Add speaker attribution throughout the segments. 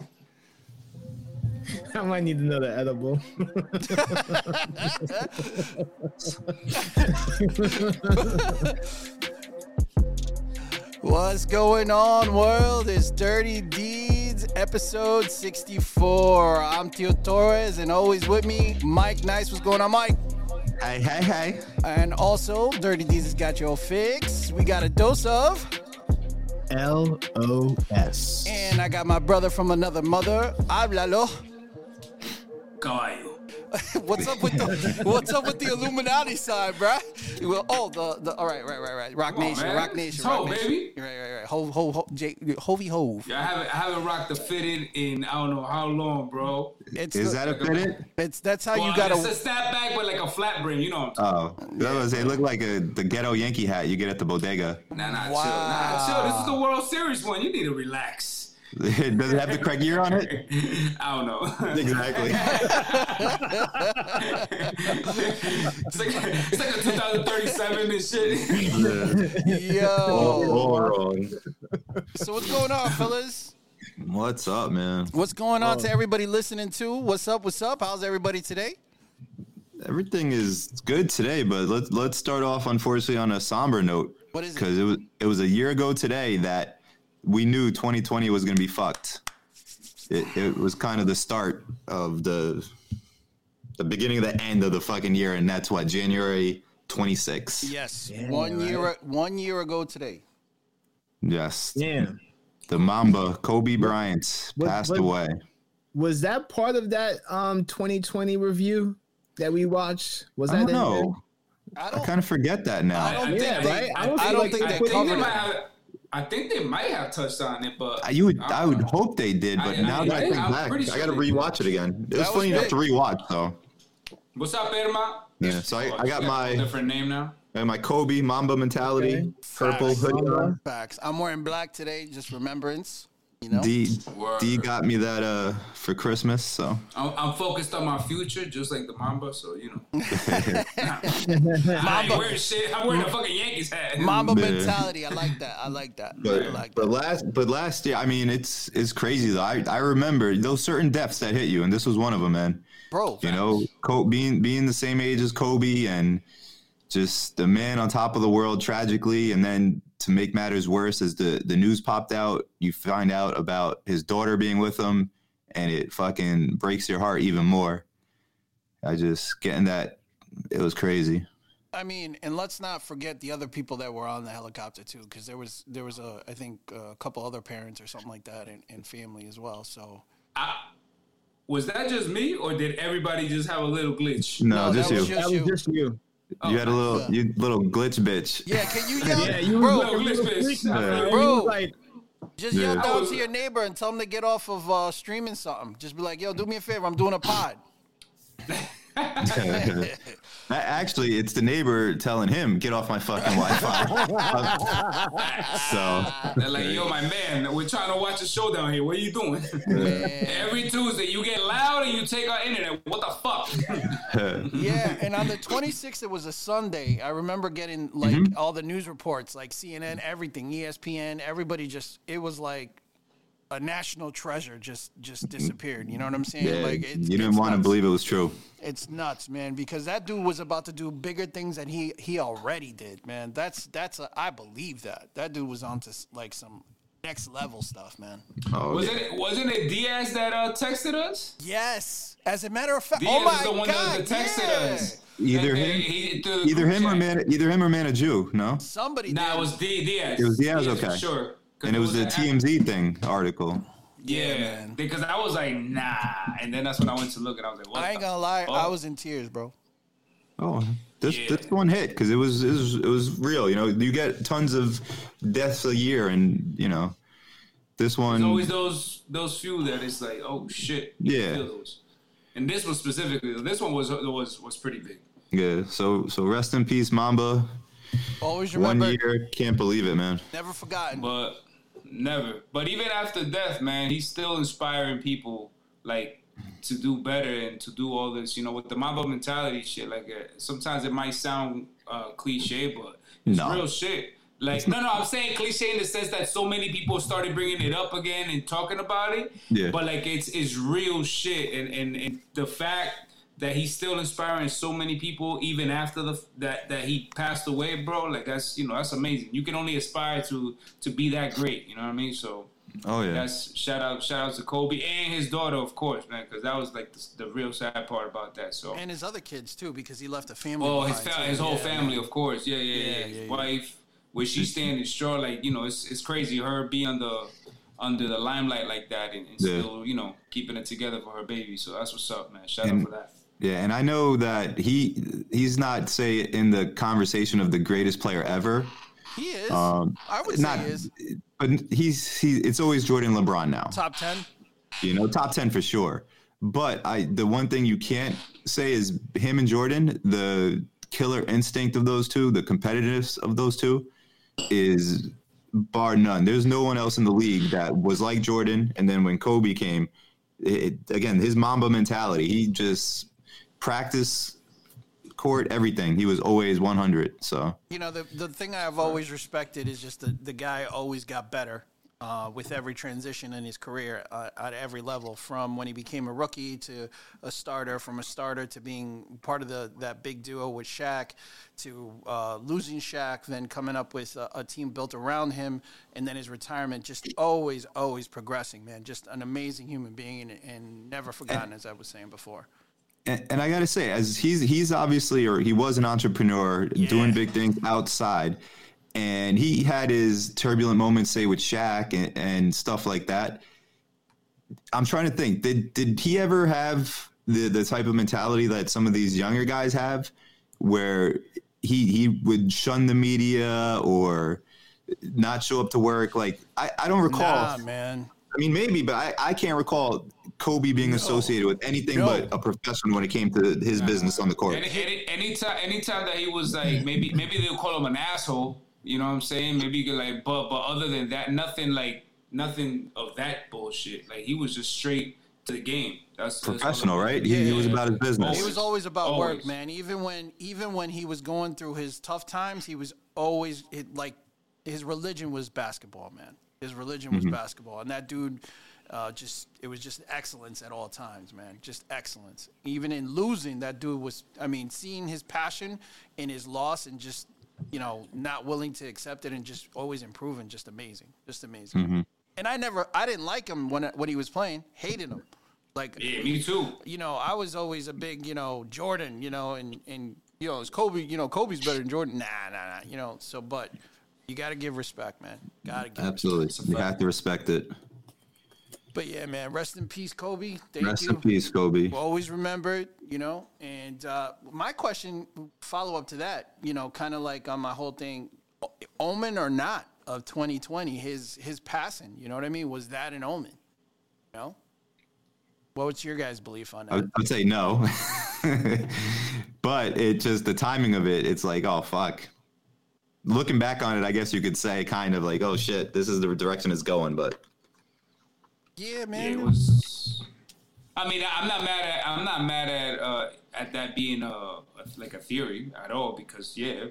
Speaker 1: I might need another edible.
Speaker 2: What's going on, world? It's Dirty Deeds, episode 64. I'm Tio Torres, and always with me, Mike Nice. What's going on, Mike?
Speaker 3: Hey, hey, hey.
Speaker 2: And also, Dirty Deeds has got your fix. We got a dose of,
Speaker 1: L O S.
Speaker 2: and I got my brother from another mother, Hablalo.
Speaker 4: Kyle.
Speaker 2: What's up with the What's up with the Illuminati side, bruh? You will- oh, the, the all right, right, right, right. Rock
Speaker 4: Come on,
Speaker 2: Nation,
Speaker 4: man.
Speaker 2: Rock Nation,
Speaker 4: It's Hove,
Speaker 2: Rock Nation.
Speaker 4: baby.
Speaker 2: Right, right, right. Hove, Hove, Hove, J, Hovey Hove.
Speaker 4: Yeah, I haven't I haven't rocked the fitted in I don't know how long, bro.
Speaker 2: It's
Speaker 3: Is
Speaker 2: the-
Speaker 3: that a fitted?
Speaker 2: It's that's how you
Speaker 4: Well,
Speaker 2: gotta.
Speaker 4: it's a snap back with like a flat brim, you know. What I'm talking
Speaker 3: Oh, that was, it looked like a, the ghetto Yankee hat you get at the bodega.
Speaker 4: Nah, nah,
Speaker 2: Wow.
Speaker 4: chill, nah, chill. This is the World Series one. You need to relax.
Speaker 3: It doesn't have the correct year on it.
Speaker 4: I don't know.
Speaker 3: Exactly.
Speaker 4: it's, like, it's like a 2037 and shit.
Speaker 3: Oh,
Speaker 2: Yo.
Speaker 3: Oral.
Speaker 2: so what's going on, fellas?
Speaker 3: What's up, man?
Speaker 2: What's going on to everybody listening to? What's up? What's up? How's everybody today?
Speaker 3: Everything is good today, but let's let's start off unfortunately on a somber note.
Speaker 2: What is it?
Speaker 3: Because it was it was a year ago today that we knew 2020 was going to be fucked. It, it was kind of the start of the the beginning of the end of the fucking year, and that's what January 26.
Speaker 2: Yes.
Speaker 1: Yeah,
Speaker 2: one
Speaker 1: right.
Speaker 2: year. One year ago today.
Speaker 3: Yes,
Speaker 1: Damn.
Speaker 3: the Mamba, Kobe Bryant
Speaker 1: What-
Speaker 3: passed
Speaker 1: what-
Speaker 3: away.
Speaker 1: Was that part of that um 2020 review that we watched? Was
Speaker 3: I
Speaker 1: that
Speaker 3: don't
Speaker 1: in there?
Speaker 3: know.
Speaker 2: I
Speaker 3: I
Speaker 2: don't.
Speaker 3: kind of forget that
Speaker 2: I
Speaker 3: now.
Speaker 2: don't
Speaker 1: Yeah,
Speaker 2: think
Speaker 1: right?
Speaker 2: they,
Speaker 1: I
Speaker 2: I
Speaker 1: don't
Speaker 2: don't,
Speaker 1: think they
Speaker 2: think
Speaker 4: I
Speaker 2: they
Speaker 4: think they
Speaker 2: covered
Speaker 4: might
Speaker 2: it.
Speaker 4: have. I think they might have touched on it, but
Speaker 3: I- You would,
Speaker 4: don't
Speaker 3: I would
Speaker 4: know.
Speaker 3: hope they did, but
Speaker 4: Uh, I- I-
Speaker 3: now that I
Speaker 4: I-
Speaker 3: think
Speaker 4: I'm
Speaker 3: back,
Speaker 4: pretty
Speaker 3: I got to
Speaker 4: sure they did.
Speaker 3: rewatch it again. It was,
Speaker 2: That was
Speaker 3: funny enough to
Speaker 2: big.
Speaker 3: rewatch though.
Speaker 4: What's up, Irma?
Speaker 3: Yeah, so I, I got
Speaker 4: She a
Speaker 3: my
Speaker 4: different name now.
Speaker 3: and my Kobe Mamba mentality,
Speaker 1: Okay.
Speaker 3: purple hoodie on.
Speaker 2: Facts. I'm wearing black today, just remembrance. You know.
Speaker 3: D
Speaker 4: Word.
Speaker 3: D got me that uh for Christmas, so
Speaker 4: I'm, I'm focused on my future, just like the Mamba. So you know, I ain't wearing shit. I'm wearing a fucking Yankees hat.
Speaker 2: Mamba
Speaker 3: Yeah.
Speaker 2: mentality. I like that. I like that. I
Speaker 3: but
Speaker 2: like
Speaker 3: but
Speaker 2: that.
Speaker 3: last but last year, I mean, it's it's crazy though. I I remember those certain deaths that hit you, and this was one of them, man.
Speaker 2: Bro.
Speaker 3: You know, Kobe, being being the same age as Kobe, and just the man on top of the world tragically, and then to make matters worse, as the the news popped out, you find out about his daughter being with him, and it fucking breaks your heart even more. I just getting that. It was crazy.
Speaker 2: I mean, and let's not forget the other people that were on the helicopter too, because there was there was a I think a couple other parents or something like that and, and family as well. So
Speaker 4: Was that just me, or did everybody just have a little glitch?
Speaker 3: No,
Speaker 2: No,
Speaker 3: just
Speaker 2: that
Speaker 3: you.
Speaker 2: was
Speaker 1: That was just you.
Speaker 3: you had a little
Speaker 2: yeah.
Speaker 3: you little glitch, bitch.
Speaker 2: yeah, can you yell,
Speaker 1: Yeah, you
Speaker 2: bro?
Speaker 1: was like-
Speaker 4: Bro,
Speaker 1: you was
Speaker 4: glitch,
Speaker 1: freaking
Speaker 4: bitch.
Speaker 1: out. You
Speaker 2: Bro.
Speaker 1: was like,
Speaker 2: Just
Speaker 3: Yeah.
Speaker 2: yell
Speaker 3: I
Speaker 2: down
Speaker 4: was-
Speaker 2: to your neighbor and tell them to get off of uh, streaming something. Just be like, yo, do me a favor, I'm doing a pod.
Speaker 3: A- Actually, it's the neighbor telling him, "Get off my fucking Wi-Fi." so
Speaker 4: They're like, yo, my man, we're trying to watch a show down here. What are you doing? Every Tuesday, you get loud and you take our internet. What the fuck?
Speaker 2: Yeah, and on the 26th, it was a Sunday. I remember getting like
Speaker 3: Mm-hmm.
Speaker 2: all the news reports, like CNN, everything, E ESPN, everybody just, it was like a national treasure just just disappeared. You know what I'm saying?
Speaker 3: yeah,
Speaker 2: like it's,
Speaker 3: you didn't
Speaker 2: it's
Speaker 3: want to
Speaker 2: nuts.
Speaker 3: believe it was true.
Speaker 2: It's nuts, man, because that dude was about to do bigger things than he he already did, man. That's that's a, I believe that that dude was onto s- like some next level stuff, man.
Speaker 3: Oh,
Speaker 4: wasn't it wasn't it Diaz that uh, texted us?
Speaker 2: Yes, as a matter of fact,
Speaker 4: Diaz
Speaker 2: oh my
Speaker 4: is the one
Speaker 2: god,
Speaker 4: that texted
Speaker 2: yeah.
Speaker 4: us.
Speaker 3: Either
Speaker 4: And-
Speaker 3: him-
Speaker 4: and he- through the
Speaker 3: either
Speaker 4: group
Speaker 3: him or
Speaker 4: chat.
Speaker 3: man, either him or man a Jew. No,
Speaker 2: Somebody
Speaker 4: Nah,
Speaker 2: did.
Speaker 4: it was D- Diaz.
Speaker 3: It was Diaz, okay.
Speaker 4: for Sure. 'Cause
Speaker 3: and it was the
Speaker 4: that-
Speaker 3: TMZ thing article.
Speaker 2: Yeah,
Speaker 4: Yeah,
Speaker 2: man.
Speaker 4: because I was like, nah, and then that's when I went to look, and I was like, what
Speaker 2: I ain't
Speaker 4: the
Speaker 2: gonna lie,
Speaker 4: fuck?
Speaker 2: I was in tears, bro.
Speaker 3: Oh, this
Speaker 4: Yeah.
Speaker 3: this one hit because it was, it was it was real. You know, you get tons of deaths a year, and you know, this one.
Speaker 4: There's always those those few that it's like, oh shit.
Speaker 3: Yeah.
Speaker 4: feel those. And this one specifically, this one was was was pretty big.
Speaker 3: yeah. So so rest in peace, Mamba.
Speaker 2: Always remember,
Speaker 3: One year, can't believe it, man.
Speaker 2: never forgotten.
Speaker 4: But never. But even after death, man, he's still inspiring people like to do better and to do all this. You know, with the Mamba mentality shit. Like uh, sometimes it might sound uh, cliche, but it's
Speaker 3: No.
Speaker 4: real shit. Like, no, no, I'm saying cliche in the sense that so many people started bringing it up again and talking about it.
Speaker 3: Yeah.
Speaker 4: But like, it's it's real shit, and and, and the fact that he's still inspiring so many people even after the that that he passed away, bro. Like that's you know that's amazing. You can only aspire to to be that great. You know what I mean? So
Speaker 3: Oh yeah.
Speaker 4: that's shout out shout out to Kobe and his daughter, of course, man, because that was like the, the real sad part about that. So
Speaker 2: and his other kids too, because he left a family.
Speaker 4: Oh, his
Speaker 2: behind,
Speaker 4: fa-
Speaker 2: too.
Speaker 4: his whole
Speaker 2: Yeah.
Speaker 4: family, of course. Yeah, yeah, yeah.
Speaker 2: Yeah,
Speaker 4: his
Speaker 2: yeah, yeah.
Speaker 4: wife, where she standing strong, like you know, it's it's crazy. Her being on the under the limelight like that, and, and
Speaker 3: Yeah.
Speaker 4: still you know keeping it together for her baby. So that's what's up, man. Shout
Speaker 3: And-
Speaker 4: out for that.
Speaker 3: Yeah, and I know that he he's not say in the conversation of the greatest player ever.
Speaker 2: He is.
Speaker 3: Um,
Speaker 2: I would
Speaker 3: not,
Speaker 2: say he is
Speaker 3: but he's he. It's always Jordan LeBron now.
Speaker 2: top ten.
Speaker 3: You know, top ten for sure. But I the one thing you can't say is him and Jordan. The killer instinct of those two, the competitiveness of those two, is bar none. There's no one else in the league that was like Jordan. And then when Kobe came, it, again his Mamba mentality. He just practice court everything. He was always 100. So
Speaker 2: You know, the the thing I've always respected is just the the guy always got better. Uh, with every transition in his career uh, at every level, from when he became a rookie to a starter, from a starter to being part of the that big duo with Shaq, to uh, losing Shaq, then coming up with a, a team built around him, and then his retirement, just always, always progressing, man. Just an amazing human being and, and never forgotten, as I was saying before.
Speaker 3: and, and I got to say, as he's he's obviously or he was an entrepreneur doing big things outside, and he had his turbulent moments, say with Shaq and, and stuff like that. I'm trying to think. Did did he ever have the the type of mentality that some of these younger guys have, where he he would shun the media or not show up to work? Like I, I don't recall.
Speaker 2: Nah, man.
Speaker 3: I mean, maybe, but I, I can't recall Kobe being associated with anything
Speaker 2: No.
Speaker 3: but a professional when it came to his business on the court.
Speaker 4: Any, any, anytime, anytime that he was like, maybe, maybe they'll call him an asshole. You know what I'm saying? Maybe you could like, but, but other than that, nothing like, nothing of that bullshit. Like he was just straight to the game. That's that's all
Speaker 3: professional,
Speaker 4: that-
Speaker 3: right? He, he was about his business.
Speaker 2: He was always about work,
Speaker 4: Always.
Speaker 2: man. Even when even when he was going through his tough times, he was always it, like his religion was basketball, man. His religion was basketball, and that dude uh, just it was just excellence at all times, man. Just excellence. Even in losing, that dude was. I mean, seeing his passion in his loss and just you know not willing to accept it and just always improving, just amazing, just amazing. And I never, I didn't like him when when he was playing. Hated him. Like
Speaker 4: Yeah, me too.
Speaker 2: you know, I was always a big, you know, Jordan, you know, and and you know, it's Kobe, you know, Kobe's better than Jordan. Nah, nah, nah, you know. So, but you got to give respect, man. Got to give.
Speaker 3: Absolutely, you have to respect it.
Speaker 2: Respect. But yeah, man, rest in peace, Kobe. Thank
Speaker 3: Rest
Speaker 2: you.
Speaker 3: in peace, Kobe.
Speaker 2: We'll always remembered, you know. And uh, my question, follow up to that, you know, kind of like on my whole thing, o- omen or not of 2020, his his passing. You know what I mean? Was that an omen? You know. What's your guys' belief on that?
Speaker 3: I would, I would say no, but it just the timing of it. It's like, oh fuck. Looking back on it, I guess you could say kind of like, oh shit, this is the direction it's going. But
Speaker 2: Yeah,
Speaker 4: Yeah,
Speaker 2: man.
Speaker 4: it was. I mean, I'm not mad at I'm not mad at uh, at that being uh like a theory at all because yeah,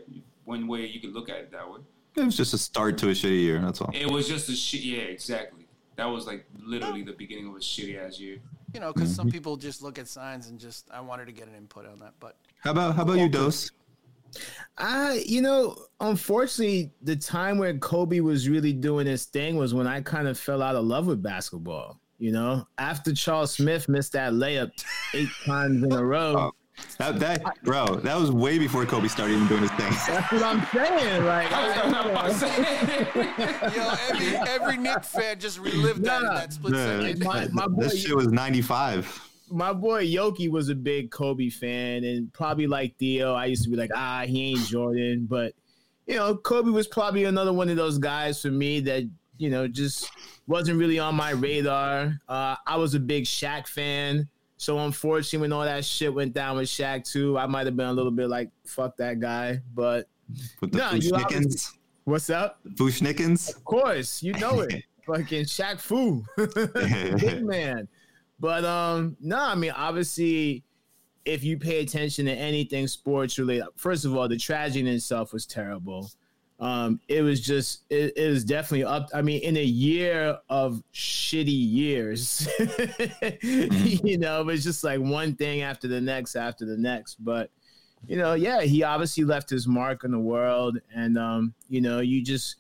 Speaker 4: one way you could look at it that way.
Speaker 3: it was just a start to a shitty year. That's all.
Speaker 4: It was just a shit. Yeah, exactly. That was like literally the beginning of a shitty ass year.
Speaker 2: you know, because
Speaker 3: Mm-hmm.
Speaker 2: some people just look at signs and just I wanted to get an input on that, but
Speaker 3: How about how about you, Dose?
Speaker 1: I, you know, unfortunately, the time where Kobe was really doing his thing was when I kind of fell out of love with basketball. You know, after Charles Smith missed that layup eight times in a row,
Speaker 3: That, that bro, that was way before Kobe started even doing his thing.
Speaker 1: that's what I'm saying. Like,
Speaker 2: you know, every every Nick fan just relived that in
Speaker 1: Yeah.
Speaker 2: that split
Speaker 3: Yeah.
Speaker 2: second.
Speaker 1: my- my
Speaker 3: that
Speaker 1: boy-
Speaker 3: shit was 95.
Speaker 1: my boy Yoki was a big Kobe fan, and probably like Theo, I used to be like, ah, he ain't Jordan, but you know, Kobe was probably another one of those guys for me that you know just wasn't really on my radar. Uh, I was a big Shaq fan, so unfortunately, when all that shit went down with Shaq too, I might have been a little bit like, fuck that guy. But
Speaker 3: With the
Speaker 1: No, you
Speaker 3: Fushnikins.
Speaker 1: what's up?
Speaker 3: Fushnikins.
Speaker 1: Of course, you know it. Fucking Shaq Fu. Big man. But um, no, I mean, obviously, if you pay attention to anything sports related, first of all, the tragedy in itself was terrible. Um, it was just it, it was definitely up. I mean, in a year of shitty years, you know, it's just like one thing after the next after the next. But you know, yeah, he obviously left his mark on the world, and um, you know, you just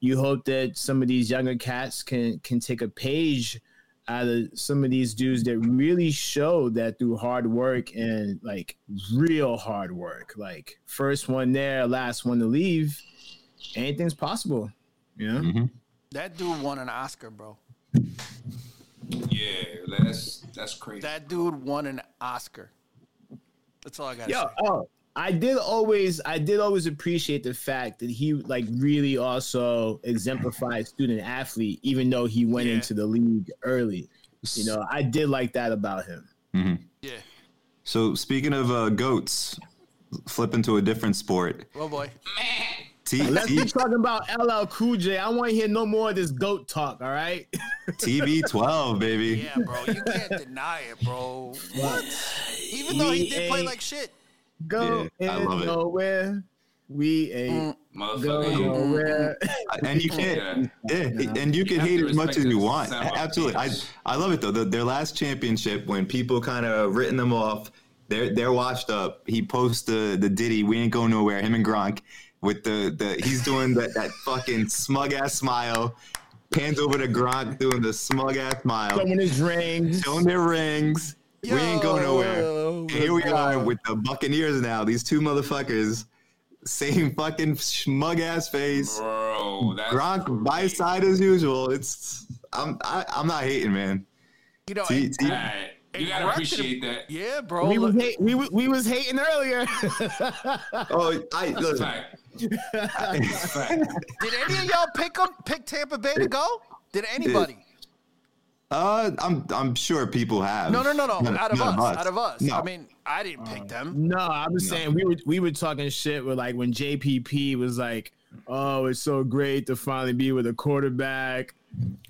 Speaker 1: you hope that some of these younger cats can can take a page out of some of these dudes that really show that through hard work and like real hard work, like first one there, last one to leave, anything's possible. Yeah.
Speaker 2: That dude won an Oscar, bro.
Speaker 4: Yeah, that's that's crazy.
Speaker 2: That dude won an Oscar. That's all I got to
Speaker 1: Yeah.
Speaker 2: say.
Speaker 1: Oh, I did always, I did always appreciate the fact that he like really also exemplified student athlete, even though he went
Speaker 2: Yeah.
Speaker 1: into the league early. You know, I did like that about him.
Speaker 2: Yeah.
Speaker 3: So speaking of uh, goats, flip into a different sport.
Speaker 2: Well, boy.
Speaker 3: T-
Speaker 1: Let's
Speaker 3: T-
Speaker 1: keep talking about LL Cool J. I want to hear no more of this goat talk. All right.
Speaker 3: TB12, baby.
Speaker 2: Yeah, bro. You can't deny it, bro. What? Even though he did play like shit.
Speaker 1: Go
Speaker 3: Yeah, I
Speaker 1: in
Speaker 3: love it.
Speaker 1: nowhere. We ain't
Speaker 4: Motherfucker,
Speaker 1: going
Speaker 4: you-
Speaker 1: nowhere.
Speaker 3: and you can't, yeah, and you can
Speaker 4: have
Speaker 3: hate
Speaker 4: to
Speaker 3: as much
Speaker 4: respect
Speaker 3: as
Speaker 4: the
Speaker 3: you want.
Speaker 4: sound.
Speaker 3: Absolutely, I, I love it though. The, their last championship, when people kind of written them off, they're they're washed up. He posts the the Diddy, we ain't going nowhere. Him and Gronk with the the he's doing that that fucking smug ass smile. Pans over to Gronk doing the smug ass smile,
Speaker 1: Someone is rings.
Speaker 3: showing their rings. we ain't going nowhere. And here we are with the Buccaneers now. These two motherfuckers, same fucking smug ass face.
Speaker 4: bro. That's
Speaker 3: Gronk by side as usual. It's I'm I, I'm not hating, man.
Speaker 2: You know,
Speaker 3: T,
Speaker 2: and-
Speaker 3: T,
Speaker 4: Alright, You gotta
Speaker 2: Gronk
Speaker 4: appreciate that.
Speaker 2: yeah, bro.
Speaker 1: We was,
Speaker 2: look-
Speaker 1: hate, we, was- we was hating earlier.
Speaker 3: oh, I listen.
Speaker 4: Fact. That's fact.
Speaker 2: Did any of y'all pick him? Pick Tampa Bay to go? Did anybody?
Speaker 3: Uh, I'm I'm sure people have.
Speaker 2: No, no, no, no.
Speaker 3: None-
Speaker 2: Out of
Speaker 3: none
Speaker 2: us. Out of us.
Speaker 3: No. Uh,
Speaker 2: I mean, I didn't pick them.
Speaker 1: No, I'm just saying we were we were talking shit with like when JPP was like, "Oh, it's so great to finally be with a quarterback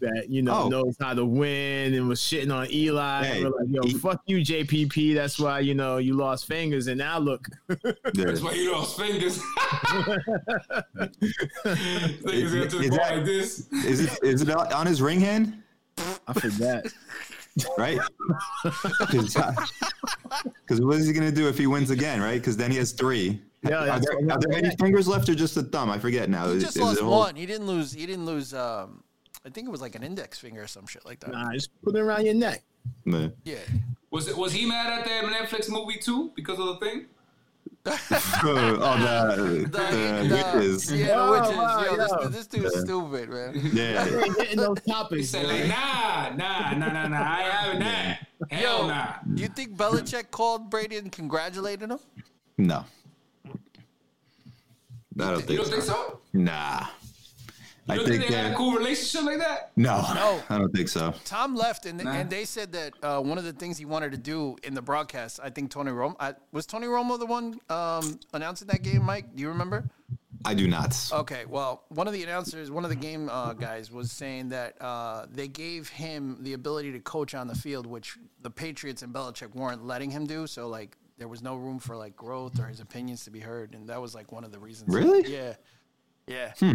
Speaker 1: that you know
Speaker 3: Oh.
Speaker 1: knows how to win," and was shitting on Eli.
Speaker 3: Hey,
Speaker 1: we're like, "Yo,
Speaker 3: he-
Speaker 1: fuck you, JPP. That's why you know you lost fingers, and now look,
Speaker 3: Yeah.
Speaker 4: That's why you lost fingers. Niggas got to the
Speaker 3: Is
Speaker 4: bar
Speaker 3: that-
Speaker 4: like this.
Speaker 3: Is it is it on on his ring hand?
Speaker 1: I forgot."
Speaker 3: Right? Because what is he gonna do if he wins again? Right? Because then he has three.
Speaker 1: Yeah,
Speaker 3: are,
Speaker 1: that's
Speaker 3: there,
Speaker 1: what-
Speaker 3: are there any fingers left or just a thumb? I forget now.
Speaker 2: He
Speaker 3: Is-
Speaker 2: just
Speaker 3: is
Speaker 2: lost
Speaker 3: it all-
Speaker 2: one. He didn't lose. He didn't lose. Um, I think it was like an index finger or some shit like that.
Speaker 1: Nah, just put it around your neck.
Speaker 3: No.
Speaker 2: Yeah.
Speaker 4: Was it was he mad at that Netflix movie too because of the thing?
Speaker 3: oh, the, the,
Speaker 2: The- the-
Speaker 3: witches.
Speaker 2: Yeah, the
Speaker 1: Oh,
Speaker 2: witches.
Speaker 1: wow,
Speaker 2: yo,
Speaker 1: yo.
Speaker 2: This, this dude's stupid, man.
Speaker 3: yeah.
Speaker 1: Ain't hitting those topics.
Speaker 4: He said
Speaker 1: man.
Speaker 4: like, nah, nah, nah, nah, nah. I ain't having that. Hell
Speaker 2: Yo,
Speaker 4: nah.
Speaker 2: you think Belichick called Brady and congratulated him?
Speaker 3: No. I don't
Speaker 4: You
Speaker 3: think
Speaker 4: don't think
Speaker 3: so.
Speaker 4: so?
Speaker 3: Nah.
Speaker 4: You
Speaker 3: I
Speaker 4: don't think,
Speaker 3: think
Speaker 4: they had a
Speaker 3: that.
Speaker 4: cool relationship like that?
Speaker 3: No,
Speaker 2: No.
Speaker 3: I don't think so.
Speaker 2: Tom left, and,
Speaker 4: Nah.
Speaker 2: and they said that uh, one of the things he wanted to do in the broadcast. I think Tony Romo I, was Tony Romo the one um, announcing that game. Mike, do you remember?
Speaker 3: I do not.
Speaker 4: Oh.
Speaker 2: Okay, well, one of the announcers, one of the game uh, guys, was saying that uh, they gave him the ability to coach on the field, which the Patriots and Belichick weren't letting him do. So, like, there was no room for like growth or his opinions to be heard, and that was like one of the reasons.
Speaker 3: Really? Hmm.
Speaker 2: Yeah, yeah,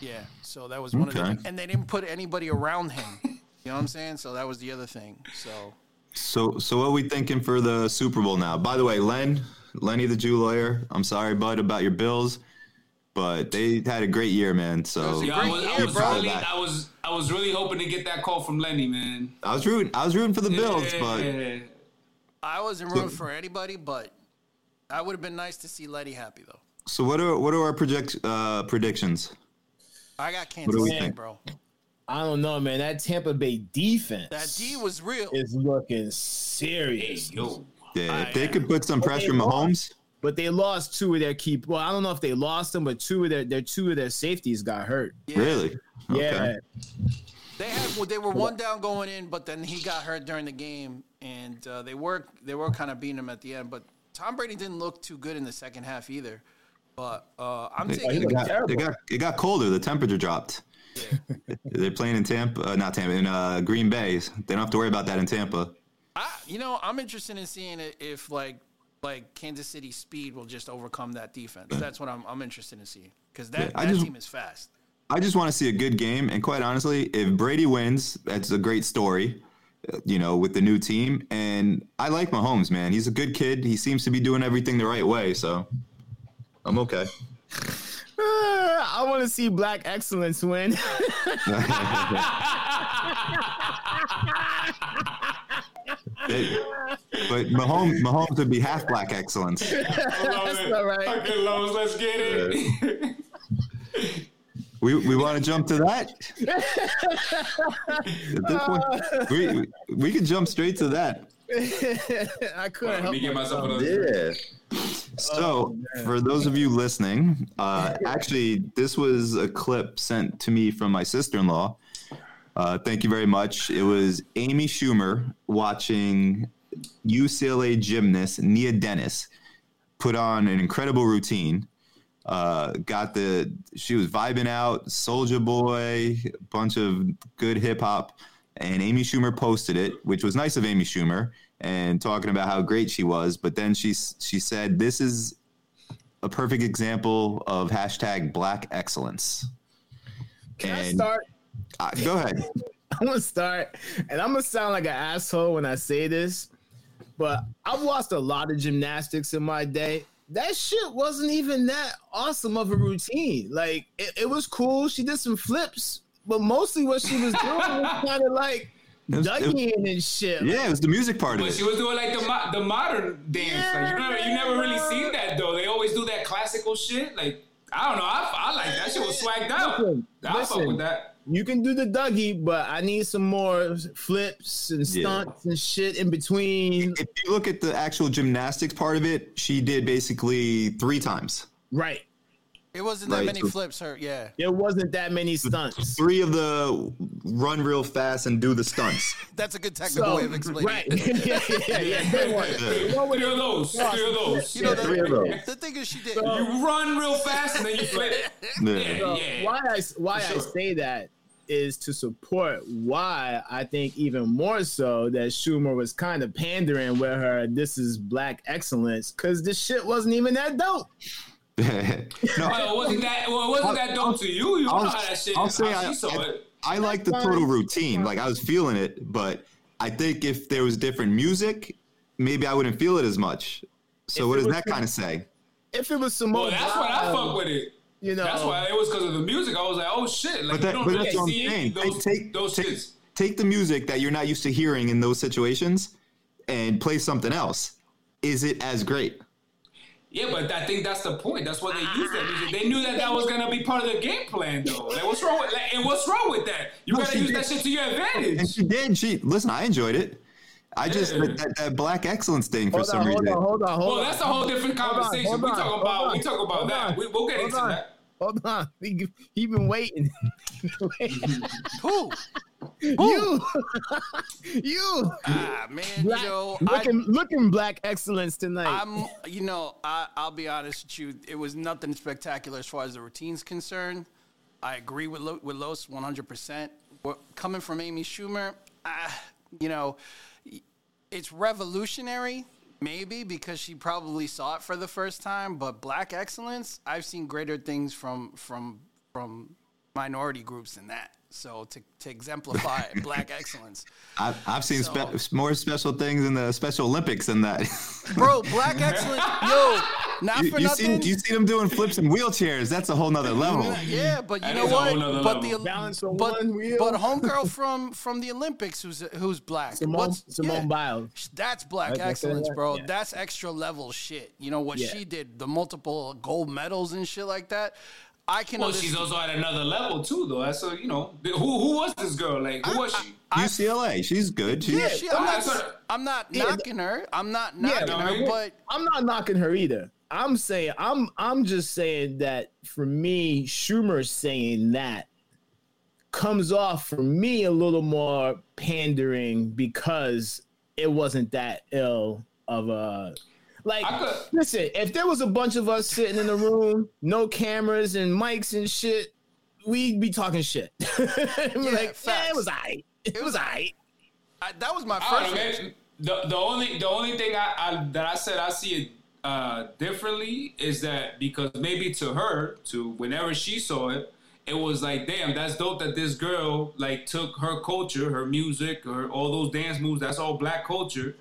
Speaker 2: yeah. So that was one
Speaker 3: Okay.
Speaker 2: of the, and they didn't put anybody around him. You know what I'm saying? So that was the other thing. So
Speaker 3: So, so what we thinking for the Super Bowl now? By the way, Len, Lenny the Jew lawyer. I'm sorry, bud, about your Bills, but they had a great year, man. So
Speaker 4: Yo, I was, I
Speaker 2: year,
Speaker 4: was
Speaker 2: bro.
Speaker 4: really, I was, I was really hoping to get that call from Lenny, man.
Speaker 3: I was rooting. I was rooting for the Bills, but
Speaker 4: Yeah.
Speaker 2: I wasn't rooting for anybody, but I would have been nice to see Letty happy though.
Speaker 3: so what are what are our project uh, predictions?
Speaker 2: I got Kansas
Speaker 3: we
Speaker 2: City,
Speaker 3: think?
Speaker 2: bro.
Speaker 1: I don't know, man. That Tampa Bay defense
Speaker 2: That D was real.
Speaker 1: is looking
Speaker 4: Hey,
Speaker 1: serious.
Speaker 4: yo.
Speaker 3: Yeah, if they could put some pressure, Mahomes.
Speaker 1: But they lost two of their key. Well, I don't know if they lost them, but two of their, their two of their safeties got hurt.
Speaker 3: Really?
Speaker 1: Yeah,
Speaker 2: They had well, they were one down going in, but then he got hurt during the game, and uh, they were they were kind of beating him at the end. But Tom Brady didn't look too good in the second half either. But uh, I'm
Speaker 3: It
Speaker 2: taking
Speaker 3: got, it got it got colder. The temperature dropped. They're playing in Tampa, uh, not Tampa, in uh, Green Bay. They don't have to worry about that in Tampa.
Speaker 2: I, you know I'm interested in seeing i- if like like Kansas City speed will just overcome that defense. That's what I'm I'm interested in seeing. because that,
Speaker 3: I
Speaker 2: that
Speaker 3: just-
Speaker 2: team is fast.
Speaker 3: I just want to see a good game. And quite honestly, if Brady wins, that's a great story, uh, you know, with the new team. And I like Mahomes, man. He's a good kid. He seems to be doing everything the right way. So I'm okay.
Speaker 1: Ah, I want to see Black Excellence win.
Speaker 3: Hey, but Mahomes, Mahomes would be half black excellence.
Speaker 4: That's
Speaker 1: all right.
Speaker 4: Fucking Lowe's, let's get it.
Speaker 3: We, we want to jump to that. At this point, we we can jump straight to that.
Speaker 1: I couldn't
Speaker 4: Let
Speaker 1: help
Speaker 4: me get myself another.
Speaker 3: Yeah. So, for those of you listening, uh, actually, this was a clip sent to me from my sister in law. Uh, thank you very much. It was Amy Schumer watching UCLA gymnast Nia Dennis put on an incredible routine. Uh, got the she was vibing out, Soldier Boy, bunch of good hip hop, and Amy Schumer posted it, which was nice of Amy Schumer, and talking about how great she was. But then she s- she said, "This is a perfect example of hashtag Black Excellence."
Speaker 1: Can I
Speaker 3: And-
Speaker 1: start?
Speaker 3: Uh, go ahead.
Speaker 1: I'm gonna start, and I'm gonna sound like an asshole when I say this, but I've watched a lot of gymnastics in my day. That shit wasn't even that awesome of a routine. Like it, it was cool. She did some flips, but mostly what she was doing was kind of like
Speaker 3: It was- it-
Speaker 1: ducking and shit.
Speaker 3: yeah, it was the music part of
Speaker 4: But
Speaker 3: it.
Speaker 4: she was doing like the mo- the modern dance. Like you never you never really seen that though. They always do that classical shit. Like I don't know. I, I like that shit was swagged out.
Speaker 1: Listen,
Speaker 4: I fuck
Speaker 1: listen.
Speaker 4: with that.
Speaker 1: You can do the Dougie, but I need some more flips and
Speaker 3: Yeah.
Speaker 1: stunts and shit in between.
Speaker 3: if you look at the actual gymnastics part of it, she did basically three times.
Speaker 1: Right.
Speaker 2: It wasn't that
Speaker 3: Right,
Speaker 2: many
Speaker 3: so-
Speaker 2: flips, her. Yeah,
Speaker 1: There wasn't that many stunts.
Speaker 3: Three of the run real fast and do the stunts.
Speaker 2: that's a good technical
Speaker 1: So,
Speaker 2: way of explaining.
Speaker 1: right.
Speaker 2: it.
Speaker 1: yeah, yeah, yeah. They weren't.
Speaker 4: Three of those. Three of those.
Speaker 2: You know,
Speaker 3: three of
Speaker 2: the,
Speaker 3: those.
Speaker 2: the thing is, she did.
Speaker 1: So-
Speaker 4: You run real fast and then you flip.
Speaker 3: Yeah.
Speaker 1: So
Speaker 4: Yeah.
Speaker 1: why I why
Speaker 4: For
Speaker 1: I
Speaker 4: sure.
Speaker 1: say that is to support why I think even more so that Schumer was kind of pandering with her. This is black excellence because this shit wasn't even that dope.
Speaker 4: Well, it
Speaker 3: no,
Speaker 4: wasn't that well, it wasn't that dope to you? You
Speaker 3: I'll,
Speaker 4: know how that shit.
Speaker 3: I'll
Speaker 4: how
Speaker 3: say I,
Speaker 4: she saw
Speaker 3: I,
Speaker 4: it.
Speaker 3: I like the
Speaker 1: That's
Speaker 3: total
Speaker 1: fine.
Speaker 3: routine. Like I was feeling it, but I think if there was different music, maybe I wouldn't feel it as much. So
Speaker 1: If
Speaker 3: what
Speaker 1: it
Speaker 3: does
Speaker 1: was
Speaker 3: that
Speaker 1: the-
Speaker 3: kind of say?
Speaker 1: If it was Simone,
Speaker 4: Well, that's what I
Speaker 1: Biles,
Speaker 4: fuck with it.
Speaker 1: You know,
Speaker 4: That's why it was because of the music. I was like, oh shit! Like
Speaker 3: But, that,
Speaker 4: you don't
Speaker 3: but
Speaker 4: really
Speaker 3: that's what I'm
Speaker 4: see
Speaker 3: saying.
Speaker 4: those
Speaker 3: take, take,
Speaker 4: those
Speaker 3: take,
Speaker 4: shits.
Speaker 3: take the music that you're not used to hearing in those situations and play something else. Is it as great?
Speaker 4: Yeah, but I think that's the point. That's why they used that music. They knew that that was gonna be part of the game plan, though. Like, what's wrong with like, and what's wrong with that? You
Speaker 3: No,
Speaker 4: gotta
Speaker 3: she
Speaker 4: use
Speaker 3: did.
Speaker 4: that shit to your
Speaker 3: And
Speaker 4: advantage.
Speaker 3: she did. She listen. I enjoyed it. I just
Speaker 4: Yeah.
Speaker 3: that, that black excellence thing for
Speaker 1: hold
Speaker 3: some
Speaker 1: on,
Speaker 3: reason.
Speaker 1: hold on, hold on, hold
Speaker 4: Well,
Speaker 1: on.
Speaker 4: that's a whole different
Speaker 1: Hold on,
Speaker 4: conversation.
Speaker 1: hold
Speaker 4: we
Speaker 1: on,
Speaker 4: talk
Speaker 1: hold
Speaker 4: about
Speaker 1: on,
Speaker 4: we talk about
Speaker 1: hold
Speaker 4: that.
Speaker 1: on,
Speaker 4: We, we'll get
Speaker 1: hold
Speaker 4: into
Speaker 1: on,
Speaker 4: that.
Speaker 1: Hold on, he, he been waiting.
Speaker 2: Who?
Speaker 1: you, you
Speaker 2: Ah, man,
Speaker 1: black,
Speaker 2: you know, I,
Speaker 1: looking looking black excellence tonight.
Speaker 2: I'm, you know, I, I'll be honest with you. It was nothing spectacular as far as the routine's concerned. I agree with Lo, with Los 100%. What, coming from Amy Schumer, I, you know, it's revolutionary, maybe because she probably saw it for the first time. But black excellence, I've seen greater things from from from minority groups than that. So to to exemplify black excellence.
Speaker 3: I've, I've seen
Speaker 2: So-
Speaker 3: spe- more special things in the Special Olympics than that.
Speaker 2: bro. Black excellence, yo. Not
Speaker 3: you,
Speaker 2: for
Speaker 3: you
Speaker 2: nothing.
Speaker 3: seen you seen them doing flips in wheelchairs. That's a whole nother level.
Speaker 2: yeah, but you
Speaker 4: That
Speaker 2: know
Speaker 4: is a
Speaker 2: what?
Speaker 4: whole nother
Speaker 2: But
Speaker 4: level.
Speaker 2: the
Speaker 1: Balance on
Speaker 2: but,
Speaker 1: one wheel.
Speaker 2: but homegirl from from the Olympics who's who's black.
Speaker 1: Simone- Simone Biles.
Speaker 2: That's black
Speaker 1: Like I said,
Speaker 2: excellence, bro.
Speaker 1: yeah.
Speaker 2: That's extra level shit. You know what
Speaker 1: Yeah.
Speaker 2: she did, the multiple gold medals and shit like that. I can
Speaker 4: Well,
Speaker 2: understand-
Speaker 4: she's also at another level too, though. That's a, you know, the- who who was this girl? Like, who was she?
Speaker 3: UCLA. She's good. She's,
Speaker 2: yeah, she, I'm
Speaker 4: I-
Speaker 2: not, I'm not knocking her. I'm not
Speaker 1: Yeah,
Speaker 2: knocking
Speaker 4: no,
Speaker 2: her,
Speaker 4: maybe-
Speaker 2: but
Speaker 1: I'm not knocking her either. I'm saying I'm I'm just saying that for me, Schumer saying that comes off for me a little more pandering because it wasn't that ill of a like
Speaker 4: I could-
Speaker 1: listen, if there was a bunch of us sitting in the room, no cameras and mics and shit, we'd be talking shit. We're like, yeah,
Speaker 2: facts.
Speaker 1: it was alright. It was alright.
Speaker 2: I, that was my
Speaker 4: I don't
Speaker 2: first.
Speaker 4: know, man. The, the only the only thing I, I that I said I see it uh, differently is that because maybe to her, to whenever she saw it, it was like, damn, that's dope that this girl like took her culture, her music, her all those dance moves. That's all black culture,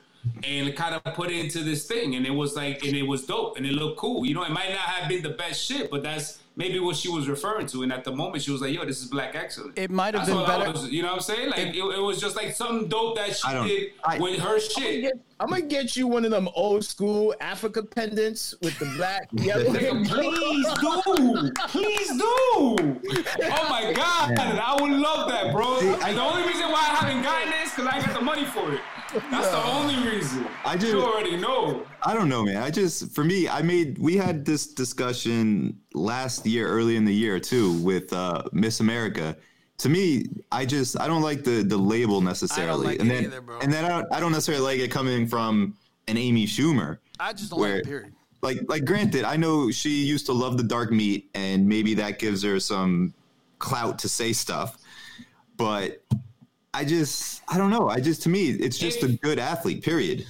Speaker 4: and kind of put it into this thing. And it was like, and it was dope, and it looked cool. You know, it might not have been the best shit, but that's maybe what she was referring to. And at the moment, she was like, yo, this is black excellence.
Speaker 2: It might have
Speaker 4: That's
Speaker 2: been
Speaker 4: all I
Speaker 2: better-
Speaker 4: was- you know what I'm saying? Like, it, it was just like something dope that she
Speaker 3: I don't-
Speaker 4: did
Speaker 3: I-
Speaker 4: with her shit.
Speaker 1: I'm gonna get you one of them old school Africa pendants with the black. yellow-
Speaker 4: Nigga, please do. Please do. Oh my God. I would love that, bro.
Speaker 3: I-
Speaker 4: the only reason why I haven't gotten this because I ain't got the money for it. That's the only reason.
Speaker 3: I just-
Speaker 4: You already know.
Speaker 3: I don't know, man. I just for me, I made we had this discussion last year, early in the year too, with uh, Miss America. To me, I just I don't like the the label necessarily,
Speaker 2: like
Speaker 3: and
Speaker 2: it
Speaker 3: then
Speaker 2: either, bro.
Speaker 3: and then I don't I don't necessarily like it coming from an Amy Schumer.
Speaker 2: I just don't
Speaker 3: Where-
Speaker 2: like it, period.
Speaker 3: Like like granted, I know she used to love the dark meat, and maybe that gives her some clout to say stuff, but. I just, I don't know. I just, to me, it's just a good athlete. Period.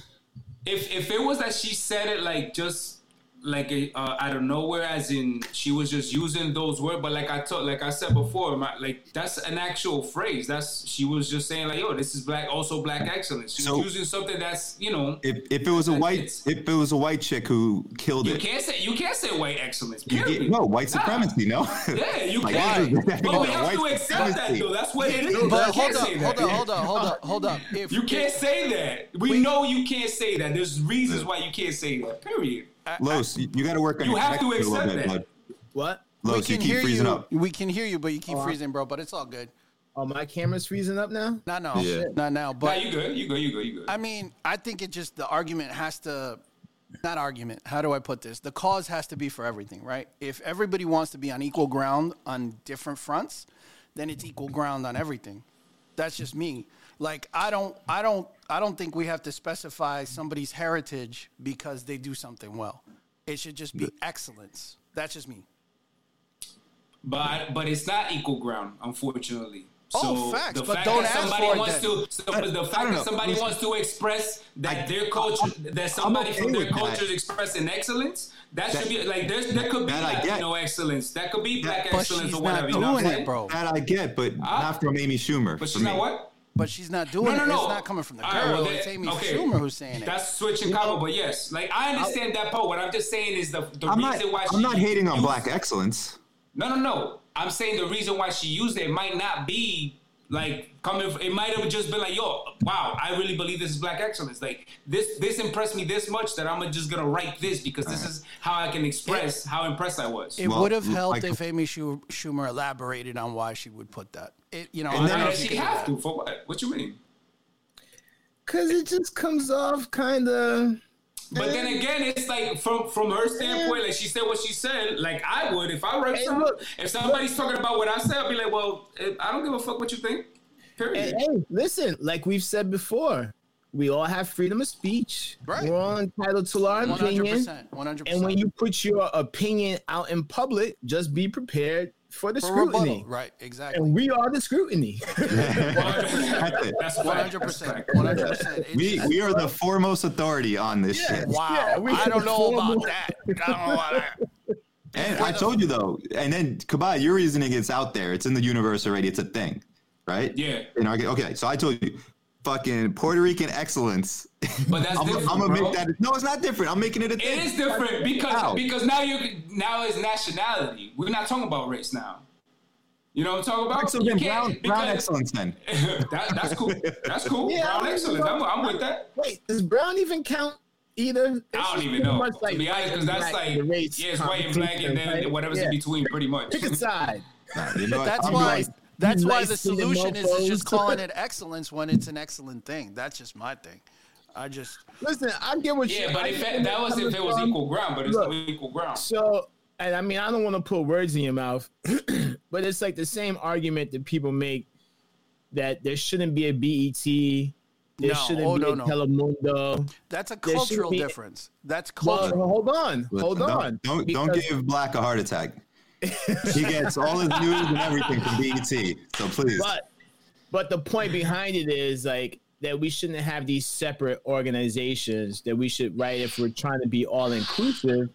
Speaker 4: If if it was that she said it like just like a, uh, out of nowhere, as in she was just using those words, but like I told, like I said before, my, like that's an actual phrase. That's she was just saying like, yo, this is black, also black excellence. She
Speaker 3: So-
Speaker 4: was using something that's you know.
Speaker 3: If if it was a
Speaker 4: Like,
Speaker 3: white
Speaker 4: it's-
Speaker 3: if it was a white chick who killed
Speaker 4: You
Speaker 3: it,
Speaker 4: can't say you can't say white excellence.
Speaker 3: you
Speaker 4: Period.
Speaker 3: get- no white supremacy, no.
Speaker 4: Yeah, you
Speaker 3: Like,
Speaker 4: can.
Speaker 3: this is-
Speaker 4: But we have
Speaker 3: white
Speaker 4: to accept that
Speaker 3: supremacy.
Speaker 4: though. That's what it is. You
Speaker 2: But
Speaker 4: can't
Speaker 2: hold up,
Speaker 4: say that.
Speaker 2: hold up, hold up, hold up, hold up. If
Speaker 4: You can't say that. We know you can't say that. There's reasons why you can't say that. Period.
Speaker 2: Uh,
Speaker 3: Los, you, got to work on
Speaker 4: You
Speaker 3: your
Speaker 4: have to
Speaker 3: connection a little
Speaker 4: accept
Speaker 3: bit,
Speaker 4: that.
Speaker 3: bud.
Speaker 1: what?
Speaker 3: Los, Oh, you keep
Speaker 2: hear
Speaker 3: freezing
Speaker 2: you.
Speaker 3: up.
Speaker 2: We can hear you, but you keep
Speaker 1: I-
Speaker 2: freezing, bro. But it's all good.
Speaker 1: Oh, my camera's freezing up now.
Speaker 2: Not now.
Speaker 3: Yeah.
Speaker 2: Not now.
Speaker 4: But
Speaker 2: But
Speaker 4: you good. You good. You good. You good.
Speaker 2: I mean, I think it just the argument has to not argument. How do I put this? The cause has to be for everything, right? If everybody wants to be on equal ground on different fronts, then it's equal ground on everything. That's just me. Like I don't I don't I don't think we have to specify somebody's heritage because they do something well. It should just be excellence. That's just me.
Speaker 4: But but it's not equal ground, unfortunately.
Speaker 2: Oh,
Speaker 4: So
Speaker 2: facts,
Speaker 4: the
Speaker 2: but
Speaker 4: fact
Speaker 2: don't
Speaker 4: that
Speaker 2: ask
Speaker 4: somebody
Speaker 2: for it
Speaker 4: wants
Speaker 2: then.
Speaker 4: to, so- the fact
Speaker 3: don't know.
Speaker 4: that somebody
Speaker 3: Listen.
Speaker 4: wants to express that their culture, that somebody
Speaker 3: okay
Speaker 4: from their
Speaker 3: with that.
Speaker 4: culture is expressing excellence, that,
Speaker 3: That-
Speaker 4: should be like there's there could be
Speaker 3: That I
Speaker 4: like, you
Speaker 3: get.
Speaker 4: know excellence, that could be black
Speaker 2: But
Speaker 4: excellence
Speaker 2: she's
Speaker 4: or whatever.
Speaker 2: not
Speaker 4: you know what I'm
Speaker 2: doing it,
Speaker 4: saying?
Speaker 2: bro.
Speaker 3: That I get, but not from Amy Schumer.
Speaker 4: Ah. But
Speaker 3: for
Speaker 4: she's
Speaker 3: me.
Speaker 4: not what.
Speaker 2: But she's not doing
Speaker 4: no,
Speaker 2: it.
Speaker 4: no.
Speaker 2: It's not coming from the girl.
Speaker 4: All right, well,
Speaker 2: it's
Speaker 4: that-
Speaker 2: Amy
Speaker 4: okay.
Speaker 2: Schumer who's saying it.
Speaker 4: That's switching combo, but yes, like I understand that part. What I'm just saying is the the
Speaker 3: I'm not.
Speaker 4: reason why
Speaker 3: I'm
Speaker 4: she
Speaker 3: not hating on
Speaker 4: used-
Speaker 3: black excellence.
Speaker 4: No, no, no. I'm saying the reason why she used it might not be like coming. It might have just been like, yo, wow, I really believe this is black excellence. Like this, this impressed me this much that I'm just gonna write this because this is how I can express how impressed I was.
Speaker 2: It
Speaker 3: Well,
Speaker 2: would have
Speaker 3: like-
Speaker 2: helped if Amy Schu- Schumer elaborated on why she would put that. It, you know, I
Speaker 4: Why
Speaker 2: don't know
Speaker 4: does
Speaker 2: if you
Speaker 4: she
Speaker 2: can do
Speaker 4: have
Speaker 2: that.
Speaker 4: to for what? What you mean?
Speaker 1: Cause it just comes off kind of.
Speaker 4: But then again, it's like from from her standpoint, like she said what she said. Like I would if I wrote
Speaker 1: Hey,
Speaker 4: something.
Speaker 1: look.
Speaker 4: If somebody's talking about what I said, I'd be like, well, eh, I don't give a fuck what you think.
Speaker 1: Hey,
Speaker 4: Period.
Speaker 1: hey, listen, like we've said before, we all have freedom of speech.
Speaker 2: Right.
Speaker 1: We're all entitled to our opinion.
Speaker 2: 100%. 100%.
Speaker 1: And when you put your opinion out in public, just be prepared for the
Speaker 2: For
Speaker 1: scrutiny.
Speaker 2: rebuttal, right, exactly.
Speaker 1: And we are the scrutiny.
Speaker 4: That's
Speaker 3: it.
Speaker 4: a fact.
Speaker 2: One hundred
Speaker 4: That's a
Speaker 2: percent,
Speaker 4: fact.
Speaker 2: one hundred percent.
Speaker 3: We we are the foremost authority on this shit.
Speaker 2: Wow,
Speaker 1: Yeah, we
Speaker 2: I don't know
Speaker 1: conform
Speaker 2: about
Speaker 1: with-
Speaker 2: that. I don't know about that.
Speaker 3: And I told you though. And then Kabai, your reasoning is out there. It's in the universe already. It's a thing, right?
Speaker 4: Yeah.
Speaker 3: In our, okay, so I told you, fucking Puerto Rican excellence.
Speaker 4: But that's
Speaker 3: I'm,
Speaker 4: different.
Speaker 3: I'm gonna
Speaker 4: bro.
Speaker 3: make that. No, it's not different. I'm making it a thing.
Speaker 4: It is different because
Speaker 3: How?
Speaker 4: because now you now it's nationality. We're not talking about race now. You know what I'm talking about?
Speaker 3: So
Speaker 4: You
Speaker 3: then
Speaker 4: can't-
Speaker 3: brown, brown
Speaker 4: because-
Speaker 3: excellence then.
Speaker 4: that, that's cool. That's cool.
Speaker 1: Yeah,
Speaker 4: brown
Speaker 1: I mean,
Speaker 4: excellence. I'm, I'm with that.
Speaker 1: Wait, does brown even count either?
Speaker 4: I
Speaker 1: It's
Speaker 4: don't
Speaker 1: just
Speaker 4: even
Speaker 1: pretty
Speaker 4: know.
Speaker 1: much
Speaker 4: to be
Speaker 1: white
Speaker 4: honest,
Speaker 1: and
Speaker 4: because that's
Speaker 1: black,
Speaker 4: like
Speaker 1: the race
Speaker 4: yeah, it's white and black, and then
Speaker 1: competition, right?
Speaker 4: whatever's in
Speaker 1: Yeah.
Speaker 4: between, pretty much.
Speaker 1: Pick a side.
Speaker 3: Nah, you know what?
Speaker 2: That's
Speaker 3: I'm
Speaker 2: why.
Speaker 3: going-
Speaker 2: That's
Speaker 1: you
Speaker 2: why the
Speaker 1: light-skinned
Speaker 2: solution is, is just
Speaker 1: mofos.
Speaker 2: calling it excellence when it's an excellent thing. That's just my thing. I just
Speaker 1: Listen, I get what you.
Speaker 4: Yeah, but
Speaker 1: I
Speaker 4: if
Speaker 1: get
Speaker 4: that,
Speaker 1: where
Speaker 4: that
Speaker 1: you're
Speaker 4: was
Speaker 1: coming
Speaker 4: if it was
Speaker 1: from.
Speaker 4: equal ground, but it's
Speaker 1: Look.
Speaker 4: no equal ground.
Speaker 1: So, and I mean, I don't want to put words in your mouth, but it's like the same argument that people make that there shouldn't be a BET, there
Speaker 2: No,
Speaker 1: shouldn't
Speaker 2: oh,
Speaker 1: be
Speaker 2: no,
Speaker 1: a
Speaker 2: no.
Speaker 1: Telemundo.
Speaker 2: that's a
Speaker 1: should
Speaker 2: cultural
Speaker 1: be-
Speaker 2: difference. That's
Speaker 1: Well,
Speaker 2: cultural.
Speaker 1: hold on,
Speaker 3: Listen,
Speaker 1: hold
Speaker 3: don't-
Speaker 1: on.
Speaker 3: Don't don't
Speaker 1: because-
Speaker 3: give Black a heart attack. he gets all his news and everything from BET. E So please,
Speaker 1: But but the point behind it is like that we shouldn't have these separate organizations that we should right if we're trying to be all inclusive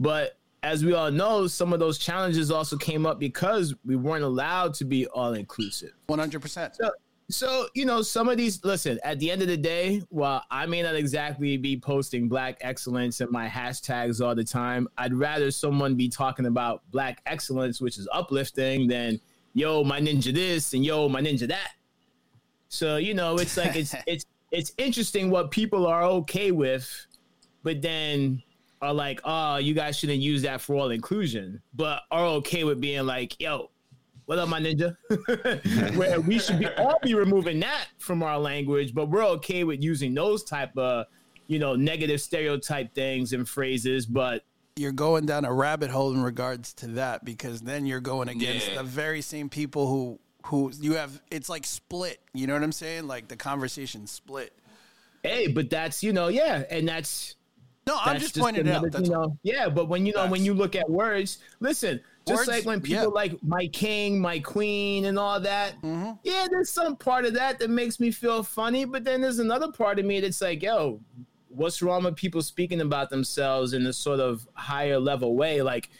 Speaker 1: but as we all know some of those challenges also came up because we weren't allowed to be all inclusive
Speaker 2: One hundred percent.
Speaker 1: so, so you know some of these listen at the end of the day while i may not exactly be posting black excellence in my hashtags all the time i'd rather someone be talking about black excellence which is uplifting than yo my ninja this and yo my ninja that so you know it's like it's it's it's interesting what people are okay with but then are like oh you guys shouldn't use that for all inclusion but are okay with being like yo what up, my ninja? Where we should be all be removing that from our language, but we're okay with using those type of, you know, negative stereotype things and phrases. But
Speaker 2: You're going down a rabbit hole in regards to that because then you're going against
Speaker 4: Yeah.
Speaker 2: the very same people who who you have. It's like split. You know what I'm saying? Like the conversation split.
Speaker 1: hey, but that's you know, yeah, and that's
Speaker 2: No, I'm
Speaker 1: that's
Speaker 2: just, pointing
Speaker 1: another,
Speaker 2: it out. That's
Speaker 1: you know, yeah, but when you know when
Speaker 2: Facts.
Speaker 1: you look at words, listen, just
Speaker 2: Words,
Speaker 1: like when people
Speaker 2: yeah.
Speaker 1: like my king, my queen, and all that. Yeah, there's some part of that that makes me feel funny, but then there's another part of me that's like, yo, what's wrong with people speaking about themselves in a sort of higher level way? Like,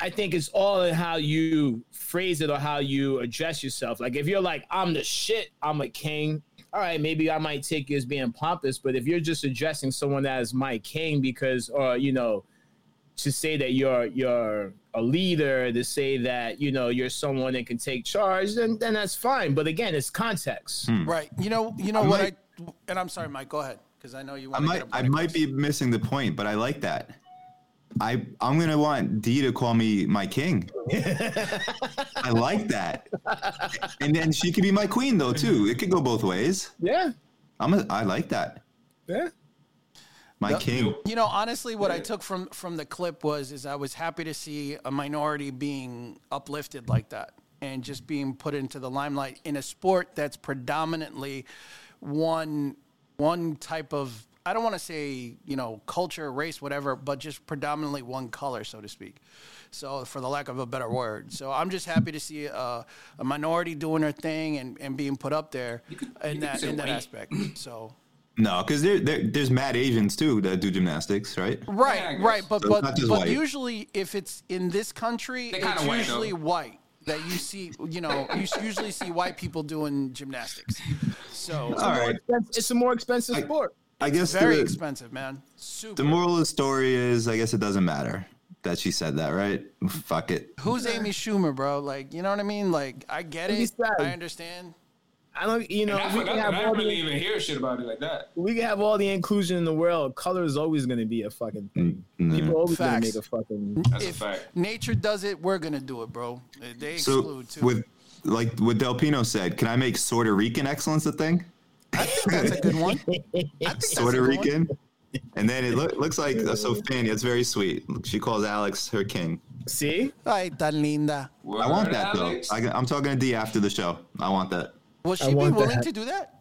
Speaker 1: I think it's all in how you phrase it or how you address yourself. Like, if you're like, I'm the shit, I'm a king. All right, maybe I might take you as being pompous, but if you're just addressing someone as my king because, or you know, to say that you're you're a leader, to say that you know you're someone that can take charge, then then that's fine. But again, it's context.
Speaker 4: Hmm.
Speaker 2: right. You know. You know what?
Speaker 3: might-
Speaker 2: I and I'm sorry, Mike. Go ahead because I know you
Speaker 3: I
Speaker 2: want.
Speaker 3: might I might be missing the point, but I like that. I I'm gonna want D to call me my king. I like that, and then she could be my queen though too. It could go both ways.
Speaker 1: Yeah,
Speaker 3: I'm a, I like that.
Speaker 1: yeah.
Speaker 3: My
Speaker 2: Yep.
Speaker 3: king.
Speaker 2: You know, honestly, what I took from from the clip was is I was happy to see a minority being uplifted like that and just being put into the limelight in a sport that's predominantly one one type of I don't want to say you know culture, race, whatever, but just predominantly one color, so to speak. So, for the lack of a better word, so I'm just happy to see a, a minority doing their thing and, and being put up there in
Speaker 4: you could
Speaker 2: that
Speaker 4: say
Speaker 2: in that
Speaker 4: white.
Speaker 2: aspect. So,
Speaker 3: No, because there, there there's mad Asians too that do gymnastics, right?
Speaker 4: Yeah, I
Speaker 2: Right,
Speaker 4: guess.
Speaker 2: right, but
Speaker 3: So it's
Speaker 2: but,
Speaker 3: not just
Speaker 2: but
Speaker 3: white.
Speaker 2: usually if it's in this country,
Speaker 4: They're kinda
Speaker 2: it's
Speaker 4: white,
Speaker 2: usually
Speaker 4: though.
Speaker 2: white that you see. You know, you s- usually see white people doing gymnastics. So
Speaker 3: All right.
Speaker 1: It's a more expensive sport.
Speaker 3: I guess
Speaker 2: very
Speaker 3: the,
Speaker 2: expensive, man. Super.
Speaker 3: the moral of the story is I guess it doesn't matter that she said that, right? Fuck it.
Speaker 2: Who's Amy Schumer, bro? Like, you know what I mean? Like, I get
Speaker 1: Who's
Speaker 2: it.
Speaker 1: that?
Speaker 2: I understand.
Speaker 1: I don't, you know,
Speaker 4: And I
Speaker 1: we can
Speaker 4: forgot that.
Speaker 1: have
Speaker 4: I
Speaker 1: all
Speaker 4: didn't really
Speaker 1: the,
Speaker 4: even hear shit about it like that.
Speaker 1: we can have all the inclusion in the world. Color is always going to be a fucking thing.
Speaker 4: Mm-hmm.
Speaker 1: People are always going to
Speaker 2: Facts.
Speaker 1: make a fucking.
Speaker 4: That's
Speaker 2: if
Speaker 4: a fact.
Speaker 2: nature does it, we're gonna do it, bro. They
Speaker 3: So
Speaker 2: exclude too.
Speaker 3: with like what Del Pino said, can I make Puerto Rican excellence a thing?
Speaker 2: I think that's a good one. I think that's a
Speaker 3: Puerto
Speaker 2: good one.
Speaker 3: Rican. And then it loo- looks like uh, so Fanny. It's very sweet. She calls Alex her king.
Speaker 1: See,
Speaker 2: Ay, tan linda.
Speaker 3: I want
Speaker 4: Word,
Speaker 3: that though.
Speaker 4: Alex.
Speaker 3: I, am talking to D after the show. I want that.
Speaker 2: Will she
Speaker 1: I
Speaker 2: be
Speaker 1: want
Speaker 2: willing
Speaker 1: that.
Speaker 2: to do that?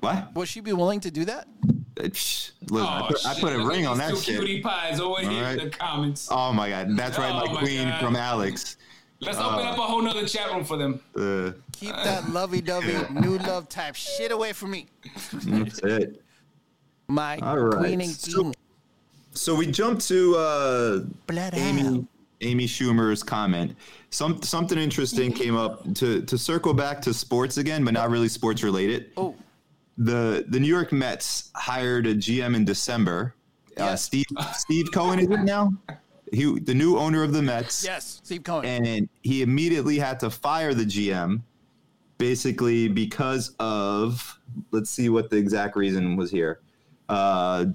Speaker 3: What?
Speaker 2: Will she be willing to do that?
Speaker 3: Uh, psh, Listen, I
Speaker 4: Oh,
Speaker 3: put, I
Speaker 4: shit.
Speaker 3: put a
Speaker 4: Look at
Speaker 3: ring on
Speaker 4: these
Speaker 3: that
Speaker 4: two
Speaker 3: shit.
Speaker 4: Cutie pies over here
Speaker 3: All right.
Speaker 4: in the comments.
Speaker 3: Oh my god, that's right,
Speaker 4: Oh
Speaker 3: my
Speaker 4: my
Speaker 3: queen
Speaker 4: God.
Speaker 3: from Alex.
Speaker 4: Let's open up a whole nother chat room for them.
Speaker 3: Uh,
Speaker 2: Keep that lovey dovey new love type shit away from me.
Speaker 3: that's it.
Speaker 2: My
Speaker 3: All right.
Speaker 2: queen and king.
Speaker 3: So we jump to uh,
Speaker 2: Blood out.
Speaker 3: Amy Amy Schumer's comment. Some something interesting came up to to circle back to sports again, but not really sports related.
Speaker 2: Oh,
Speaker 3: The the New York Mets hired a GM in December. Uh,
Speaker 2: Yes.
Speaker 3: Steve Steve Cohen is it now? He the new owner of the Mets.
Speaker 2: yes. Steve Cohen.
Speaker 3: And he immediately had to fire the GM basically because of let's see what the exact reason was here. Uh,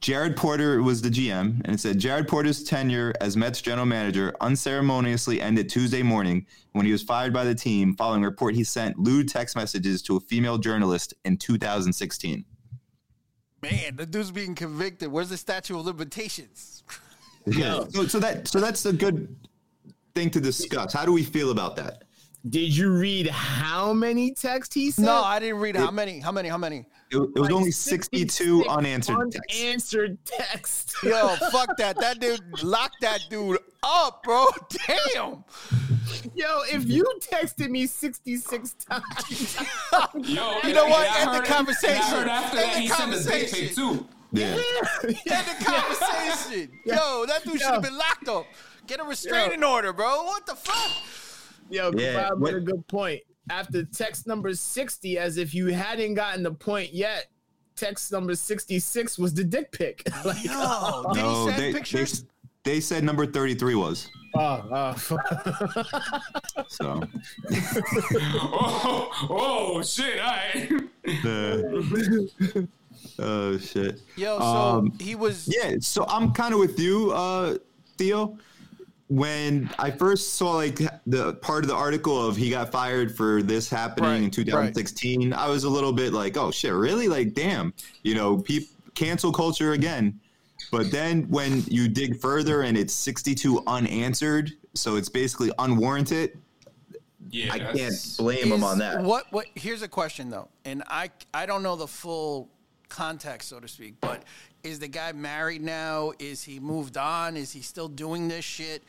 Speaker 3: Jared Porter was the GM, and it said Jared Porter's tenure as Mets general manager unceremoniously ended Tuesday morning when he was fired by the team following a report he sent lewd text messages to a female journalist in 2016.
Speaker 2: Man, the dude's being convicted. Where's the statute of limitations?
Speaker 3: Yeah. So, so that so that's a good thing to discuss. How do we feel about that?
Speaker 1: Did you read how many texts he sent?
Speaker 2: No, I didn't read it. how many, how many, how many.
Speaker 3: It, it was
Speaker 1: Like
Speaker 3: only 62, unanswered texts.
Speaker 1: Unanswered texts.
Speaker 2: Yo, fuck that. That dude locked that dude up, bro. Damn.
Speaker 1: Yo, if you texted me 66 times,
Speaker 4: Yo,
Speaker 2: You know what?
Speaker 4: and I
Speaker 2: End the
Speaker 4: heard-
Speaker 2: conversation.
Speaker 4: and I heard after
Speaker 2: End
Speaker 4: that,
Speaker 2: the
Speaker 4: he sent a dick pic
Speaker 2: conversation.
Speaker 4: too.
Speaker 3: Yeah.
Speaker 2: End the conversation. Yo, that dude should have been locked up. Get a restraining order, bro. What the fuck?
Speaker 1: yo, Kebab
Speaker 3: Yeah,
Speaker 1: made
Speaker 3: what-
Speaker 1: a good point. After text number 60, as if you hadn't gotten the point yet, text number 66 was the dick pic. like,
Speaker 2: Yo,
Speaker 1: oh,
Speaker 2: did he
Speaker 3: No,
Speaker 2: send
Speaker 3: they, they,
Speaker 2: pictures?
Speaker 3: they said number 33 was.
Speaker 1: oh, fuck.
Speaker 3: So
Speaker 4: Oh, oh shit! All right.
Speaker 3: Uh, oh shit.
Speaker 2: Yo, so
Speaker 3: Um,
Speaker 2: he was.
Speaker 3: Yeah, so I'm kind of with you, uh, Theo. When I first saw like the part of the article of he got fired for this happening
Speaker 2: Right,
Speaker 3: in 2016, I was a little bit like, oh shit, really? Like, damn, you know, peop cancel culture again. But then when you dig further and it's 62 unanswered, so it's basically unwarranted.
Speaker 4: Yeah,
Speaker 3: I can't
Speaker 4: that's-
Speaker 3: blame him
Speaker 2: is-
Speaker 3: on that.
Speaker 2: What? What? Here's a question though, and I I don't know the full context, so to speak. But is the guy married now? Is he moved on? Is he still doing this shit?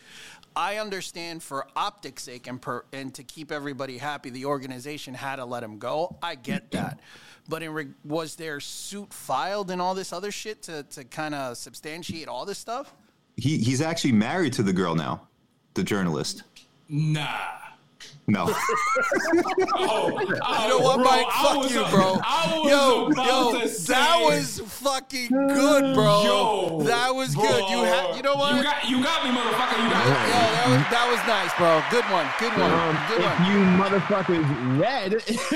Speaker 2: I understand for optics' sake and per, and to keep everybody happy, the organization had to let him go. I get that. But in reg was there suit filed and all this other shit to, to kind of substantiate all this stuff?
Speaker 3: He he's actually married to the girl now, the journalist.
Speaker 4: Nah.
Speaker 3: No.
Speaker 4: Oh,
Speaker 2: You know what, Mike? Fuck you, bro.
Speaker 4: I was
Speaker 2: yo,
Speaker 4: about
Speaker 2: yo,
Speaker 4: to say,
Speaker 2: that was fucking good, bro.
Speaker 4: yo,
Speaker 2: that was
Speaker 4: bro.
Speaker 2: good. You had, you know what?
Speaker 4: You got, you got me, motherfucker. You got
Speaker 2: yo,
Speaker 4: me.
Speaker 2: that was, that was nice, bro. Good one, good one, good
Speaker 1: um, if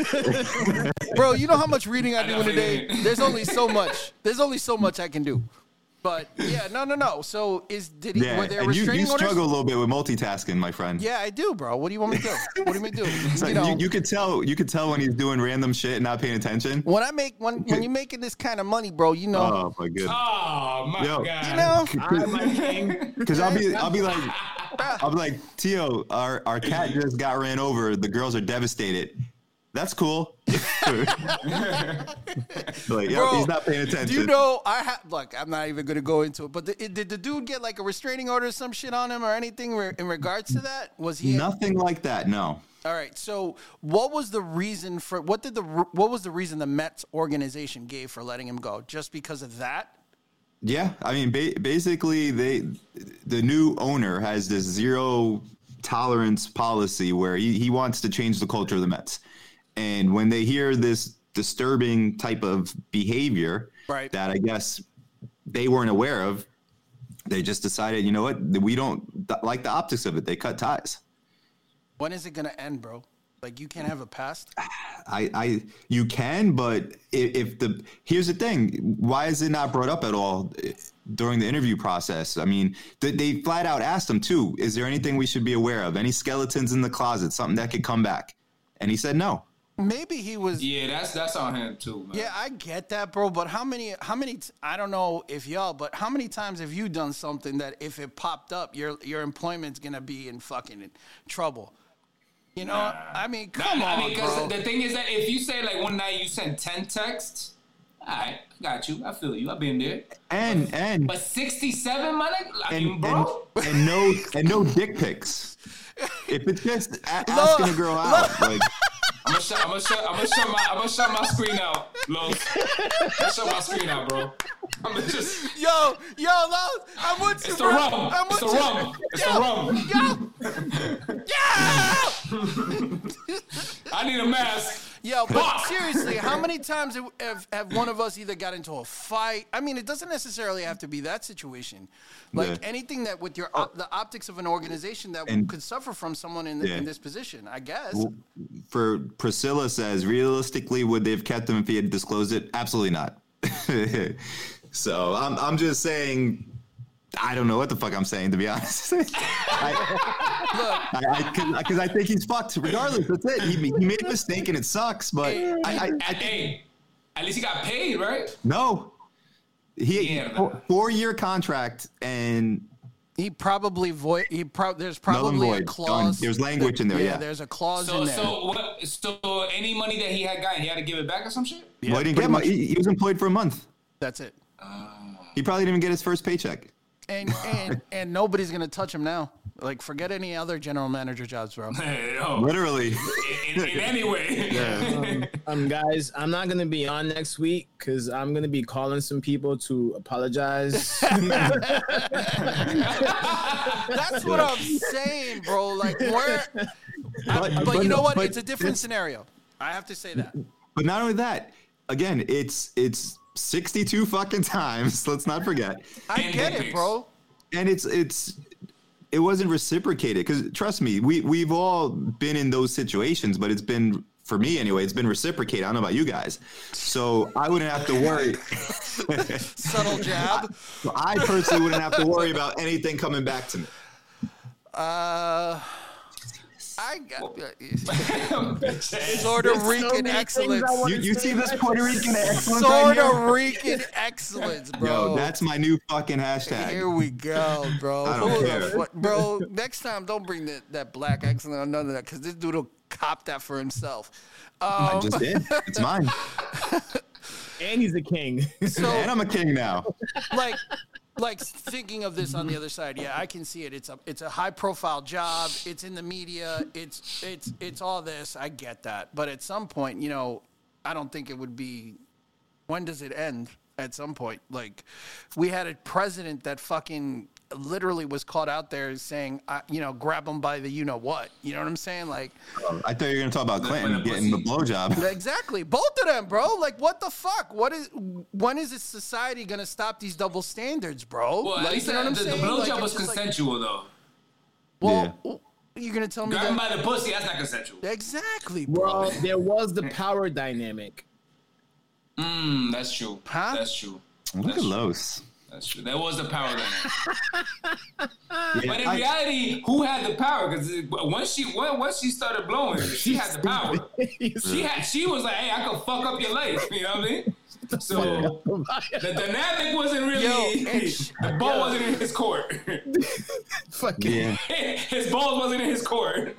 Speaker 2: one,
Speaker 1: you motherfuckers read,
Speaker 2: bro. You know how much reading I do in a day.
Speaker 4: definitely did.
Speaker 2: There's only so much. There's only so much I can do. But yeah, no, no, no. So is did he?
Speaker 3: Yeah,
Speaker 2: were there
Speaker 3: and you,
Speaker 2: restraining
Speaker 3: you
Speaker 2: orders?
Speaker 3: struggle a little bit with multitasking, my friend.
Speaker 2: Yeah, I do, bro. What do you want me to do? What do you want me to do?
Speaker 3: It's like,
Speaker 2: you
Speaker 3: you,
Speaker 2: know,
Speaker 3: you, could tell you could tell when he's doing random shit and not paying attention.
Speaker 2: when I make when when you're making this kind of money, bro, you know,
Speaker 3: Oh my god!
Speaker 4: Oh my
Speaker 3: Yo.
Speaker 4: god.
Speaker 2: you know.
Speaker 1: I'm like, king.
Speaker 2: Oh,
Speaker 3: Because I'll be I'll be like I'll be like Tio, our our cat just got ran over. The girls are devastated. That's cool. like, yep, he's not paying attention.
Speaker 2: Do you know I have? Look, I'm not even gonna go into it. But the, did the dude get like a restraining order, or some shit on him, or anything re- in regards to that? Was he?
Speaker 3: Nothing like that. No.
Speaker 2: All right. So, what was the reason for? What did the? re- What was the reason the Mets organization gave for letting him go? Just because of that?
Speaker 3: Yeah, I mean, ba- basically, they the new owner has this zero tolerance policy where he, he wants to change the culture of the Mets, and when they hear this disturbing type of behavior
Speaker 2: Right.
Speaker 3: that I guess they weren't aware of, they just decided, you know what, we don't th- like the optics of it. They cut ties.
Speaker 2: When is it gonna end, bro? Like you can't have a past.
Speaker 3: I, I you can, but if, if the here's the thing, why is it not brought up at all eh, during the interview process? I mean, they, they flat out asked him too. Is there anything we should be aware of? Any skeletons in the closet? Something that could come back? And he said no.
Speaker 2: Maybe he was.
Speaker 4: Yeah, that's that's on him too, man.
Speaker 2: Yeah, I get that, bro. But how many? How many? t- I don't know if y'all, but how many times have you done something that if it popped up, your your employment's gonna be in fucking trouble? You know? I mean, come
Speaker 4: I
Speaker 2: on,
Speaker 4: mean,
Speaker 2: bro.
Speaker 4: because the thing is that if you say like one night you sent ten texts, all right, I got you. I feel you. I've been there.
Speaker 3: And and
Speaker 4: But sixty-seven, my nigga, I mean,
Speaker 3: and,
Speaker 4: bro.
Speaker 3: and, and no and no dick pics. If it's just a- asking a girl out, like
Speaker 4: I'm gonna shut, I'm gonna shut, I'm gonna shut my, I'm gonna shut my screen out, Los. I'm gonna shut my screen out, bro. I'm gonna just,
Speaker 2: yo, yo, Lowe's, I'm with you,
Speaker 4: it's the
Speaker 2: bro.
Speaker 4: rum,
Speaker 2: I'm
Speaker 4: it's
Speaker 2: with
Speaker 4: the
Speaker 2: you.
Speaker 4: rum, it's the rum.
Speaker 2: Yo, yo,
Speaker 4: I need a mask.
Speaker 2: yo, but
Speaker 4: Fuck.
Speaker 2: seriously, how many times have- have, have one of us either got into a fight? I mean, it doesn't necessarily have to be that situation. Like
Speaker 3: Yeah.
Speaker 2: anything that with your op- the optics of an organization that
Speaker 3: And-
Speaker 2: could suffer from someone in,
Speaker 3: Yeah.
Speaker 2: in this position, I guess.
Speaker 3: for Priscilla says, realistically, would they have kept him if he had disclosed it? Absolutely not. so I'm, I'm just saying, I don't know what the fuck I'm saying, to be honest. I,
Speaker 2: Look,
Speaker 3: I, I, cause, 'cause I think he's fucked regardless. That's it. He, he made a mistake and it sucks, but I, I, I think,
Speaker 4: Hey, at least he got paid, right?
Speaker 3: no. He
Speaker 4: Yeah.
Speaker 3: four year contract and
Speaker 2: He probably void. He probably there's probably
Speaker 3: Null
Speaker 2: a
Speaker 3: and void. Done.
Speaker 2: clause.
Speaker 3: There's language in there. Yeah.
Speaker 2: there's a clause
Speaker 4: So
Speaker 2: in there.
Speaker 4: so what? So any money that he had gotten, he had to give it back or some shit.
Speaker 3: Well, he didn't get
Speaker 2: pretty
Speaker 3: mu- he, he was employed for a month.
Speaker 2: That's it.
Speaker 3: He probably didn't even get his first paycheck.
Speaker 2: And and and nobody's gonna touch him now. Like forget any other general manager jobs, bro.
Speaker 4: Hey, yo,
Speaker 3: Literally.
Speaker 4: in, in any way.
Speaker 1: Um, guys, I'm not gonna be on next week because I'm gonna be calling some people to apologize.
Speaker 2: That's what I'm saying, bro. Like we're
Speaker 3: But,
Speaker 2: but, you know what?
Speaker 3: but-
Speaker 2: it's a different scenario. I have to say that.
Speaker 3: But not only that, again, it's it's 62 fucking times. Let's not forget.
Speaker 2: I
Speaker 4: And
Speaker 2: get
Speaker 4: dick
Speaker 2: it,
Speaker 4: pics.
Speaker 2: bro.
Speaker 3: and it's it's it wasn't reciprocated because trust me we we've all been in those situations but it's been for me anyway it's been reciprocated i don't know about you guys so i wouldn't have to worry
Speaker 2: Subtle jab.
Speaker 3: i personally wouldn't have to worry about anything coming back to me
Speaker 2: Uh, I got uh,
Speaker 4: Bitch ass.
Speaker 2: Puerto
Speaker 1: so many
Speaker 2: Rican
Speaker 1: things I
Speaker 2: excellence.
Speaker 1: want-
Speaker 3: you, you see this puerto rican excellence right
Speaker 2: Puerto
Speaker 3: here?
Speaker 2: Rican excellence, bro.
Speaker 3: yo that's my new fucking
Speaker 2: Here
Speaker 3: hashtag
Speaker 2: we go, bro.
Speaker 3: I don't
Speaker 2: Who the
Speaker 3: care.
Speaker 2: fuck- Bro, next time don't bring that, that black accent or none of that because this dude will cop that for himself.
Speaker 3: I
Speaker 2: Um,
Speaker 3: just did. It's mine.
Speaker 1: and he's a king.
Speaker 3: And
Speaker 2: so,
Speaker 3: I'm a king now.
Speaker 2: like, like thinking of this on the other side, yeah, I can see it. It's a it's a high profile job. It's in the media. It's it's it's all this. I get that, but at some point, you know, I don't think it would be. When does it end? At some point, like, we had a president that fucking literally was caught out there saying, I, you know, grab him by the you know what. You know what I'm saying? Like,
Speaker 3: I thought you were going to talk about Clinton getting the blowjob.
Speaker 2: Exactly, both of them, bro. Like, what the fuck? What is? When is this society gonna stop these double standards, bro?
Speaker 4: Well, at
Speaker 2: like,
Speaker 4: least the, the blowjob
Speaker 2: Like, it's
Speaker 4: was
Speaker 2: just like,
Speaker 4: consensual though.
Speaker 2: well, you're gonna tell me
Speaker 4: Grab him
Speaker 2: that?
Speaker 4: by the pussy. That's not consensual.
Speaker 2: Exactly, bro.
Speaker 1: well, there was the power dynamic.
Speaker 4: Mm, that's true.
Speaker 2: Huh?
Speaker 4: That's true.
Speaker 3: Look at Los.
Speaker 4: That's true. That was the power dynamic. But in
Speaker 3: I-
Speaker 4: reality, who had the power? Because once she when- once she started blowing, she had the power. She had she was like, "Hey, I could fuck up your life." You know what I mean? So the dynamic wasn't really
Speaker 2: Yo, and sh-
Speaker 4: the ball wasn't in his court.
Speaker 1: Fucking
Speaker 3: yeah.
Speaker 4: his balls wasn't in his court.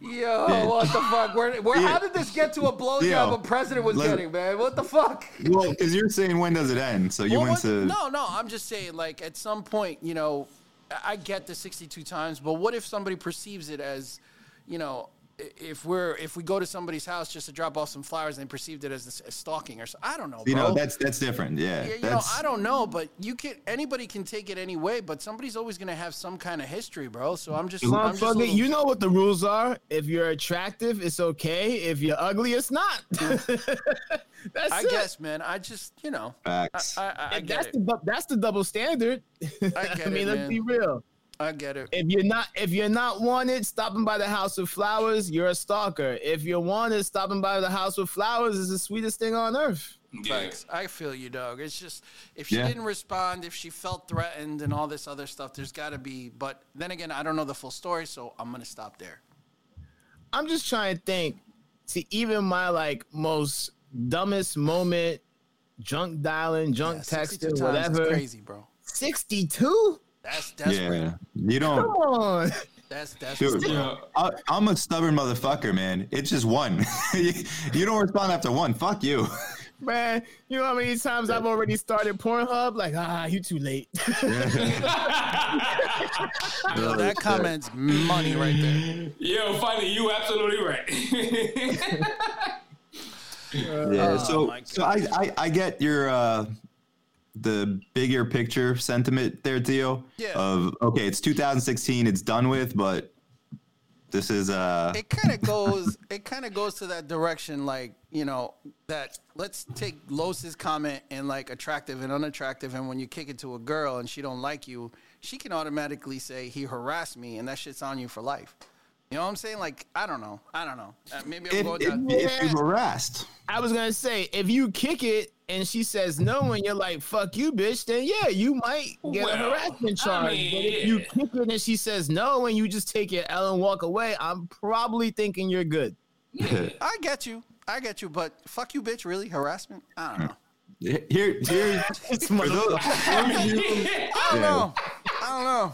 Speaker 2: Yo, what the fuck? Where, where, How did this get to a blowjob
Speaker 3: Yo,
Speaker 2: a president was
Speaker 3: let-
Speaker 2: getting, man? What the fuck?
Speaker 3: Well, because you're saying when does it end? So you
Speaker 2: Well,
Speaker 3: went
Speaker 2: what-
Speaker 3: to
Speaker 2: no, no. I'm just saying, like, at some point, you know, I- I get the 62 times, but what if somebody perceives it as, you know, i- if we're if we go to somebody's house just to drop off some flowers and they perceived it as, s- as stalking or so, I don't know, bro.
Speaker 3: you know that's that's different. Yeah,
Speaker 2: Yeah, you know,
Speaker 3: that's
Speaker 2: I don't know, but you can anybody can take it any way, but somebody's always gonna have some kind of history, bro. So I'm just, I'm just a
Speaker 1: Motherfucker,
Speaker 2: little-
Speaker 1: you know what the rules are. If you're attractive, it's okay. If you're ugly, it's not. that's
Speaker 2: I
Speaker 1: it.
Speaker 2: guess, man. I just, you know,
Speaker 3: facts.
Speaker 2: I, I, I
Speaker 1: And that's
Speaker 2: get
Speaker 1: the
Speaker 2: it.
Speaker 1: du- that's the double standard. I,
Speaker 2: get
Speaker 1: mean,
Speaker 2: it,
Speaker 1: let's
Speaker 2: man.
Speaker 1: be real.
Speaker 2: I get it.
Speaker 1: If you're not if you're not wanted, stopping by the house with flowers, you're a stalker. If you're wanted, stopping by the house with flowers is the sweetest thing on earth.
Speaker 4: Yeah.
Speaker 2: Facts. I feel you, dog. It's just if she
Speaker 3: Yeah.
Speaker 2: didn't respond, if she felt threatened, and all this other stuff, there's got to be. But then again, I don't know the full story, so I'm gonna stop there.
Speaker 1: I'm just trying to think. See, even my like most dumbest moment, junk dialing, junk texting,
Speaker 2: is
Speaker 1: whatever.
Speaker 2: crazy, bro.
Speaker 1: 62?
Speaker 2: That's desperate.
Speaker 3: yeah, you
Speaker 1: Come
Speaker 3: don't.
Speaker 1: on.
Speaker 2: That's desperate.
Speaker 3: Dude, I, I'm a stubborn motherfucker, man. It's just one. you, you don't respond after one. Fuck you.
Speaker 1: Man, you know how many times I've already started Pornhub? Like, ah, you too late.
Speaker 2: Yo, that comment's money right there.
Speaker 4: Yo, finally, you absolutely right.
Speaker 3: Yeah. so,
Speaker 2: Uh, oh my
Speaker 3: so I, I, I get your uh, the bigger picture sentiment there, Theo.
Speaker 2: Yeah.
Speaker 3: Of okay, it's 2016. It's done with, but this is uh.
Speaker 2: It kind of goes. It kind of goes to that direction, like you know that. Let's take Los's comment and like attractive and unattractive, and when you kick it to a girl and she don't like you, she can automatically say he harassed me, and that shit's on you for life. You know what I'm saying? Like I don't know. I don't know. Uh, maybe I'm
Speaker 3: If,
Speaker 2: going
Speaker 3: if,
Speaker 2: down.
Speaker 3: if you've harassed,
Speaker 1: I was gonna say, if you kick it and she says no, and you're like, "Fuck you, bitch," then yeah, you might get a
Speaker 4: Well,
Speaker 1: harassment
Speaker 4: I
Speaker 1: charge.
Speaker 4: mean,
Speaker 1: but if
Speaker 4: yeah.
Speaker 1: you kick it and she says no, and you just take your L and walk away, I'm probably thinking you're good.
Speaker 2: I get you. I get you. But fuck you, bitch. Really harassment? I don't know.
Speaker 3: here, here,
Speaker 1: It's my
Speaker 3: for those-
Speaker 2: I don't
Speaker 3: Yeah.
Speaker 2: know. don't know.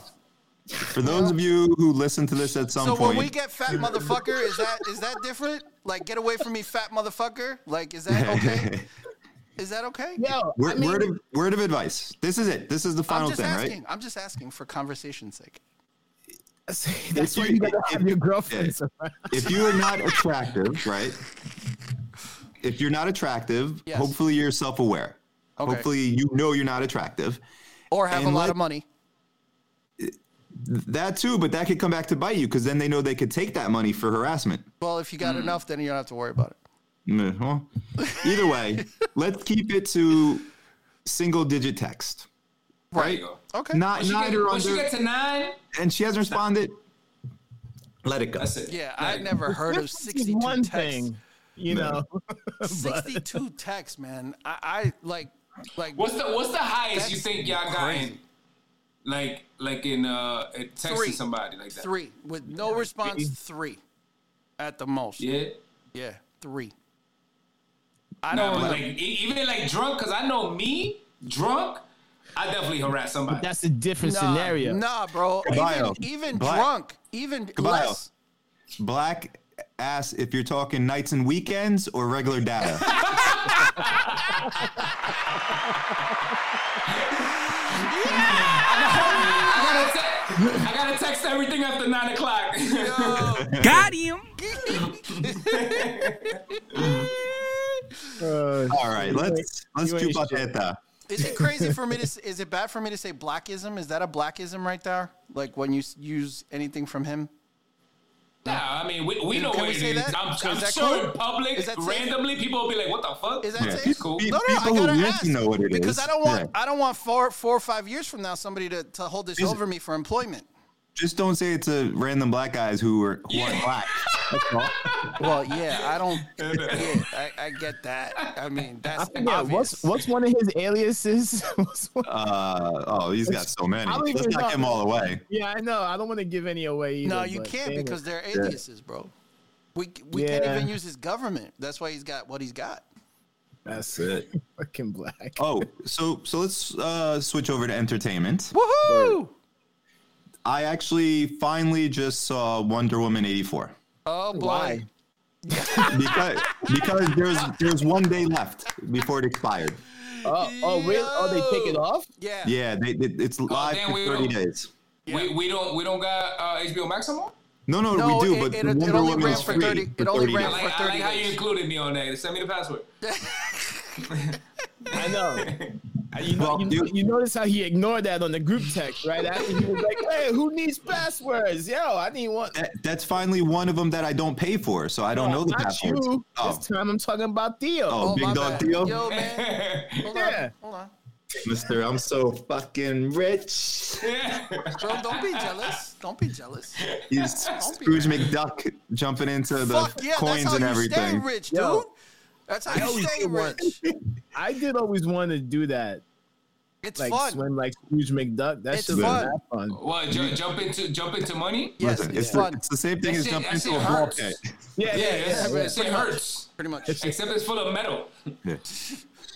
Speaker 3: For those of you who listen to this at some
Speaker 2: So when
Speaker 3: point,
Speaker 2: we get fat motherfucker, is that is that different? Like, get away from me, fat motherfucker. Like, is that okay? Is that okay?
Speaker 1: Yo,
Speaker 3: word,
Speaker 1: I mean,
Speaker 3: word, of, word of advice. This is it. This is the
Speaker 2: I'm
Speaker 3: final
Speaker 2: just
Speaker 3: thing,
Speaker 2: asking.
Speaker 3: right?
Speaker 2: I'm just asking for conversation's sake.
Speaker 1: that's
Speaker 3: if
Speaker 1: why
Speaker 3: you-
Speaker 1: you gotta
Speaker 3: if-
Speaker 1: have your girlfriends around.
Speaker 3: If you are not attractive, right? If you're not attractive,
Speaker 2: Yes.
Speaker 3: hopefully you're self aware.
Speaker 2: Okay.
Speaker 3: Hopefully you know you're not attractive.
Speaker 2: Or have a
Speaker 3: And
Speaker 2: lot
Speaker 3: let-
Speaker 2: of money.
Speaker 3: That too, but that could come back to bite you because then they know they could take that money for harassment.
Speaker 2: Well, if you
Speaker 3: Hmm.
Speaker 2: got enough, then you don't have to worry about it.
Speaker 3: Mm, well, Either way, let's keep it to single digit text.
Speaker 4: Right.
Speaker 2: Okay.
Speaker 3: Not
Speaker 4: Once you
Speaker 3: nine
Speaker 4: get-
Speaker 3: or
Speaker 4: once you
Speaker 3: under,
Speaker 4: get to nine,
Speaker 3: and she hasn't responded. Let it go.
Speaker 4: that's it.
Speaker 2: yeah,
Speaker 4: Let
Speaker 2: I
Speaker 4: it go.
Speaker 2: never heard of
Speaker 1: This is
Speaker 2: 62
Speaker 1: one
Speaker 2: texts.
Speaker 1: thing, you
Speaker 3: No.
Speaker 1: know.
Speaker 2: 62 texts, man. I, I like like
Speaker 4: What's the What's the highest you
Speaker 2: That's
Speaker 4: think y'all got in?
Speaker 2: crazy.
Speaker 4: Like like in uh in texting
Speaker 2: Three.
Speaker 4: somebody like that.
Speaker 2: three with no response. Three, at the most. Yeah,
Speaker 4: Yeah.
Speaker 2: three. I
Speaker 4: Nah,
Speaker 2: don't
Speaker 4: but
Speaker 2: know.
Speaker 4: like e- even like drunk, cause I know me drunk, I definitely harass somebody.
Speaker 1: That's a different
Speaker 2: nah,
Speaker 1: scenario.
Speaker 2: Nah, bro.
Speaker 3: Caballo.
Speaker 2: Even, even
Speaker 3: Black.
Speaker 2: drunk, even
Speaker 3: Caballo.
Speaker 2: less.
Speaker 3: Black ass if you're talking nights and weekends or regular data.
Speaker 4: I, gotta te- I gotta text everything after nine o'clock.
Speaker 5: Got him.
Speaker 1: Uh,
Speaker 3: All right, let's let's
Speaker 1: you
Speaker 3: do
Speaker 1: ain't shit.
Speaker 3: pateta.
Speaker 2: Is it crazy for me to? s- Is it bad for me to say blackism? Is that a blackism right there? Like when you s- use anything from him?
Speaker 4: nah, I mean we, we
Speaker 2: Can-
Speaker 4: know
Speaker 2: can
Speaker 4: where
Speaker 2: we
Speaker 4: it
Speaker 2: say
Speaker 4: is.
Speaker 2: that?
Speaker 4: I'm, I'm
Speaker 2: Is that
Speaker 4: sure
Speaker 2: cool?
Speaker 4: in public,
Speaker 2: Is that safe?
Speaker 4: randomly people will be like, "What the fuck?"
Speaker 2: Is that
Speaker 3: Yeah.
Speaker 2: safe?
Speaker 4: It's cool.
Speaker 3: Pe-
Speaker 2: No, no,
Speaker 3: people
Speaker 2: I gotta
Speaker 3: who want
Speaker 2: ask,
Speaker 3: to know what it is
Speaker 2: because I don't want
Speaker 3: Yeah.
Speaker 2: I don't want four four or five years from now somebody to, to hold this
Speaker 3: Is-
Speaker 2: over me for employment.
Speaker 3: Just don't say it to random black guys who are who are black. That's all.
Speaker 2: Well, yeah, I don't. yeah, I, I get that. I mean, that's
Speaker 1: yeah,
Speaker 2: obvious.
Speaker 1: what's what's one of his aliases? What's one-
Speaker 3: Uh, oh, he's got so many.
Speaker 1: I don't
Speaker 3: Let's
Speaker 1: even
Speaker 3: not
Speaker 1: know.
Speaker 3: give them all away.
Speaker 1: yeah, I know. I don't want to give any away either.
Speaker 2: no, you
Speaker 1: but
Speaker 2: can't
Speaker 1: damn it.
Speaker 2: because they're aliases, bro. We we
Speaker 1: Yeah.
Speaker 2: can't even use his government. That's why he's got what he's got.
Speaker 1: that's
Speaker 3: it.
Speaker 1: fucking black.
Speaker 3: Oh, so so let's uh, switch over to entertainment.
Speaker 2: Woohoo!
Speaker 3: I actually finally just saw Wonder Woman eighty four
Speaker 2: Oh boy.
Speaker 1: Why?
Speaker 3: because because there's there's one day left before it expired.
Speaker 1: Oh, oh, really? Oh, they take it
Speaker 2: Yo.
Speaker 1: off?
Speaker 2: Yeah.
Speaker 3: Yeah, they, it, it's live
Speaker 4: Oh, damn,
Speaker 3: for
Speaker 4: we
Speaker 3: thirty
Speaker 4: don't-
Speaker 3: days.
Speaker 4: We, we don't we don't got uh, HBO Max anymore.
Speaker 3: No, no,
Speaker 2: No,
Speaker 3: we do,
Speaker 2: it-
Speaker 3: but
Speaker 2: it-
Speaker 3: the
Speaker 2: it
Speaker 3: Wonder
Speaker 2: only
Speaker 3: Woman
Speaker 2: ran
Speaker 3: is
Speaker 2: for
Speaker 3: free
Speaker 2: 30 it
Speaker 3: for
Speaker 2: only
Speaker 3: 30
Speaker 2: ran
Speaker 4: I
Speaker 3: days.
Speaker 4: like,
Speaker 2: For
Speaker 4: I
Speaker 2: 30
Speaker 4: like how you
Speaker 2: days.
Speaker 4: included me on that. Send me the password.
Speaker 3: Oh,
Speaker 1: I know. Uh, You, know
Speaker 3: Well,
Speaker 1: you,
Speaker 3: dude-
Speaker 1: you notice how he ignored that on the group text, right? After he was like, "Hey, who needs passwords? Yo, I need one."
Speaker 3: That, that's finally one of them that I don't pay for, so I don't know the
Speaker 1: Not
Speaker 3: passwords.
Speaker 1: you.
Speaker 3: Oh,
Speaker 1: This time I'm talking about Theo.
Speaker 3: Oh, Big
Speaker 2: my
Speaker 3: Dog
Speaker 2: bad.
Speaker 3: Theo?
Speaker 2: Yo, man. Hold
Speaker 1: Yeah.
Speaker 2: on. Hold on.
Speaker 3: Mister, I'm so fucking rich.
Speaker 2: Bro, don't be jealous. Don't be jealous.
Speaker 3: He's
Speaker 2: Don't be
Speaker 3: Scrooge McDuck jumping into the
Speaker 2: Fuck yeah, that's
Speaker 3: coins
Speaker 2: how
Speaker 3: and
Speaker 2: you stay
Speaker 3: everything.
Speaker 2: rich, dude.
Speaker 1: Yo.
Speaker 2: That's
Speaker 1: I
Speaker 2: how you
Speaker 1: always
Speaker 2: stay
Speaker 1: did want-
Speaker 2: rich.
Speaker 1: I did always want to do that,
Speaker 2: It's
Speaker 1: like
Speaker 2: fun.
Speaker 1: swim like Scrooge McDuck. That
Speaker 2: It's
Speaker 1: shit was
Speaker 2: fun.
Speaker 1: that fun.
Speaker 4: What ju- jump into jump into money?
Speaker 2: Yes,
Speaker 3: Listen,
Speaker 2: it's
Speaker 3: it's, the,
Speaker 2: fun.
Speaker 3: it's the same thing
Speaker 4: That
Speaker 3: as
Speaker 4: shit-
Speaker 3: jumping
Speaker 4: that
Speaker 3: into
Speaker 4: shit
Speaker 3: a ball
Speaker 4: hurts.
Speaker 3: pit.
Speaker 1: Yeah,
Speaker 4: Yeah,
Speaker 1: yeah, yeah.
Speaker 4: it's,
Speaker 2: yeah,
Speaker 4: it
Speaker 2: pretty much.
Speaker 4: hurts.
Speaker 2: Pretty much.
Speaker 4: Except it's full of metal.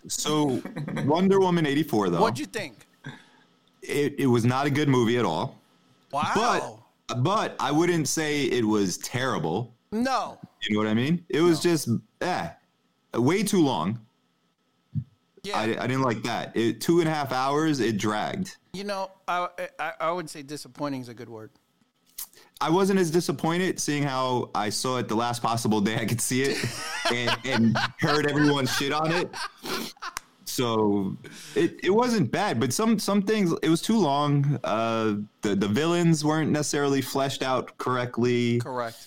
Speaker 3: So, Wonder Woman 84, though,
Speaker 2: What'd you think?
Speaker 3: it, it was not a good movie at all. But,
Speaker 2: Wow.
Speaker 3: but I wouldn't say it was terrible.
Speaker 2: no.
Speaker 3: You know what I mean? It was just, eh, way too long.
Speaker 2: Yeah.
Speaker 3: I, I didn't like that. It, two and a half hours, it dragged.
Speaker 2: you know, I, I I would say disappointing is a good word.
Speaker 3: I wasn't as disappointed seeing how I saw it the last possible day I could see it and, and heard everyone shit on it. So it, it wasn't bad, but some some things it was too long. Uh, the the villains weren't necessarily fleshed out correctly.
Speaker 2: Correct.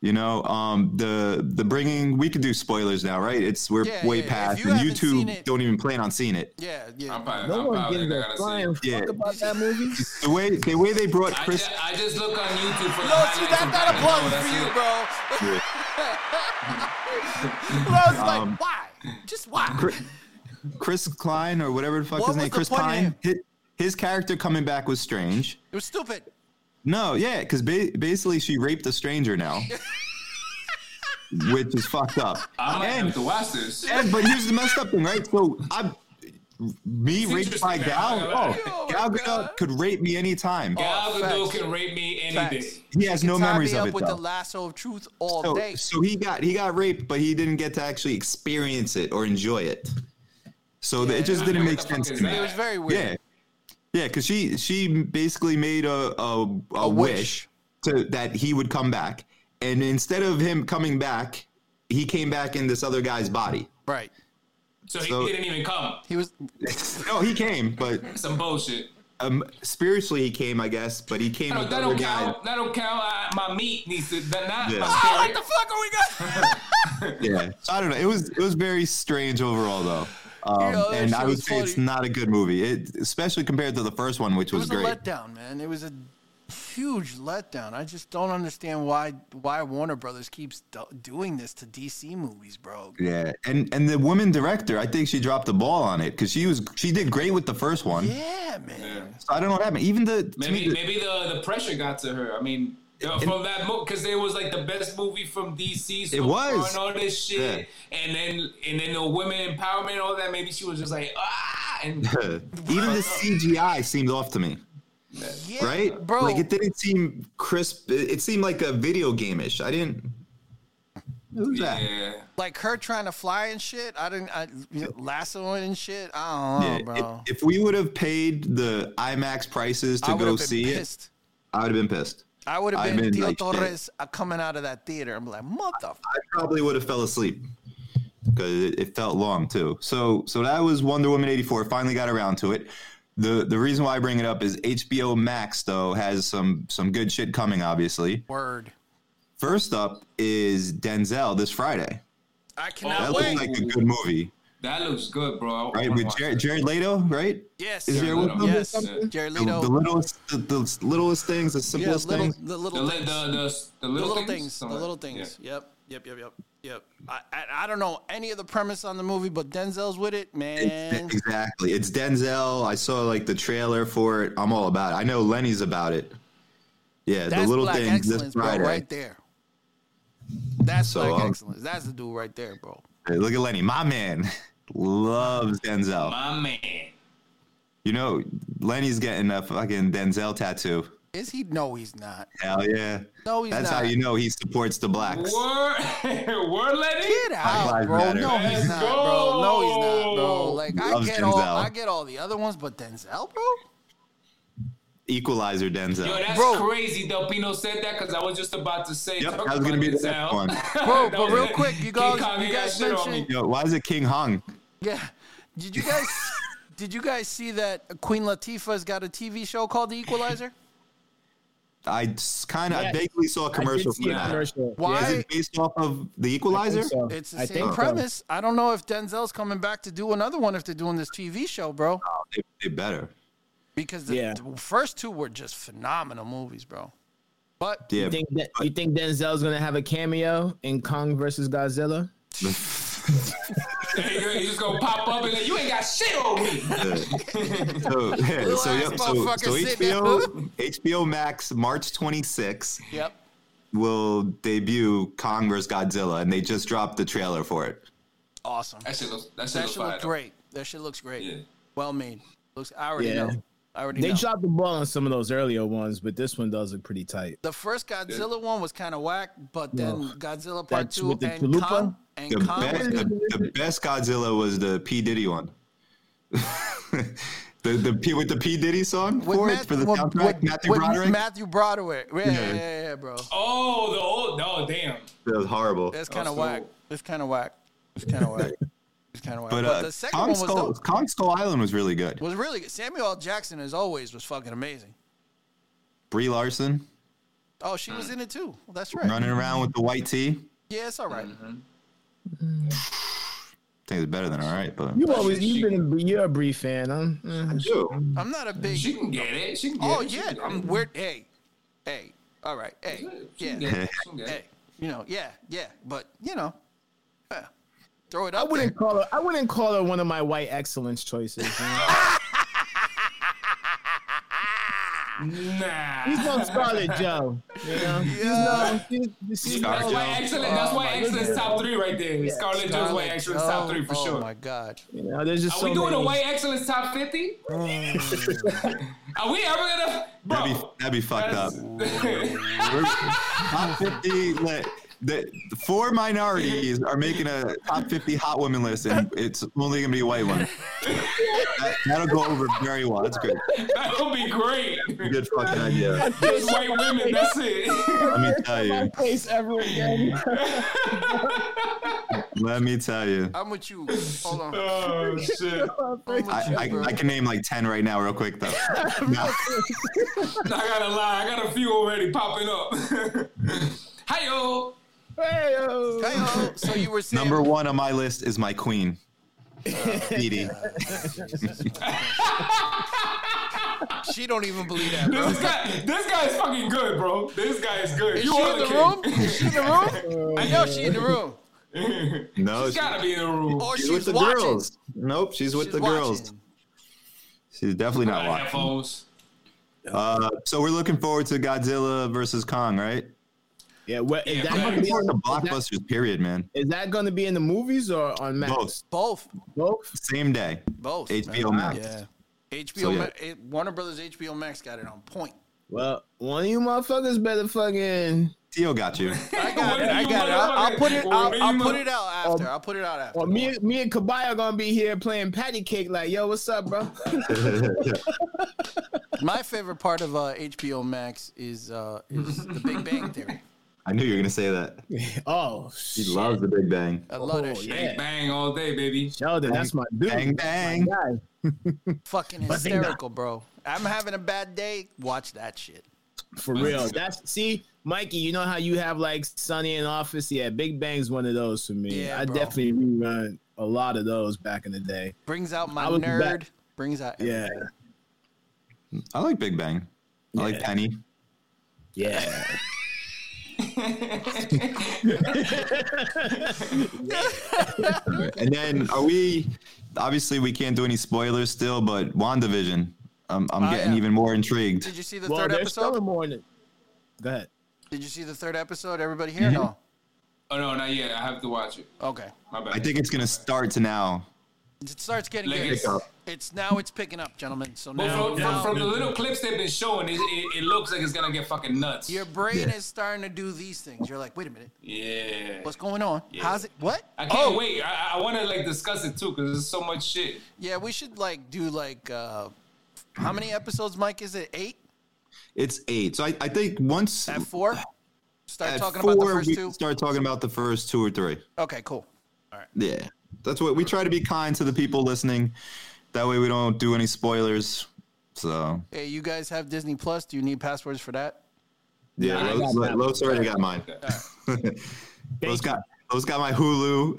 Speaker 3: You know, um, the the bringing we could do spoilers now, right? It's we're
Speaker 2: Yeah,
Speaker 3: way
Speaker 2: yeah, yeah.
Speaker 3: past,
Speaker 2: If you
Speaker 3: and
Speaker 2: haven't seen
Speaker 3: YouTube
Speaker 2: it-
Speaker 3: don't even plan on seeing it.
Speaker 2: Yeah,
Speaker 4: I'm
Speaker 2: yeah.
Speaker 4: probably,
Speaker 1: No
Speaker 4: I'm
Speaker 1: one
Speaker 4: probably
Speaker 1: gives
Speaker 4: never
Speaker 1: a
Speaker 4: gonna see
Speaker 1: flying
Speaker 4: it.
Speaker 1: fuck
Speaker 3: Yeah.
Speaker 1: about that movie.
Speaker 3: The way the way they brought
Speaker 4: I
Speaker 3: Chris
Speaker 4: just, I just look on YouTube for the
Speaker 2: No, see,
Speaker 4: highlights
Speaker 2: that's
Speaker 4: and
Speaker 2: not
Speaker 4: I
Speaker 2: a
Speaker 4: know
Speaker 2: plug
Speaker 4: that's
Speaker 2: for you,
Speaker 4: it.
Speaker 2: bro.
Speaker 3: Yeah.
Speaker 2: Lowe's
Speaker 3: Um,
Speaker 2: like, why? Just why?
Speaker 3: Chris, Chris Klein or whatever the fuck
Speaker 2: What was
Speaker 3: his name,
Speaker 2: the
Speaker 3: Chris
Speaker 2: point of
Speaker 3: Klein.
Speaker 2: him?
Speaker 3: His, his character coming back was strange.
Speaker 2: It was stupid.
Speaker 3: No, yeah, because ba- basically she raped a stranger now, which is fucked up.
Speaker 4: I might
Speaker 3: And,
Speaker 4: have to watch this.
Speaker 3: and- but here's the messed up thing, right? So I, me raping my
Speaker 4: interesting,
Speaker 3: gal.
Speaker 4: man.
Speaker 3: Oh,
Speaker 2: my
Speaker 3: Gal Gadot could rape me anytime.
Speaker 4: Gal Gadot
Speaker 2: facts.
Speaker 4: can rape me any
Speaker 2: Facts.
Speaker 4: day.
Speaker 3: He has no
Speaker 2: Tie
Speaker 3: memories
Speaker 2: me
Speaker 3: of
Speaker 2: up
Speaker 3: it
Speaker 2: with
Speaker 3: though.
Speaker 2: the lasso of truth all
Speaker 3: so,
Speaker 2: day.
Speaker 3: so he got he got raped, but he didn't get to actually experience it or enjoy it. So it just
Speaker 4: I
Speaker 3: didn't
Speaker 4: mean,
Speaker 3: make
Speaker 4: what the fuck
Speaker 3: sense to
Speaker 4: is
Speaker 3: me.
Speaker 4: that?
Speaker 2: it was very weird.
Speaker 3: Yeah, yeah, because she she basically made a a, a, wish,
Speaker 2: wish.
Speaker 3: to that he would come back, and instead of him coming back, he came back in this other guy's body.
Speaker 2: Right.
Speaker 4: So he
Speaker 3: So-
Speaker 4: didn't even come.
Speaker 2: He was
Speaker 3: no, he came, but
Speaker 4: Some bullshit.
Speaker 3: um, spiritually he came, I guess. But he came
Speaker 4: That
Speaker 3: with
Speaker 4: don't, that
Speaker 3: other
Speaker 4: don't
Speaker 3: guy.
Speaker 4: count. That don't count. I, my meat needs to. That not
Speaker 3: Yeah.
Speaker 4: my
Speaker 3: Oh,
Speaker 4: spirit.
Speaker 2: what the fuck are we going?
Speaker 3: Yeah, so I don't know. It was it was very strange overall though. Um,
Speaker 2: Yeah, that
Speaker 3: and I
Speaker 2: shit
Speaker 3: would
Speaker 2: was
Speaker 3: say it's
Speaker 2: funny.
Speaker 3: not a good movie, it, especially compared to the first one, which
Speaker 2: It was
Speaker 3: was,
Speaker 2: a
Speaker 3: great.
Speaker 2: letdown, man. It was a huge letdown. I just don't understand why why Warner Brothers keeps do- doing this to DC movies, bro.
Speaker 3: Yeah, and and the woman director, I think she dropped the ball on it because she was she did great with the first one.
Speaker 2: Yeah, man.
Speaker 3: So I don't know what happened. Even the to me,
Speaker 4: Maybe
Speaker 3: the-
Speaker 4: maybe the, the pressure got to her. I mean, uh, from that movie because it was like the best movie from DC. So
Speaker 3: It was.
Speaker 4: far and all this shit, and then and then the women empowerment, and all that. Maybe she was just like ah, and
Speaker 3: even the CGI seemed off to me,
Speaker 2: Yeah,
Speaker 3: right?
Speaker 2: bro.
Speaker 3: like it didn't seem crisp. It it seemed like a video game ish. I didn't. Who's that?
Speaker 4: yeah.
Speaker 2: like her trying to fly and shit. I didn't I, you know, lassoing and shit. I don't
Speaker 3: Yeah,
Speaker 2: know, Oh, bro.
Speaker 3: if, if we would have paid the IMAX prices to
Speaker 2: I would
Speaker 3: go
Speaker 2: have been
Speaker 3: see
Speaker 2: pissed.
Speaker 3: it, I would have been pissed.
Speaker 2: I would have
Speaker 3: I'd
Speaker 2: been,
Speaker 3: been
Speaker 2: Tio
Speaker 3: like, shit.
Speaker 2: Torres uh, coming out of that theater. I'm like, motherfucker.
Speaker 3: I probably would have fell asleep because it, it felt long too. So so that was Wonder Woman eighty four. Finally got around to it. The the reason why I bring it up is HBO Max though has some some good shit coming. Obviously,
Speaker 2: Word.
Speaker 3: first up is Denzel this Friday.
Speaker 2: I
Speaker 3: That
Speaker 2: cannot
Speaker 4: Oh,
Speaker 3: looks
Speaker 2: wait.
Speaker 3: like a good movie,
Speaker 4: That looks good, bro. I
Speaker 3: right?
Speaker 4: wanna
Speaker 3: With
Speaker 4: watch
Speaker 3: Jared,
Speaker 4: that.
Speaker 3: Jared Leto, right?
Speaker 2: yes.
Speaker 3: Is there one
Speaker 4: Leto.
Speaker 3: of them or
Speaker 2: yes.
Speaker 3: something?
Speaker 2: Jared
Speaker 3: The, the
Speaker 2: Leto.
Speaker 3: littlest, the, the littlest things, the
Speaker 2: yeah,
Speaker 3: simplest
Speaker 2: little,
Speaker 3: things.
Speaker 2: the
Speaker 4: The,
Speaker 2: little
Speaker 4: li-
Speaker 2: things.
Speaker 4: the, the, the
Speaker 2: the
Speaker 4: little,
Speaker 2: little things, the
Speaker 4: Something
Speaker 2: little
Speaker 4: like- yeah.
Speaker 2: things. Yep, yep, yep, yep, yep. I, I I don't know any of the premise on the movie, but Denzel's with it, man.
Speaker 3: Exactly. It's Denzel. I saw like the trailer for it. I'm all about it. I know Lenny's about it. Yeah,
Speaker 2: That's
Speaker 3: the little
Speaker 2: black
Speaker 3: things this
Speaker 2: excellence, bro,
Speaker 3: Friday.
Speaker 2: right there. That's
Speaker 3: So,
Speaker 2: black
Speaker 3: um,
Speaker 2: excellence. That's the dude right there, bro.
Speaker 3: Hey, Look at Lenny, my man. Loves Denzel.
Speaker 4: My man.
Speaker 3: You know, Lenny's getting a fucking Denzel tattoo.
Speaker 2: Is he? No, he's not.
Speaker 3: Hell yeah.
Speaker 2: No, he's
Speaker 3: That's
Speaker 2: not.
Speaker 3: how you know he supports the blacks.
Speaker 4: Word, word, lady.
Speaker 2: Get out,
Speaker 3: lives
Speaker 2: bro.
Speaker 3: matter.
Speaker 2: No, he's
Speaker 4: Let's
Speaker 2: not, bro. No, he's not, bro.
Speaker 4: go.
Speaker 2: Like I
Speaker 3: Loves
Speaker 2: get all,
Speaker 3: Denzel.
Speaker 2: I get all the other ones, but Denzel, bro.
Speaker 3: Equalizer
Speaker 4: Yo,
Speaker 3: Denzel.
Speaker 4: that's
Speaker 2: Bro.
Speaker 4: crazy. Del Pino said that because I was just about to say.
Speaker 3: Yep,
Speaker 4: talk
Speaker 3: that was gonna
Speaker 4: about
Speaker 3: be the
Speaker 4: Denzel.
Speaker 3: next one.
Speaker 2: Bro,
Speaker 4: That
Speaker 2: but
Speaker 4: was
Speaker 2: real
Speaker 4: it.
Speaker 2: quick, you
Speaker 4: King
Speaker 2: guys,
Speaker 4: Kong,
Speaker 2: you
Speaker 4: he got
Speaker 2: guys
Speaker 4: shit on me.
Speaker 2: mentioned,
Speaker 3: Yo, why is it King Hong?
Speaker 2: yeah. Did you guys, did you guys see that Queen Latifah's got a TV show called The Equalizer?
Speaker 3: I kind of, I
Speaker 1: Yes.
Speaker 3: vaguely saw a
Speaker 1: I did
Speaker 3: commercial
Speaker 1: see
Speaker 3: for
Speaker 1: a
Speaker 3: that. Is
Speaker 1: commercial.
Speaker 2: Why-
Speaker 1: Yeah,
Speaker 3: it based off of The
Speaker 1: I
Speaker 3: Equalizer?
Speaker 1: think so.
Speaker 2: It's the
Speaker 1: I
Speaker 2: same
Speaker 1: think so.
Speaker 2: premise. I don't know if Denzel's coming back to do another one if they're doing this TV show, bro.
Speaker 3: Oh, they, they better.
Speaker 2: Because the,
Speaker 1: Yeah.
Speaker 2: the first two were just phenomenal movies, bro. But
Speaker 3: Yeah.
Speaker 1: You think that you think Denzel's gonna have a cameo in Kong versus Godzilla?
Speaker 4: He just gonna pop up and like, you ain't got shit on me.
Speaker 3: uh, so, yeah,
Speaker 2: ass
Speaker 3: so, yep, so,
Speaker 2: motherfucker
Speaker 3: so
Speaker 2: sitting there.
Speaker 3: HBO, HBO Max, March 26th,
Speaker 2: yep,
Speaker 3: will debut Kong vs. Godzilla, and they just dropped the trailer for it.
Speaker 2: awesome.
Speaker 4: That shit looks. That shit
Speaker 2: That
Speaker 4: looks
Speaker 2: shit looked
Speaker 4: fire,
Speaker 2: great. That shit looks great.
Speaker 4: Yeah.
Speaker 2: Well made. Looks. I already
Speaker 1: Yeah.
Speaker 2: know. I already
Speaker 1: They
Speaker 2: know.
Speaker 1: dropped the ball on some of those earlier ones, but this one does look pretty tight.
Speaker 2: the first Godzilla one was kind of whack, but then Godzilla Part
Speaker 1: That's
Speaker 2: Two
Speaker 1: with the
Speaker 2: and
Speaker 1: chalupa?
Speaker 2: Kong and
Speaker 3: The
Speaker 2: Kong.
Speaker 3: best,
Speaker 2: was good.
Speaker 3: the, the best Godzilla was the P Diddy one. the the P, with the P Diddy song
Speaker 2: With
Speaker 3: for it for the
Speaker 2: with-
Speaker 3: soundtrack,
Speaker 2: with-
Speaker 3: Matthew
Speaker 2: with
Speaker 3: Broderick.
Speaker 2: Matthew Broderick. Yeah, yeah, yeah, yeah, bro.
Speaker 4: Oh, the old. No, damn.
Speaker 3: that was horrible.
Speaker 2: That's kind of
Speaker 4: Also-
Speaker 2: whack. It's kind of whack. It's kind of whack. It's kind of whack.
Speaker 3: but
Speaker 2: But,
Speaker 3: uh,
Speaker 2: the second
Speaker 3: Kong,
Speaker 2: one was
Speaker 3: Skull,
Speaker 2: dope.
Speaker 3: Kong Skull Island was really good.
Speaker 2: was really good. Samuel L. Jackson, as always, was fucking amazing.
Speaker 3: Brie Larson
Speaker 2: Oh, she was in it too. Well, that's right.
Speaker 3: running around with the white tee.
Speaker 2: Yeah, it's all right.
Speaker 3: I think it's better than all right, but
Speaker 1: You always you've been a, you're a Bree fan, huh? Mm.
Speaker 2: I'm not a big.
Speaker 4: She can get it. She can get
Speaker 2: oh
Speaker 4: it. She
Speaker 2: yeah,
Speaker 4: can get
Speaker 2: I'm
Speaker 4: it.
Speaker 2: weird. Hey, hey, all right. Hey,
Speaker 4: She
Speaker 2: yeah,
Speaker 4: can get it. She can get
Speaker 2: hey.
Speaker 4: it.
Speaker 2: You know, yeah, yeah. But you know, yeah. throw it
Speaker 1: I
Speaker 2: up.
Speaker 1: wouldn't call her. I wouldn't call her one of my white excellence choices. you know?
Speaker 4: Nah.
Speaker 1: He's no Scarlet Joe. You know? He's
Speaker 2: Yeah.
Speaker 1: no. He's, he's, he's
Speaker 3: Scar-
Speaker 4: That's
Speaker 3: Joe.
Speaker 4: why excellent. That's
Speaker 2: Oh,
Speaker 4: why
Speaker 2: my
Speaker 4: excellence
Speaker 1: goodness.
Speaker 4: top three right there. Scarlett Joe's
Speaker 2: Scarlett
Speaker 4: way excellence top
Speaker 2: Joe.
Speaker 4: three for
Speaker 2: oh
Speaker 4: sure.
Speaker 2: my god.
Speaker 1: you know, there's just
Speaker 4: Are
Speaker 1: so
Speaker 4: we doing
Speaker 1: many.
Speaker 4: a way excellence top fifty? Are we ever gonna, bro?
Speaker 3: That'd be that'd be fucked up. We're- top 50 li- the, the four minorities are making a top 50 hot women list and it's only gonna be a white one that, will go over very well that's good
Speaker 4: that would be great.
Speaker 3: good fucking idea
Speaker 4: Just white women. That's it.
Speaker 3: let me tell
Speaker 1: my
Speaker 3: you
Speaker 1: place ever again.
Speaker 3: let me tell you
Speaker 2: I'm with you. Hold on.
Speaker 4: Oh shit!
Speaker 2: I'm with
Speaker 3: I,
Speaker 2: you,
Speaker 3: I,
Speaker 2: bro.
Speaker 3: I can name like 10 right now real quick though No.
Speaker 4: I gotta lie. I got a few already popping up. Hiyo.
Speaker 1: Hey-o.
Speaker 2: Hey-oh, so you were saying
Speaker 3: number one on my list is my queen Dee Dee.
Speaker 2: she don't even believe that, bro.
Speaker 4: This guy, this guy is fucking good, bro. This guy is good.
Speaker 2: Is
Speaker 4: You
Speaker 2: she
Speaker 4: are
Speaker 2: in the room?
Speaker 4: king.
Speaker 2: Is she in the room? I know she in the room.
Speaker 3: no
Speaker 2: Oh,
Speaker 4: She's
Speaker 3: she-
Speaker 4: gotta be in the room.
Speaker 2: Or
Speaker 3: she's
Speaker 2: she's
Speaker 3: with the
Speaker 2: watching.
Speaker 3: girls nope she's with
Speaker 2: She's
Speaker 3: the girls
Speaker 2: watching.
Speaker 3: she's definitely not
Speaker 4: Got
Speaker 3: watching
Speaker 4: headphones.
Speaker 3: Uh, so we're looking forward to Godzilla versus Kong, right?
Speaker 1: Yeah, well,
Speaker 4: Yeah,
Speaker 1: is, that
Speaker 4: I'm
Speaker 1: gonna
Speaker 3: Looking
Speaker 1: be,
Speaker 3: forward to blockbusters, period, man.
Speaker 1: is that going to be in the movies or on Max?
Speaker 3: Both
Speaker 2: Both.
Speaker 1: Both?
Speaker 3: same day.
Speaker 2: Both.
Speaker 3: HBO
Speaker 2: man.
Speaker 3: Max.
Speaker 2: Yeah. HBO
Speaker 3: So, yeah.
Speaker 2: Ma- it- Warner Brothers HBO Max got it on point.
Speaker 1: Well, one of you motherfuckers better fucking
Speaker 3: Tio got you.
Speaker 2: I got
Speaker 4: What
Speaker 2: it.
Speaker 4: do
Speaker 2: I
Speaker 4: you
Speaker 2: got it. I'll, I'll put it.
Speaker 4: motherfucker- what
Speaker 2: I'll,
Speaker 4: do you
Speaker 2: I'll put
Speaker 4: mother-
Speaker 2: it out after. I'll put it out after.
Speaker 1: Well, um, me, me and Kabaya gonna be here playing patty cake. Like, yo, what's up, bro?
Speaker 2: My favorite part of uh, HBO Max is uh, is The Big Bang Theory.
Speaker 3: I knew you were gonna say that.
Speaker 1: oh,
Speaker 3: He
Speaker 1: shit.
Speaker 3: loves the Big Bang.
Speaker 2: I love that
Speaker 1: Oh,
Speaker 2: shit.
Speaker 1: yeah.
Speaker 4: Bang bang all day, baby.
Speaker 1: Sheldon, that's my dude.
Speaker 3: Bang bang.
Speaker 1: Guy.
Speaker 2: Fucking hysterical, bro. I'm having a bad day. Watch that shit.
Speaker 1: For real. That's see, Mikey, you know how you have like Sunny in office? Yeah, Big Bang's one of those for me.
Speaker 2: Yeah,
Speaker 1: I
Speaker 2: bro.
Speaker 1: definitely rerun a lot of those back in the day.
Speaker 2: Brings out my
Speaker 1: I was
Speaker 2: nerd.
Speaker 1: back.
Speaker 2: Brings out.
Speaker 1: Yeah.
Speaker 2: everything.
Speaker 3: I like Big Bang. I like
Speaker 1: Yeah.
Speaker 3: Penny.
Speaker 1: Yeah.
Speaker 3: And then are we obviously we can't do any spoilers still, but WandaVision. I'm I'm
Speaker 2: Oh,
Speaker 3: getting
Speaker 2: yeah.
Speaker 3: even more intrigued.
Speaker 2: Did you see the
Speaker 1: well,
Speaker 2: third
Speaker 1: there's still
Speaker 2: episode?
Speaker 1: in morning. Go ahead.
Speaker 2: Did you see the third episode? Everybody
Speaker 3: Mm-hmm.
Speaker 2: here? No.
Speaker 4: Oh no, not yet. I have to watch it.
Speaker 2: Okay.
Speaker 4: My bad.
Speaker 3: I think it's gonna start to now.
Speaker 2: It starts getting
Speaker 4: Like
Speaker 2: good.
Speaker 4: it's- Pick
Speaker 2: It's now. It's picking up, gentlemen. So
Speaker 4: But
Speaker 2: now,
Speaker 4: from,
Speaker 2: now
Speaker 4: from, from the little clips they've been showing, it, it, it looks like it's gonna get fucking nuts.
Speaker 2: your brain
Speaker 3: Yeah.
Speaker 2: is starting to do these things. You're like, wait a minute,
Speaker 4: Yeah.
Speaker 2: what's going on? How's it? What? Oh,
Speaker 4: I can't wait. I, I want to like discuss it too because there's so much shit.
Speaker 2: Yeah, we should like do like uh how many episodes, Mike? Is it eight
Speaker 3: It's eight. So I, I think once
Speaker 2: at four? Start
Speaker 3: at
Speaker 2: talking
Speaker 3: four,
Speaker 2: about the first
Speaker 3: we
Speaker 2: two.
Speaker 3: can start talking about the first two or three.
Speaker 2: Okay, cool.
Speaker 3: Yeah. That's what we try to be kind to the people listening. That way we don't do any spoilers. So
Speaker 2: Hey, you guys have Disney Plus? Do you need passwords for that?
Speaker 3: yeah,
Speaker 1: I
Speaker 3: Los,
Speaker 1: got that.
Speaker 3: Los already got mine. Los got Los got my Hulu.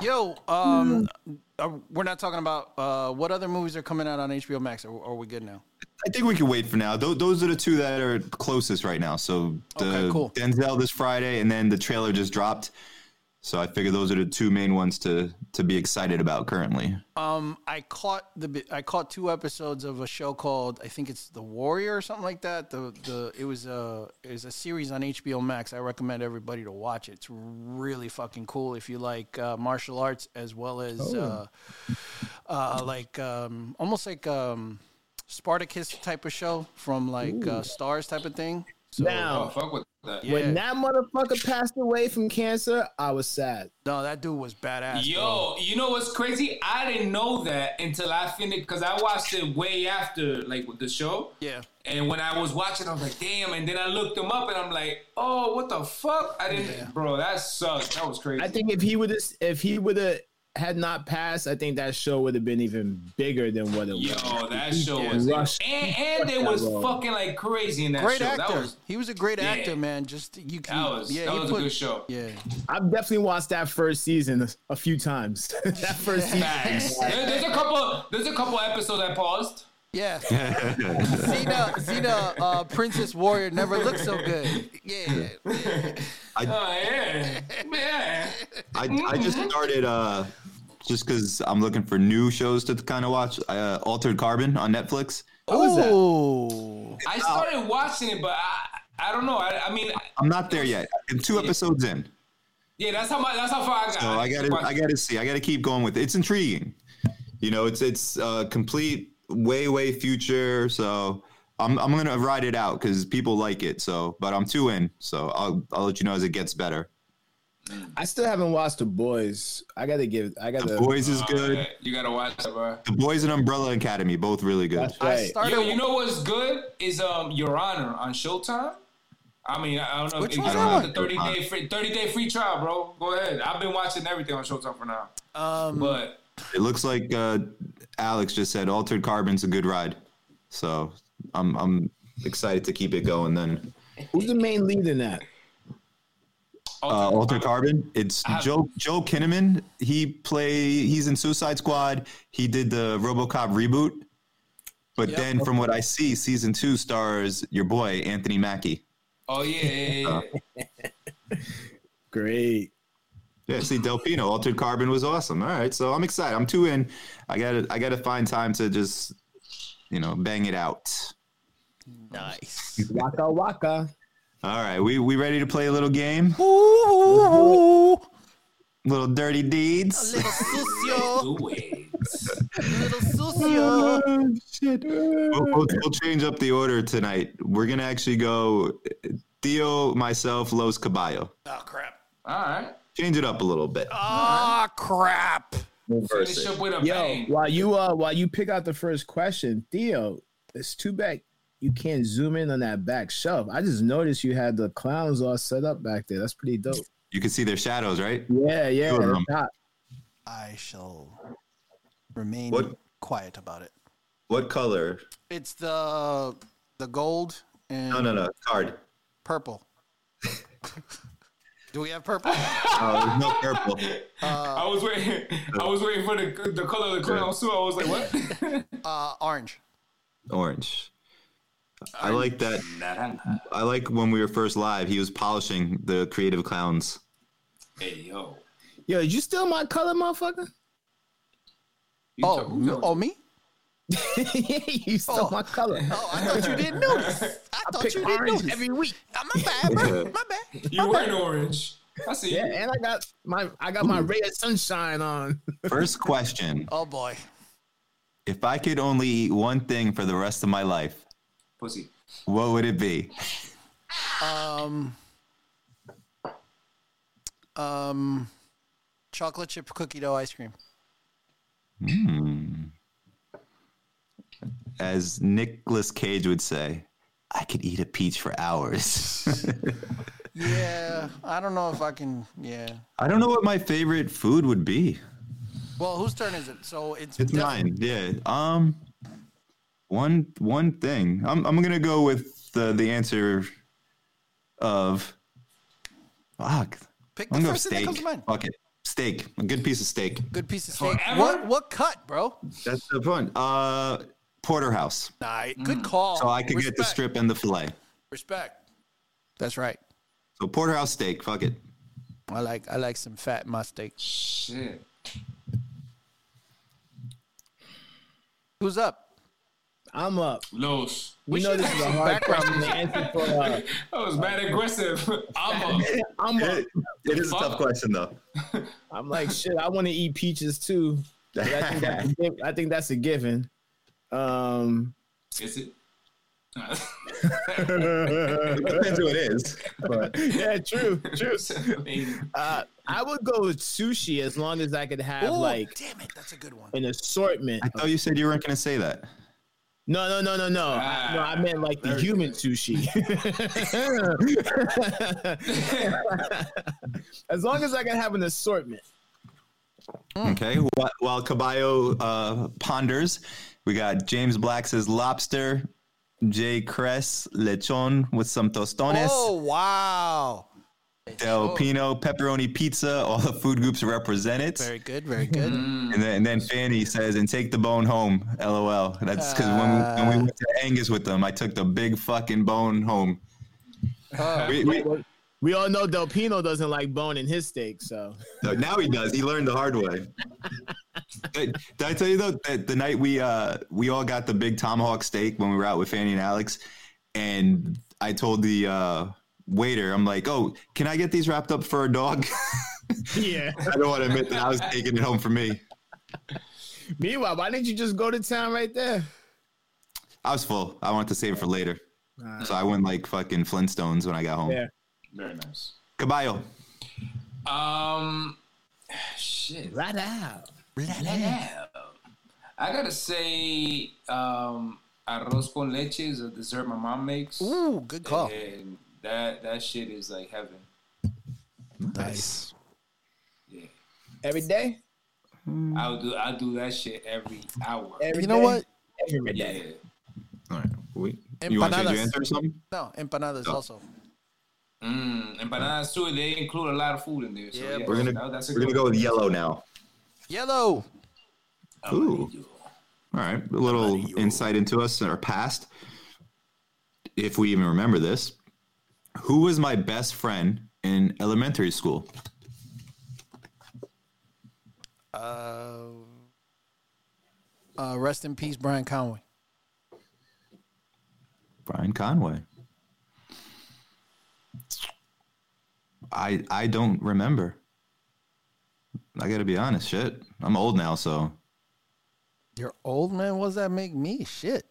Speaker 2: Yo, um,
Speaker 3: Mm.
Speaker 2: are, we're not talking about uh what other movies are coming out on HBO Max. Are, are we good now?
Speaker 3: I think we can wait for now. Tho- those are the two that are closest right now. So the
Speaker 2: Okay, cool.
Speaker 3: Denzel this Friday, and then the trailer just dropped. So I figure those are the two main ones to to be excited about currently.
Speaker 2: Um, I caught the bi- I caught two episodes of a show called I think it's The Warrior or something like that. The the it was a it was a series on HBO Max. I recommend everybody to watch it. It's really fucking cool if you like uh, martial arts as well as
Speaker 1: Oh.
Speaker 2: uh, uh, like um, almost like um, Spartacus type of show from like uh, Stars type of thing. So,
Speaker 4: Oh,
Speaker 1: Now,
Speaker 4: fuck with that.
Speaker 2: yeah,
Speaker 1: when that motherfucker passed away from cancer, I was sad.
Speaker 2: no, that dude was badass. bro.
Speaker 4: Yo, you know what's crazy? I didn't know that until I finished because I watched it way after like with the show.
Speaker 2: yeah.
Speaker 4: And when I was watching, I was like, damn. And then I looked him up and I'm like, oh, what the fuck? I didn't,
Speaker 2: Yeah.
Speaker 4: bro, that sucks. That was crazy.
Speaker 1: I think if he would have, if he would have had not passed, I think that show would have been even bigger than what it
Speaker 4: Yo,
Speaker 1: was.
Speaker 4: that show
Speaker 1: Yeah.
Speaker 4: was.
Speaker 1: Rush.
Speaker 4: And, and they was fucking like crazy in that
Speaker 2: Great
Speaker 4: show.
Speaker 2: actor.
Speaker 4: That was.
Speaker 2: he was a great
Speaker 4: Yeah.
Speaker 2: actor, man. Just you can.
Speaker 4: That was,
Speaker 2: yeah,
Speaker 4: that
Speaker 2: he
Speaker 4: was
Speaker 2: put-
Speaker 4: a good show.
Speaker 2: Yeah.
Speaker 1: I've definitely watched that first season a few times. that first season,
Speaker 4: Facts. There- there's a couple. There's a couple episodes I paused.
Speaker 2: Yeah. Zena, Zena, uh, Princess Warrior never looked so good. Yeah.
Speaker 4: Oh yeah, man.
Speaker 3: I, I just started uh just because I'm looking for new shows to kind of watch. Uh, Altered Carbon on Netflix.
Speaker 2: Oh,
Speaker 4: I started watching it, but I, I don't know. I, I mean,
Speaker 3: I'm not there yet. I'm two episodes in,
Speaker 4: yeah, that's how my, that's how far I got.
Speaker 3: so I got to I got to see. I got to keep going with it. It's intriguing. You know, it's it's uh, complete way way future. So I'm I'm gonna ride it out because people like it. So, but I'm two in. So I'll I'll let you know as it gets better.
Speaker 1: I still haven't watched The Boys. I gotta give. I
Speaker 3: The
Speaker 1: gotta.
Speaker 3: Boys is
Speaker 4: All
Speaker 3: good.
Speaker 4: right, You gotta watch it, bro.
Speaker 3: The Boys and Umbrella Academy both really good.
Speaker 1: That's
Speaker 2: I
Speaker 1: right.
Speaker 2: started.
Speaker 4: Yo, you know what's good is um Your Honor on Showtime. I mean, I I don't know
Speaker 2: Which
Speaker 4: if you
Speaker 2: one's
Speaker 4: know
Speaker 2: that
Speaker 4: the thirty day free thirty day free trial, bro. Go ahead. I've been watching everything on Showtime for now,
Speaker 2: um,
Speaker 4: but
Speaker 3: It looks like uh, Alex just said Altered Carbon's a good ride. So I'm I'm excited to keep it going then.
Speaker 1: Who's the main lead in that?
Speaker 3: Uh,
Speaker 4: Ultimate-
Speaker 3: Altered Carbon. It's
Speaker 4: have-
Speaker 3: Joe Joe Kinnaman. He play he's in Suicide Squad. He did the RoboCop reboot. But
Speaker 2: Yep.
Speaker 3: then from what I see, season 2 stars your boy Anthony Mackie.
Speaker 4: oh yeah, yeah, yeah, yeah.
Speaker 1: Great.
Speaker 3: Yeah, see Del Pino, Altered Carbon was awesome. All right, so I'm excited. I'm two in. I got to I got to find time to just you know, bang it out.
Speaker 2: nice.
Speaker 1: Waka waka.
Speaker 3: All right, we we ready to play a little game?
Speaker 2: Ooh,
Speaker 3: Little dirty deeds.
Speaker 2: little sucio,
Speaker 4: Do it.
Speaker 2: little sucio.
Speaker 3: Oh, shit. We'll, we'll, we'll change up the order tonight. We're gonna actually go Theo, myself, Los Caballo.
Speaker 2: Oh crap!
Speaker 4: All right,
Speaker 3: Change it up a little bit.
Speaker 2: Oh crap!
Speaker 4: finish up with a
Speaker 1: Yo,
Speaker 4: bang.
Speaker 1: while you uh while you pick out the first question, Theo, it's too bad you can't zoom in on that back shelf. I just noticed you had the clowns all set up back there. That's pretty dope.
Speaker 3: You can see their shadows, right?
Speaker 1: Yeah, yeah.
Speaker 3: Two of them.
Speaker 1: Top.
Speaker 2: I shall remain
Speaker 3: What?
Speaker 2: quiet about it.
Speaker 3: What color?
Speaker 2: It's the the gold and
Speaker 3: No, no, no. Card.
Speaker 2: purple. Do we have purple?
Speaker 3: Oh, there's no purple.
Speaker 4: I was waiting. I was waiting for the the color of the crown too. I was like, what?
Speaker 2: Uh, orange.
Speaker 3: Orange. I like that. I like when we were first live. He was polishing the creative clowns.
Speaker 4: hey yo.
Speaker 1: Yo, did you steal my color, motherfucker?
Speaker 4: You
Speaker 2: oh,
Speaker 4: took- who
Speaker 2: no,
Speaker 4: took
Speaker 2: oh me?
Speaker 1: you stole
Speaker 2: Oh.
Speaker 1: my color.
Speaker 2: Oh, I thought you didn't notice. I thought
Speaker 1: pick
Speaker 2: you didn't
Speaker 1: orange
Speaker 2: notice every week. my bad, bro. My bad.
Speaker 4: You were in orange. I see.
Speaker 1: Yeah,
Speaker 4: you.
Speaker 1: and I got my I got my ray of sunshine on.
Speaker 3: First question:
Speaker 2: Oh boy.
Speaker 3: If I could only eat one thing for the rest of my life,
Speaker 4: Pussy.
Speaker 3: what would it be?
Speaker 2: Um. Um. Chocolate chip cookie dough ice cream.
Speaker 3: As Nicolas Cage would say, I could eat a peach for hours.
Speaker 2: Yeah, I don't know if I can. Yeah.
Speaker 3: I don't know what my favorite food would be.
Speaker 2: Well, whose turn is it? So it's
Speaker 3: It's
Speaker 2: defi-
Speaker 3: mine. Yeah. Um one one thing. I'm I'm going to go with the the answer of fuck.
Speaker 2: Pick the
Speaker 3: I'm going to
Speaker 2: first thing that
Speaker 3: steak.
Speaker 2: comes to mind.
Speaker 3: Fuck it. Steak. A good piece of steak.
Speaker 2: Good piece of steak.
Speaker 4: Forever?
Speaker 2: What what cut, bro?
Speaker 3: That's the point. Uh porterhouse.
Speaker 2: Nah, good call.
Speaker 3: So I could get the
Speaker 2: Respect,
Speaker 3: strip and the fillet.
Speaker 2: Respect. That's right.
Speaker 3: So porterhouse steak. Fuck it.
Speaker 2: I like I like some fat in my steak.
Speaker 4: Shit.
Speaker 2: Who's up?
Speaker 1: I'm up.
Speaker 4: Los.
Speaker 1: We know
Speaker 2: should
Speaker 1: this
Speaker 2: have
Speaker 1: is a
Speaker 2: some
Speaker 1: hard
Speaker 2: background
Speaker 1: question to answer for. Uh,
Speaker 4: That was mad aggressive. I'm a,
Speaker 1: I'm up.
Speaker 3: It- it is a tough
Speaker 4: Fuck.
Speaker 3: question though.
Speaker 1: I'm like shit. I want to eat peaches too. But I think that's a giv- I think that's a given. Um,
Speaker 4: is it?
Speaker 3: Depends who it is.
Speaker 1: but yeah, true, true.
Speaker 4: I mean,
Speaker 1: Uh, I would go with sushi as long as I could have
Speaker 2: Oh,
Speaker 1: like
Speaker 2: damn it, that's a good one.
Speaker 1: an assortment.
Speaker 3: I thought you said you weren't going to say that.
Speaker 1: No, no, no, no, no. I- no, I meant like the human sushi. as long as I can have an assortment.
Speaker 2: Hmm.
Speaker 3: Okay. While, while Caballo uh, ponders, we got James Black says lobster, Jay Cress lechon with some tostones,
Speaker 2: Oh wow.
Speaker 3: Del Pino pepperoni pizza. All the food groups represented.
Speaker 2: Very good, very good.
Speaker 3: And then, and then Fanny says, "And take the bone home." LOL. That's because when, we-
Speaker 2: Uh.
Speaker 3: when we went to Angus with them, I took the big fucking bone home.
Speaker 2: Oh.
Speaker 3: We- we-
Speaker 1: We all know Del Pino doesn't like bone in his steak, so
Speaker 3: now he does. He learned the hard way. Did I tell you though that the night we uh we all got the big tomahawk steak when we were out with Fanny and Alex, and I told the uh waiter, I'm like, oh, can I get these wrapped up for a dog?
Speaker 1: yeah.
Speaker 3: I don't want to admit that I was taking it home for me.
Speaker 1: Meanwhile, why didn't you just go to town right there?
Speaker 3: I was full. I wanted to save it for later, so I went like fucking Flintstones when I got home.
Speaker 1: Yeah.
Speaker 4: Very nice.
Speaker 3: Caballo.
Speaker 4: Um, shit.
Speaker 1: Right out.
Speaker 2: Mm-hmm.
Speaker 4: Yeah. I gotta say, um, arroz con leche is a dessert my mom makes,
Speaker 2: Ooh, good call.
Speaker 4: and that that shit is like heaven.
Speaker 2: Nice.
Speaker 4: Yeah,
Speaker 1: Every day?
Speaker 4: I'll do I'll do that shit every hour.
Speaker 1: Every
Speaker 2: You know
Speaker 1: day?
Speaker 2: what?
Speaker 1: Every
Speaker 4: yeah,
Speaker 1: day.
Speaker 3: All right. Wait. You want to change your
Speaker 2: Empanadas.
Speaker 3: answer or something?
Speaker 2: No, empanadas also.
Speaker 4: mm, and bananas too. They include a lot of food in there. So
Speaker 2: Yeah,
Speaker 4: yeah,
Speaker 3: We're gonna
Speaker 4: that- Oh, that's a
Speaker 3: we're gonna
Speaker 4: good
Speaker 3: go with yellow now.
Speaker 2: Yellow.
Speaker 4: Oh,
Speaker 3: Ooh. All right, a little insight into us and our past, if we even remember this. Who was my best friend in elementary school?
Speaker 2: Uh, uh, rest in peace, Brian Conway.
Speaker 3: Brian Conway. I I don't remember. I got to be honest. Shit, I'm old now, so
Speaker 2: You're old man. What does that make me? Shit.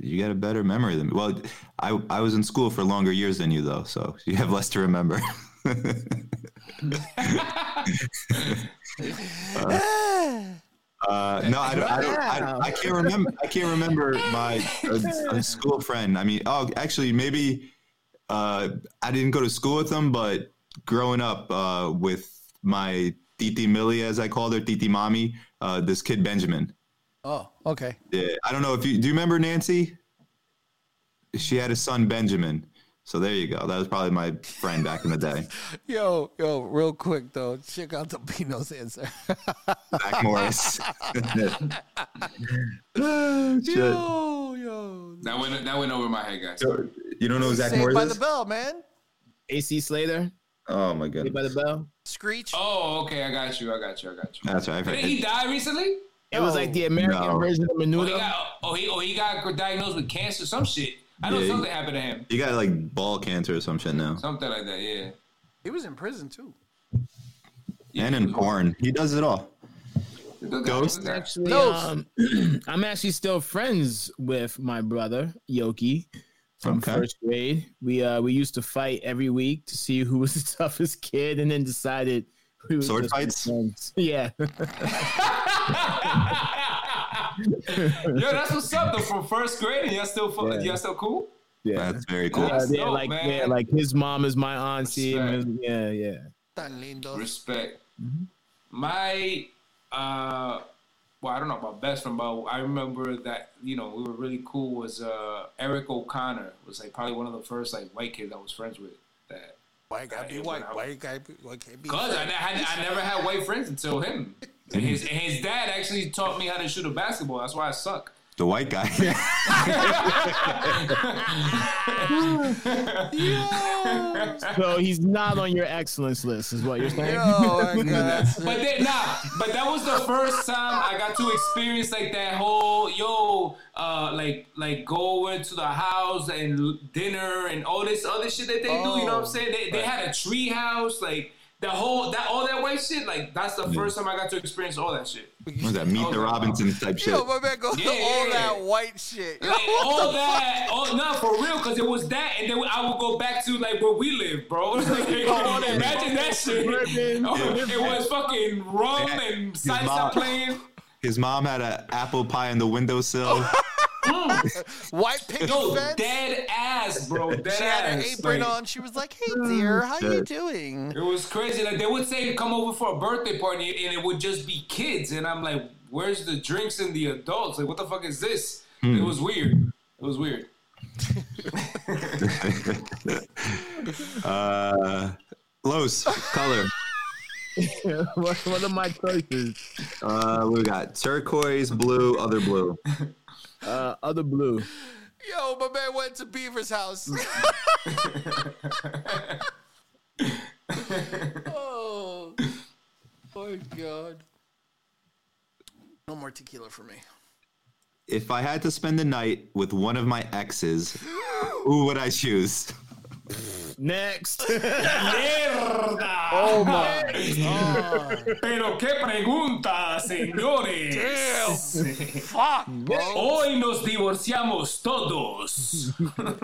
Speaker 3: you got a better memory than me. Well, I I was in school for longer years than you though, so you have less to remember.
Speaker 2: Oh,
Speaker 3: Uh, no, I don't. I, don't I, I can't remember. I can't remember my uh, a, a school friend. I mean, oh, actually, maybe uh, I didn't go to school with them, but growing up uh, with my Titi Millie, as I called her, Titi Mommy, uh, this kid Benjamin.
Speaker 2: Oh, okay.
Speaker 3: Yeah, I don't know if you do. You remember Nancy? She had a son Benjamin. So there you go. That was probably my friend back in the day,
Speaker 2: Yo, yo, real quick though, check out the Pino's answer.
Speaker 3: Zach Morris. Shit.
Speaker 2: yo, yo.
Speaker 4: That went that went over my head, guys.
Speaker 3: You don't know who Oh, Zach
Speaker 2: Saved
Speaker 3: Morris
Speaker 2: by
Speaker 3: is?
Speaker 2: the bell, man.
Speaker 1: AC Slater?
Speaker 3: Oh my god.
Speaker 1: Saved by the bell?
Speaker 2: Screech.
Speaker 4: Oh, okay, I got you. I got you. I got you.
Speaker 3: That's right. I've heard-
Speaker 4: Didn't he die recently?
Speaker 1: It was like the American
Speaker 3: No.
Speaker 1: version of
Speaker 4: Oh, he
Speaker 1: Menudo.
Speaker 4: got oh he oh he got diagnosed with cancer, some shit. I know
Speaker 3: Yeah, he-
Speaker 4: something happened to him,
Speaker 3: You got like ball cancer or some shit now.
Speaker 4: something like that. Yeah.
Speaker 2: He was in prison too.
Speaker 3: And in porn. He does it all.
Speaker 4: Look at-
Speaker 3: Ghost?
Speaker 4: look at-
Speaker 1: Actually,
Speaker 2: No.
Speaker 1: um, I'm actually still friends with my brother Yoki from
Speaker 3: Okay.
Speaker 1: first grade. We uh, we used to fight every week to see who was the toughest kid, and then decided we would
Speaker 3: Sword
Speaker 1: just be
Speaker 3: fights?
Speaker 1: friends. Yeah,
Speaker 4: Yo, that's what's up. Though from first grade, and y'all still fu-
Speaker 1: Yeah.
Speaker 4: y'all still cool.
Speaker 3: That's very cool.
Speaker 1: Uh, they're
Speaker 4: dope,
Speaker 1: like
Speaker 4: man.
Speaker 1: they're like his mom is my auntie.
Speaker 4: Respect.
Speaker 1: and- yeah, yeah.
Speaker 2: Tan lindo.
Speaker 4: Respect. My, uh, well, I don't know about best friend, but I remember that you know we were really cool. Was uh, Eric O'Connor was like probably one of the first like white kids I was friends with. That
Speaker 2: Why gotta be
Speaker 4: Yeah,
Speaker 2: white?
Speaker 4: when I-
Speaker 2: Why can't be? Why can't be?
Speaker 4: cause I,
Speaker 2: friends?
Speaker 4: I, had- I never had white friends until him. And his and his dad actually taught me how to shoot a basketball. That's why I suck.
Speaker 3: The white guy.
Speaker 1: So he's not on your excellence list, is what you're saying.
Speaker 2: Yo, my God.
Speaker 4: But then, nah, but that was the first time I got to experience like that whole yo, uh, like like going to the house and dinner and all this other shit that they do. You know what I'm saying? They, they had a tree house, like the whole that all that white shit. Like that's the first time I got to experience all that shit. Like,
Speaker 3: What was that? Meet the Robinsons type shit.
Speaker 2: Yo, my man goes to
Speaker 4: Yeah,
Speaker 2: all
Speaker 4: yeah.
Speaker 2: that white shit. Yo,
Speaker 4: all that, all nah, for real, because it was that, and then I would go back to like where we live, bro. Like, all that- imagine that shit. it was fucking rum and salsa
Speaker 3: mom-
Speaker 4: playing.
Speaker 3: His mom had an apple pie in the windowsill.
Speaker 4: Hmm.
Speaker 2: white picket
Speaker 4: Yo,
Speaker 2: fence.
Speaker 4: dead ass, bro. Dead
Speaker 2: she
Speaker 4: ass.
Speaker 2: had her apron
Speaker 4: Like,
Speaker 2: on. She was like, "Hey dear, how you doing?"
Speaker 4: It was crazy. Like they would say, "Come over for a birthday party," and it would just be kids. And I'm like, "Where's the drinks and the adults? Like, what the fuck is this?" It
Speaker 2: Hmm.
Speaker 4: was weird. It was weird.
Speaker 3: Uh, Los, color.
Speaker 1: what, what are my choices?
Speaker 3: Uh, we got turquoise, blue, other blue.
Speaker 1: Uh, other blue.
Speaker 2: Yo, my man went to Beaver's house. oh, my God. No more tequila for me.
Speaker 3: If I had to spend the night with one of my exes, who would I choose?
Speaker 1: Next.
Speaker 4: Mierda.
Speaker 2: Oh my God.
Speaker 4: Pero qué pregunta, señores.
Speaker 2: Fuck, bro.
Speaker 4: Hoy nos divorciamos todos.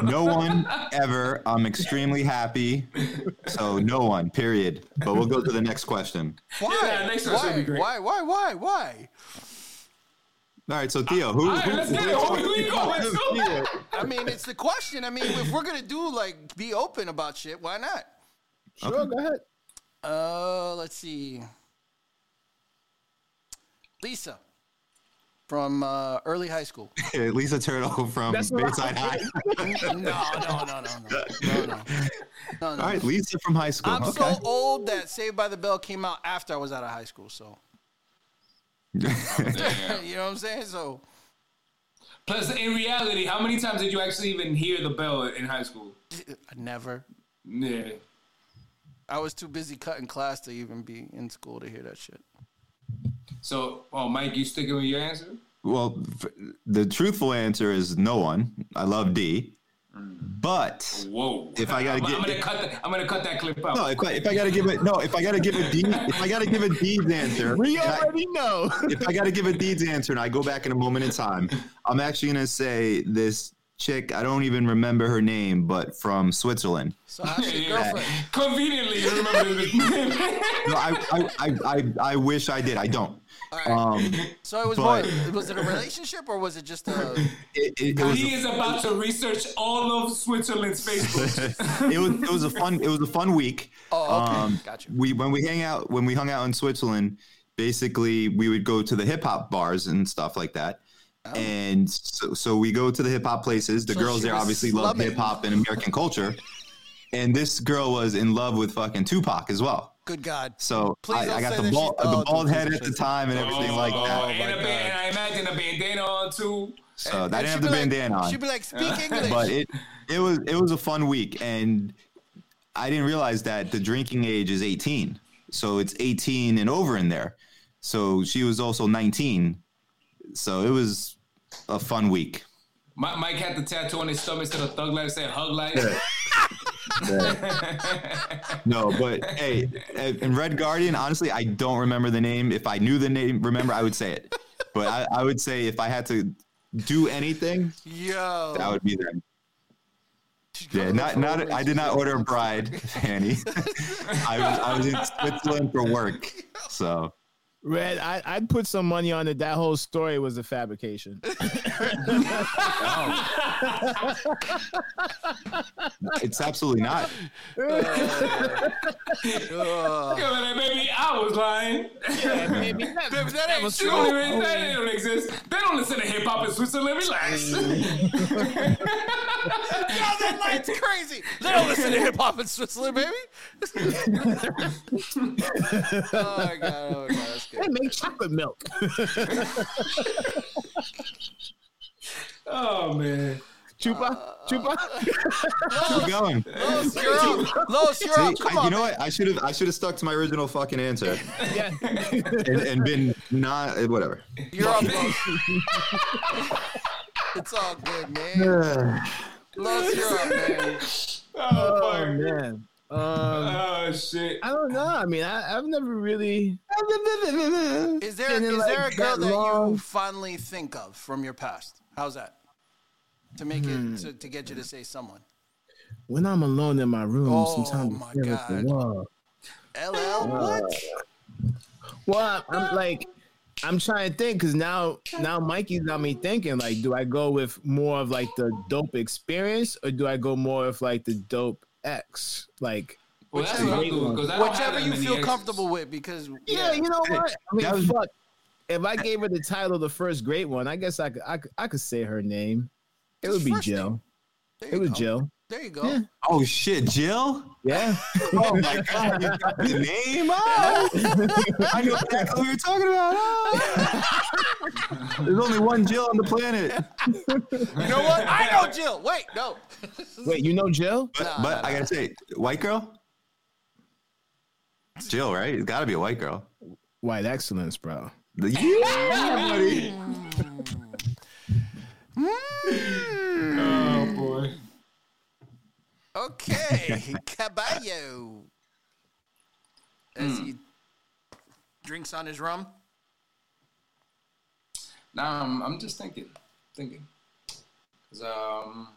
Speaker 3: No one ever. I'm extremely happy. So no one, period. But we'll go to the next question.
Speaker 4: Yeah,
Speaker 2: Why?
Speaker 4: next one should
Speaker 2: Why?
Speaker 4: be great.
Speaker 2: Why? Why? Why? Why?
Speaker 3: All right, so Theo, who?
Speaker 4: All right,
Speaker 3: who-
Speaker 4: let's get it, homie. Who you going with?
Speaker 3: Theo,
Speaker 2: I mean, it's the question. I mean, if we're gonna do like be open about shit, why not?
Speaker 1: sure, go ahead.
Speaker 2: Uh, let's see. Lisa from uh, early high school.
Speaker 3: Lisa Turtle from
Speaker 1: That's what I-
Speaker 3: Bayside High.
Speaker 2: no, no, no, no, no, no, no. no, no.
Speaker 3: All right, Lisa from high school.
Speaker 2: I'm
Speaker 3: okay.
Speaker 2: so old that Saved by the Bell came out after I was out of high school. So you know what I'm saying? So
Speaker 4: Plus, in reality, how many times did you actually even hear the bell in high school?
Speaker 2: I never.
Speaker 4: Yeah.
Speaker 2: I was too busy cutting class to even be in school to hear that shit.
Speaker 4: So, oh, Mike, you sticking with your answer?
Speaker 3: Well, f- the truthful answer is no one. I love D, but
Speaker 4: Whoa.
Speaker 3: If I gotta
Speaker 4: I'm,
Speaker 3: get-
Speaker 4: I'm gonna cut. That, I'm gonna cut that clip out.
Speaker 3: no. If I, if I gotta give it, no. If I gotta give a D, if I gotta give a D's answer,
Speaker 1: We
Speaker 3: and I-
Speaker 1: already know.
Speaker 3: if I gotta give a D's answer, and I go back in a moment in time, I'm actually gonna say this chick. I don't even remember her name, but from Switzerland.
Speaker 2: So how's your
Speaker 4: Yeah.
Speaker 2: girlfriend?
Speaker 4: Conveniently, you remember his name.
Speaker 3: No, I, I, I, I, I wish I did. I don't.
Speaker 2: All right.
Speaker 3: Um,
Speaker 2: so it was
Speaker 3: but-
Speaker 2: more. Was it a relationship or was it just a?
Speaker 3: it, it, it was
Speaker 4: He is about to research all of Switzerland's Facebook.
Speaker 3: it was it was a fun it was a fun week.
Speaker 2: Oh, okay.
Speaker 3: Um,
Speaker 2: Gotcha.
Speaker 3: We when we hang out when we hung out in Switzerland, basically we would go to the hip hop bars and stuff like that. And so, so we go to the hip hop places.
Speaker 2: Oh.
Speaker 3: The
Speaker 2: So
Speaker 3: girls
Speaker 2: she
Speaker 3: there
Speaker 2: was
Speaker 3: obviously love
Speaker 2: slumming.
Speaker 3: hip hop and American culture. And this girl was in love with fucking Tupac as well.
Speaker 2: Good God.
Speaker 3: So
Speaker 2: Please
Speaker 3: I,
Speaker 2: don't
Speaker 3: I
Speaker 2: say
Speaker 3: got the
Speaker 2: that she-
Speaker 3: bald,
Speaker 2: oh,
Speaker 3: the
Speaker 2: don't
Speaker 3: bald head
Speaker 2: say
Speaker 3: at the
Speaker 2: that.
Speaker 3: time and everything like that.
Speaker 4: and, a
Speaker 2: God.
Speaker 4: ba- and I imagine a bandana on too.
Speaker 3: So that
Speaker 2: And
Speaker 3: didn't
Speaker 2: she'd
Speaker 3: have the
Speaker 2: be like-
Speaker 3: bandana on.
Speaker 2: She'd be like, speak English.
Speaker 3: but it it was it was a fun week and i didn't realize that the drinking age is 18 so it's 18 and over in there so she was also 19 so it was a fun week
Speaker 4: Mi- Mike had the tattoo on his stomach instead of thug life, said hug life.
Speaker 3: no but hey in red guardian honestly i don't remember the name if i knew the name remember i would say it but i, I would say if i had to do anything
Speaker 2: Yo.
Speaker 3: that would be them
Speaker 2: She's
Speaker 3: Yeah,
Speaker 2: coming
Speaker 3: not
Speaker 2: for a
Speaker 3: not. I did not order a bride, Fanny. I was I was in Switzerland for work, so
Speaker 1: Red, I, I'd put some money on it. That whole story was a fabrication.
Speaker 3: it's absolutely not.
Speaker 2: Ugh.
Speaker 4: Yeah, but Maybe I was lying.
Speaker 2: Baby, that ain't
Speaker 4: She don't even,
Speaker 3: Oh.
Speaker 4: that they don't exist. They don't listen to hip hop in Switzerland. Relax.
Speaker 2: Yo, that light's crazy. They don't listen to hip hop in Switzerland, baby. oh my god, oh my god, that's
Speaker 1: They
Speaker 2: good.
Speaker 1: make chocolate milk.
Speaker 4: oh man.
Speaker 1: Chupa, chupa.
Speaker 3: Keep going.
Speaker 2: Los, you're up. Los, you're
Speaker 3: See,
Speaker 2: up. Come
Speaker 3: I,
Speaker 2: on.
Speaker 3: you know what? I should have I should have stuck to my original fucking answer
Speaker 1: Yeah.
Speaker 3: and, and been not eh, whatever.
Speaker 2: man. You're up, Los. it's all good, man.
Speaker 3: Uh,
Speaker 2: Los, you're up, man.
Speaker 1: Oh
Speaker 4: Oh, fuck.
Speaker 1: man. Um,
Speaker 4: Oh shit.
Speaker 1: I don't know. I mean, I, I've never really.
Speaker 2: Is there
Speaker 1: And then,
Speaker 2: is
Speaker 1: like,
Speaker 2: there a girl
Speaker 1: that
Speaker 2: that, you
Speaker 1: long-
Speaker 2: fondly think of from your past? How's that? To make
Speaker 1: Hmm.
Speaker 2: it to, to get you to say someone.
Speaker 1: When I'm alone in my room,
Speaker 2: Oh,
Speaker 1: sometimes
Speaker 2: my
Speaker 1: I feel like
Speaker 2: God.
Speaker 1: the wall.
Speaker 2: LL,
Speaker 1: Uh,
Speaker 2: what?
Speaker 1: Well, I- I'm like, I'm trying to think because now, now Mikey's got me thinking. Like, do I go with more of like the dope experience, or do I go more of like the dope X? Like,
Speaker 4: Well, that's what I'm doing because I don't have
Speaker 2: Whichever
Speaker 4: that
Speaker 2: you
Speaker 4: many
Speaker 2: feel
Speaker 4: exes.
Speaker 2: comfortable with, because
Speaker 1: yeah, you know what? I mean,
Speaker 3: that was-
Speaker 1: fuck. If I gave her the title, the first great one, I guess I could, I could, I could say her name. It would be
Speaker 2: First name.
Speaker 1: Jill.
Speaker 2: there
Speaker 1: It
Speaker 2: you
Speaker 1: was
Speaker 2: go.
Speaker 1: Jill.
Speaker 2: There you go.
Speaker 1: Yeah.
Speaker 3: oh shit, Jill!
Speaker 1: Yeah.
Speaker 3: Oh my god, you got the name. Oh, I knew exactly what you were talking about. Oh. There's only one Jill on the planet.
Speaker 2: You know what? I know Jill. Wait, no.
Speaker 1: Wait, you know Jill?
Speaker 3: But,
Speaker 2: Nah,
Speaker 3: but
Speaker 2: nah,
Speaker 3: I gotta say, white girl. Jill, right? It's gotta be a white girl.
Speaker 1: White excellence, bro.
Speaker 3: The- yeah, buddy.
Speaker 4: Oh boy.
Speaker 2: Okay, Caballo. As he drinks on his rum.
Speaker 4: Nah, I'm, I'm just thinking, thinking. 'Cause, um,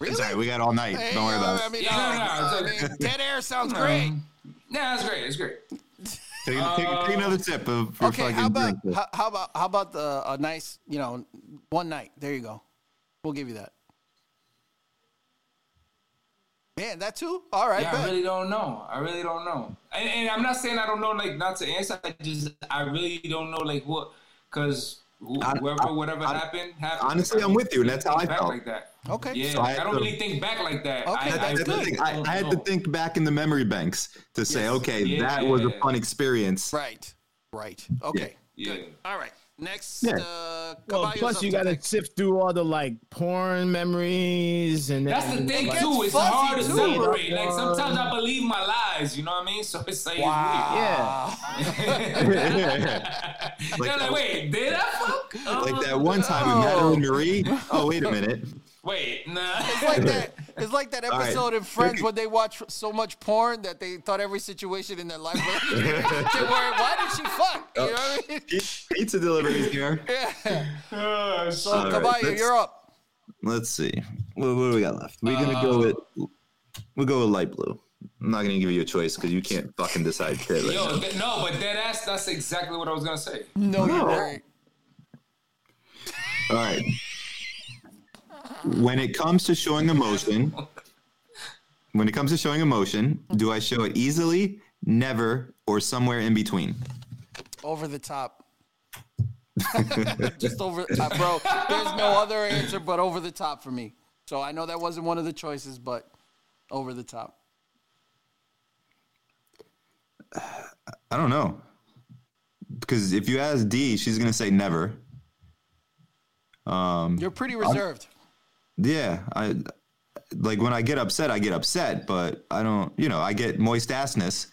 Speaker 2: Really?
Speaker 3: It's all right. We got all night.
Speaker 2: Hey,
Speaker 3: Don't worry
Speaker 2: uh,
Speaker 3: about
Speaker 2: I
Speaker 3: it.
Speaker 2: mean,
Speaker 4: Yeah,
Speaker 2: no,
Speaker 4: no, no,
Speaker 2: I
Speaker 4: it's
Speaker 2: mean, dead air sounds great.
Speaker 4: um, nah, it's great. It's great.
Speaker 3: Take, take, take another sip of your
Speaker 2: um, Okay,
Speaker 3: fucking
Speaker 2: how about
Speaker 3: drink.
Speaker 2: how, how about how about the a nice you know one night? There you go. We'll give you that. Man, that too. All right,
Speaker 4: Yeah,
Speaker 2: bet.
Speaker 4: I really don't know. I really don't know. And, and I'm not saying I don't know, like, not to answer. I just, I really don't know, like, what, because
Speaker 3: I-
Speaker 4: whoever,
Speaker 3: I-
Speaker 4: whatever
Speaker 3: I-
Speaker 4: happened, happened.
Speaker 3: honestly, I'm with you, and that's how I
Speaker 4: back
Speaker 3: felt.
Speaker 4: like that.
Speaker 2: Okay.
Speaker 4: Yeah,
Speaker 3: So I
Speaker 4: I,
Speaker 3: had
Speaker 4: don't
Speaker 3: to-
Speaker 4: really think back like that.
Speaker 2: Okay,
Speaker 4: I,
Speaker 2: that's
Speaker 4: I,
Speaker 3: That's the
Speaker 2: good.
Speaker 4: really
Speaker 3: thing. I,
Speaker 4: don't
Speaker 3: I had
Speaker 4: know.
Speaker 3: to think back in the memory banks to say,
Speaker 2: Yes.
Speaker 3: okay,
Speaker 4: Yeah.
Speaker 3: that was a fun experience.
Speaker 2: Right. Right. Okay.
Speaker 4: Yeah.
Speaker 2: Good. All right. Next.
Speaker 3: Yeah.
Speaker 2: Uh,
Speaker 1: Well,
Speaker 2: Caballo's
Speaker 1: plus you
Speaker 2: up
Speaker 1: got to
Speaker 2: next.
Speaker 1: sift through all the like porn memories and
Speaker 4: That's the
Speaker 1: then,
Speaker 4: thing
Speaker 1: like,
Speaker 4: too. It's
Speaker 2: fuzzy,
Speaker 4: hard to
Speaker 2: too.
Speaker 4: separate. Like sometimes I believe my lies. You know what I mean? So it's like, it's
Speaker 2: Wow.
Speaker 1: Yeah,
Speaker 4: weird. They're like, wait, did I fuck? Uh,
Speaker 3: Like that one time we met Ellen Marie. Oh, wait a minute.
Speaker 4: wait, nah.
Speaker 2: It's like that. It's like that
Speaker 3: right.
Speaker 2: episode in Friends where they watch so much porn that they thought every situation in their life. Was, they were, why did she fuck? You
Speaker 3: Oh.
Speaker 2: know what I mean?
Speaker 3: Pizza delivery is here.
Speaker 4: Oh, shit.
Speaker 2: So
Speaker 3: All right,
Speaker 2: Caballo,
Speaker 3: let's-
Speaker 2: you're up.
Speaker 3: Let's see. What, what do we got left? We're gonna go with we'll go with light blue. I'm not gonna give you a choice because you can't fucking decide shit. Right
Speaker 4: Yo,
Speaker 3: now.
Speaker 4: th- no, but that ass. That's exactly what I was gonna say.
Speaker 2: No, you're right.
Speaker 3: All right. When it comes to showing emotion, when it comes to showing emotion, do I show it easily, never, or somewhere in between?
Speaker 2: Over the top. Just over, uh, bro. There's no other answer but over the top for me. So I know that wasn't one of the choices, but over the top.
Speaker 3: I don't know. Because if you ask D, she's gonna say never.
Speaker 2: You're pretty reserved.
Speaker 3: Yeah, I like when I get upset, I get upset, but I don't. You know, I get moist assness.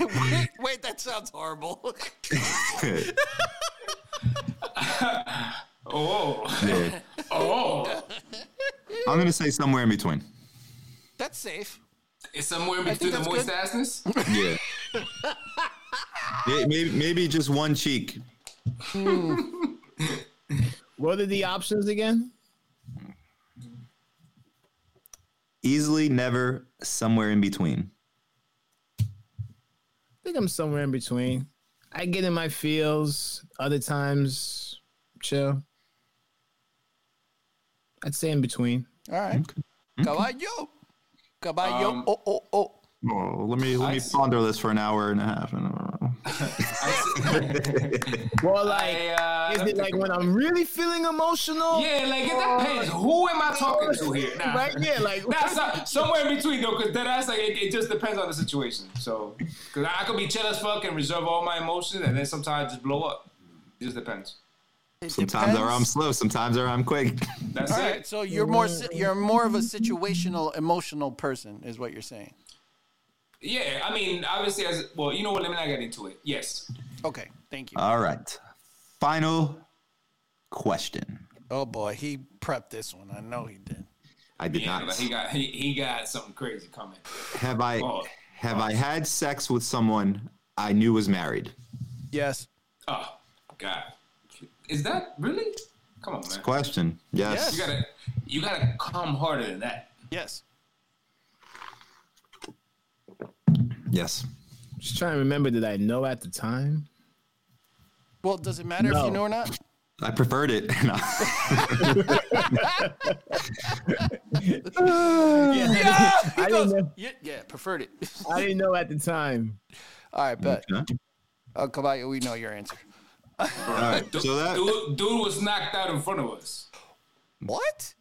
Speaker 2: wait, wait, that sounds horrible.
Speaker 4: Oh,
Speaker 3: Yeah.
Speaker 4: oh,
Speaker 3: I'm gonna say somewhere in between.
Speaker 2: That's safe.
Speaker 4: it's somewhere between the
Speaker 2: that's
Speaker 4: moist
Speaker 2: good.
Speaker 4: assness.
Speaker 3: Yeah. May- maybe, maybe just one cheek.
Speaker 1: what are the options again?
Speaker 3: Easily, never, somewhere in between.
Speaker 1: I think I'm somewhere in between. I get in my feels. Other times, chill. I'd say in between.
Speaker 2: All right. Caballo. Caballo.
Speaker 4: Um,
Speaker 2: oh, oh, oh.
Speaker 3: Oh, let me let
Speaker 4: I
Speaker 3: me
Speaker 4: see.
Speaker 3: ponder this for an hour and a half. And I don't know.
Speaker 1: Well, like,
Speaker 4: I, uh,
Speaker 1: is it like when I'm really feeling emotional?
Speaker 4: yeah, like it depends.
Speaker 2: Oh
Speaker 4: Who am I talking to here? Nah.
Speaker 1: Right? Yeah, like
Speaker 4: That's not, somewhere in between though, because that ass like it, it just depends on the situation. So, because I could be chill as fuck and reserve all my emotions, and then sometimes I just blow up. It just depends.
Speaker 2: It
Speaker 3: Sometimes I
Speaker 2: depends.
Speaker 3: rhyme slow, sometimes I rhyme quick.
Speaker 4: That's
Speaker 2: All
Speaker 4: it.
Speaker 2: right. So you're more si- you're more of a situational, emotional person, is what you're saying.
Speaker 4: Yeah, I mean, obviously, as well, you know what? Let me not get into it. Yes.
Speaker 2: Okay. Thank you.
Speaker 3: All right. Final question.
Speaker 2: oh boy, he prepped this one. I know he did.
Speaker 3: I did
Speaker 4: Yeah,
Speaker 3: not.
Speaker 4: but he got he, he got something crazy coming.
Speaker 3: Have I
Speaker 4: Oh.
Speaker 3: have I had sex with someone I knew was married?
Speaker 2: Yes.
Speaker 4: Oh God, is that really? Come on, man.
Speaker 3: Question. Yes.
Speaker 4: You gotta you gotta come harder than that.
Speaker 2: Yes.
Speaker 3: Yes.
Speaker 1: Just trying to remember, did I know at the time?
Speaker 2: Well, does it matter if
Speaker 1: No.
Speaker 2: you know or not?
Speaker 3: I preferred it. No.
Speaker 1: Yeah.
Speaker 2: Yeah.
Speaker 1: I,
Speaker 2: He goes,
Speaker 1: didn't know,
Speaker 2: yeah, yeah, preferred it.
Speaker 1: I didn't know at the time.
Speaker 2: All right, bet.
Speaker 3: Okay.
Speaker 2: Oh, Caballo, we know your answer.
Speaker 3: All right. So that
Speaker 4: Dude, dude was knocked out in front of us.
Speaker 2: What?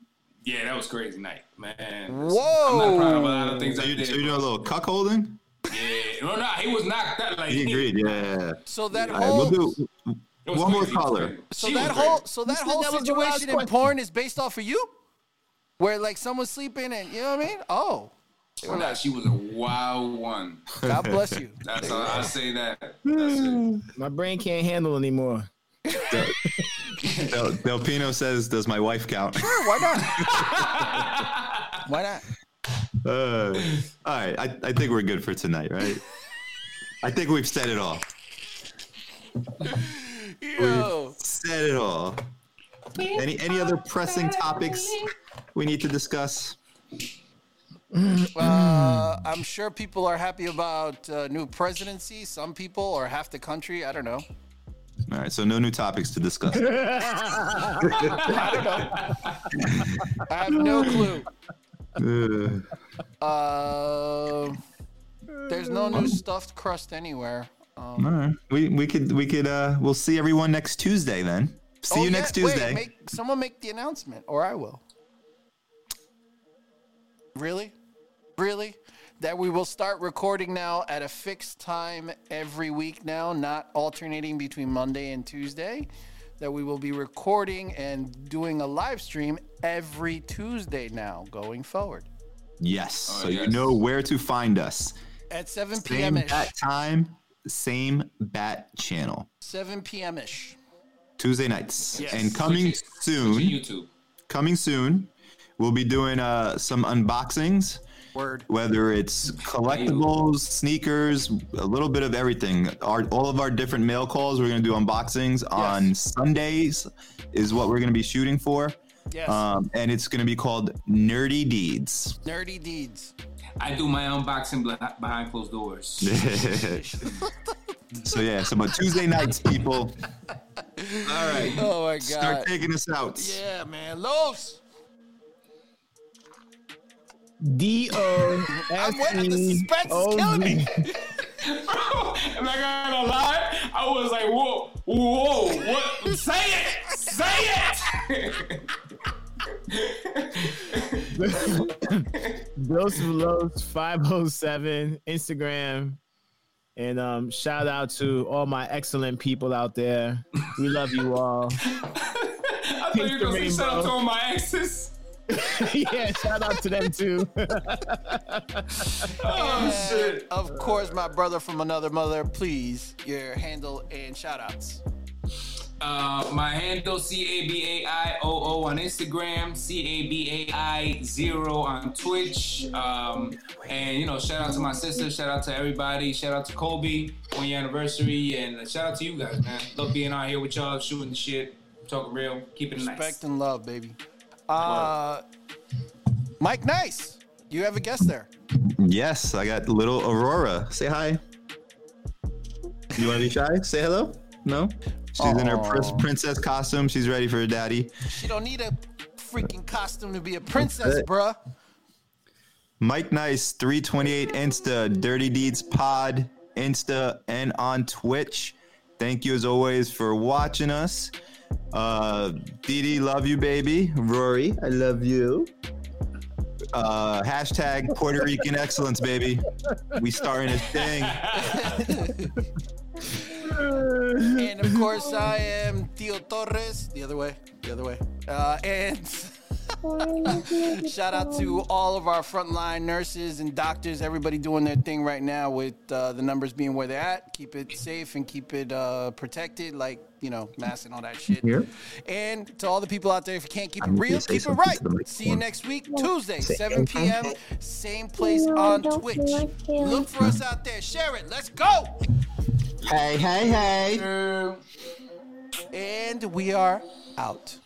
Speaker 4: Yeah, that was crazy night, man.
Speaker 2: Whoa.
Speaker 4: I'm not proud of a lot of things
Speaker 3: so
Speaker 4: I
Speaker 3: you,
Speaker 4: did.
Speaker 3: so you doing a little cuck holding?
Speaker 4: Yeah, no, no, he was knocked out. Like
Speaker 3: He agreed. Yeah.
Speaker 2: So that
Speaker 3: All right.
Speaker 2: whole
Speaker 3: We'll do
Speaker 4: It was
Speaker 3: one more
Speaker 4: crazy.
Speaker 3: caller.
Speaker 2: So
Speaker 4: She
Speaker 2: that
Speaker 4: was great.
Speaker 2: whole so that whole
Speaker 1: that was the last
Speaker 2: situation in
Speaker 1: question.
Speaker 2: porn is based off of you, where like someone's sleeping and you know what I mean. Oh,
Speaker 4: Well, nah, she was a wild one.
Speaker 2: God bless you.
Speaker 4: That's all I say that. That's
Speaker 3: Hmm.
Speaker 4: it.
Speaker 1: My brain can't handle anymore.
Speaker 3: Del, Del Pino says, "Does my wife count?"
Speaker 2: Sure, why not? why not?
Speaker 3: Uh, all right, I, I think we're good for tonight, right? I think we've said it all.
Speaker 2: Yo,
Speaker 3: Said it all. Any any other pressing topics we need to discuss?
Speaker 2: uh, I'm sure people are happy about uh, new presidency. Some people, or half the country. I don't know.
Speaker 3: All right, so no new topics to discuss.
Speaker 2: I have no clue.
Speaker 3: Ugh.
Speaker 2: Uh, there's no new stuffed crust anywhere. Um,
Speaker 3: all right, we we could we could uh we'll see everyone next Tuesday then. See
Speaker 2: oh,
Speaker 3: you
Speaker 2: yeah,
Speaker 3: next
Speaker 2: wait,
Speaker 3: Tuesday.
Speaker 2: make, someone make the announcement, or I will. Really, really, that we will start recording now at a fixed time every week now, not alternating between Monday and Tuesday. That we will be recording and doing a live stream every Tuesday now going forward
Speaker 3: Yes.
Speaker 4: Oh,
Speaker 3: so
Speaker 4: yes.
Speaker 3: you know where to find us.
Speaker 2: at 7
Speaker 3: Same
Speaker 2: p.m. ish.
Speaker 3: bat time, same bat channel.
Speaker 2: 7 p.m. ish.
Speaker 3: Tuesday nights.
Speaker 2: Yes.
Speaker 3: And coming
Speaker 4: Switch it- switch
Speaker 3: soon,
Speaker 4: it to YouTube.
Speaker 3: coming soon, we'll be doing uh some unboxings,
Speaker 2: Word.
Speaker 3: whether it's collectibles, sneakers, a little bit of everything. Our all of our different mail calls, we're gonna do unboxings on Sundays is what we're gonna be shooting for.
Speaker 2: Yes.
Speaker 3: Um, and it's gonna be called Nerdy Deeds.
Speaker 2: Nerdy deeds.
Speaker 4: I do my unboxing beh- behind closed doors.
Speaker 3: so yeah, so but Tuesday nights, people. All right,
Speaker 2: Oh my
Speaker 3: start
Speaker 2: god.
Speaker 3: taking us out.
Speaker 2: Yeah, man. Los.
Speaker 1: D O S
Speaker 2: I'm waiting. The
Speaker 1: E
Speaker 2: suspense is
Speaker 1: O
Speaker 2: killing
Speaker 1: V.
Speaker 2: me.
Speaker 4: Am I gonna lie? I was like, whoa, whoa, what? Say it! Say it!
Speaker 1: Joseph Lowe's 507 Instagram. And um, shout out to all my excellent people out there. We love you all.
Speaker 4: I thought you were gonna say
Speaker 1: Rainbow.
Speaker 4: shut up to all my exes.
Speaker 1: yeah, shout out to them too.
Speaker 4: Oh
Speaker 2: And
Speaker 4: shit.
Speaker 2: of course, my brother from another mother. Please, your handle and shout outs.
Speaker 4: Uh, my handle C A B A I O O on Instagram, C A B A I zero on Twitch. Um, and you know, shout out to my sister, shout out to everybody, shout out to Kobe on your anniversary, and shout out to you guys, man. Love being out here with y'all, shooting the shit, talking real, keeping it nice.
Speaker 2: Respect and love, baby. Uh, Mike Nice. You have a guest there.
Speaker 3: Yes, I got little Aurora. Say hi. You want to be shy? Say hello. No. She's in her prin- princess costume. She's ready for her daddy.
Speaker 2: She don't need a freaking costume to be a princess,
Speaker 3: it.
Speaker 2: bruh.
Speaker 3: Mike Nice, 328 Insta, Dirty Deeds Pod, Insta, and on Twitch. Thank you as always for watching us. Uh, Dee Dee, love you, baby. Rory, I love you. Uh, hashtag Puerto Rican excellence, baby. We starting a thing.
Speaker 2: And of course, I am Tio Torres. The other way, the other way. Uh, and shout out to all of our frontline nurses and doctors, everybody doing their thing right now with uh, the numbers being where they're at. Keep it safe and keep it uh, protected, like, you know, masks and all that shit. And to all the people out there, if you can't keep it
Speaker 3: need to
Speaker 2: real,
Speaker 3: say
Speaker 2: keep it
Speaker 3: something
Speaker 2: right.
Speaker 3: to the microphone.
Speaker 2: See you next week, Tuesday, 7 p.m., same place on Twitch. Look for us out there. Share it. Let's go.
Speaker 4: Um,
Speaker 3: Hey, hey, hey.
Speaker 2: And we are out.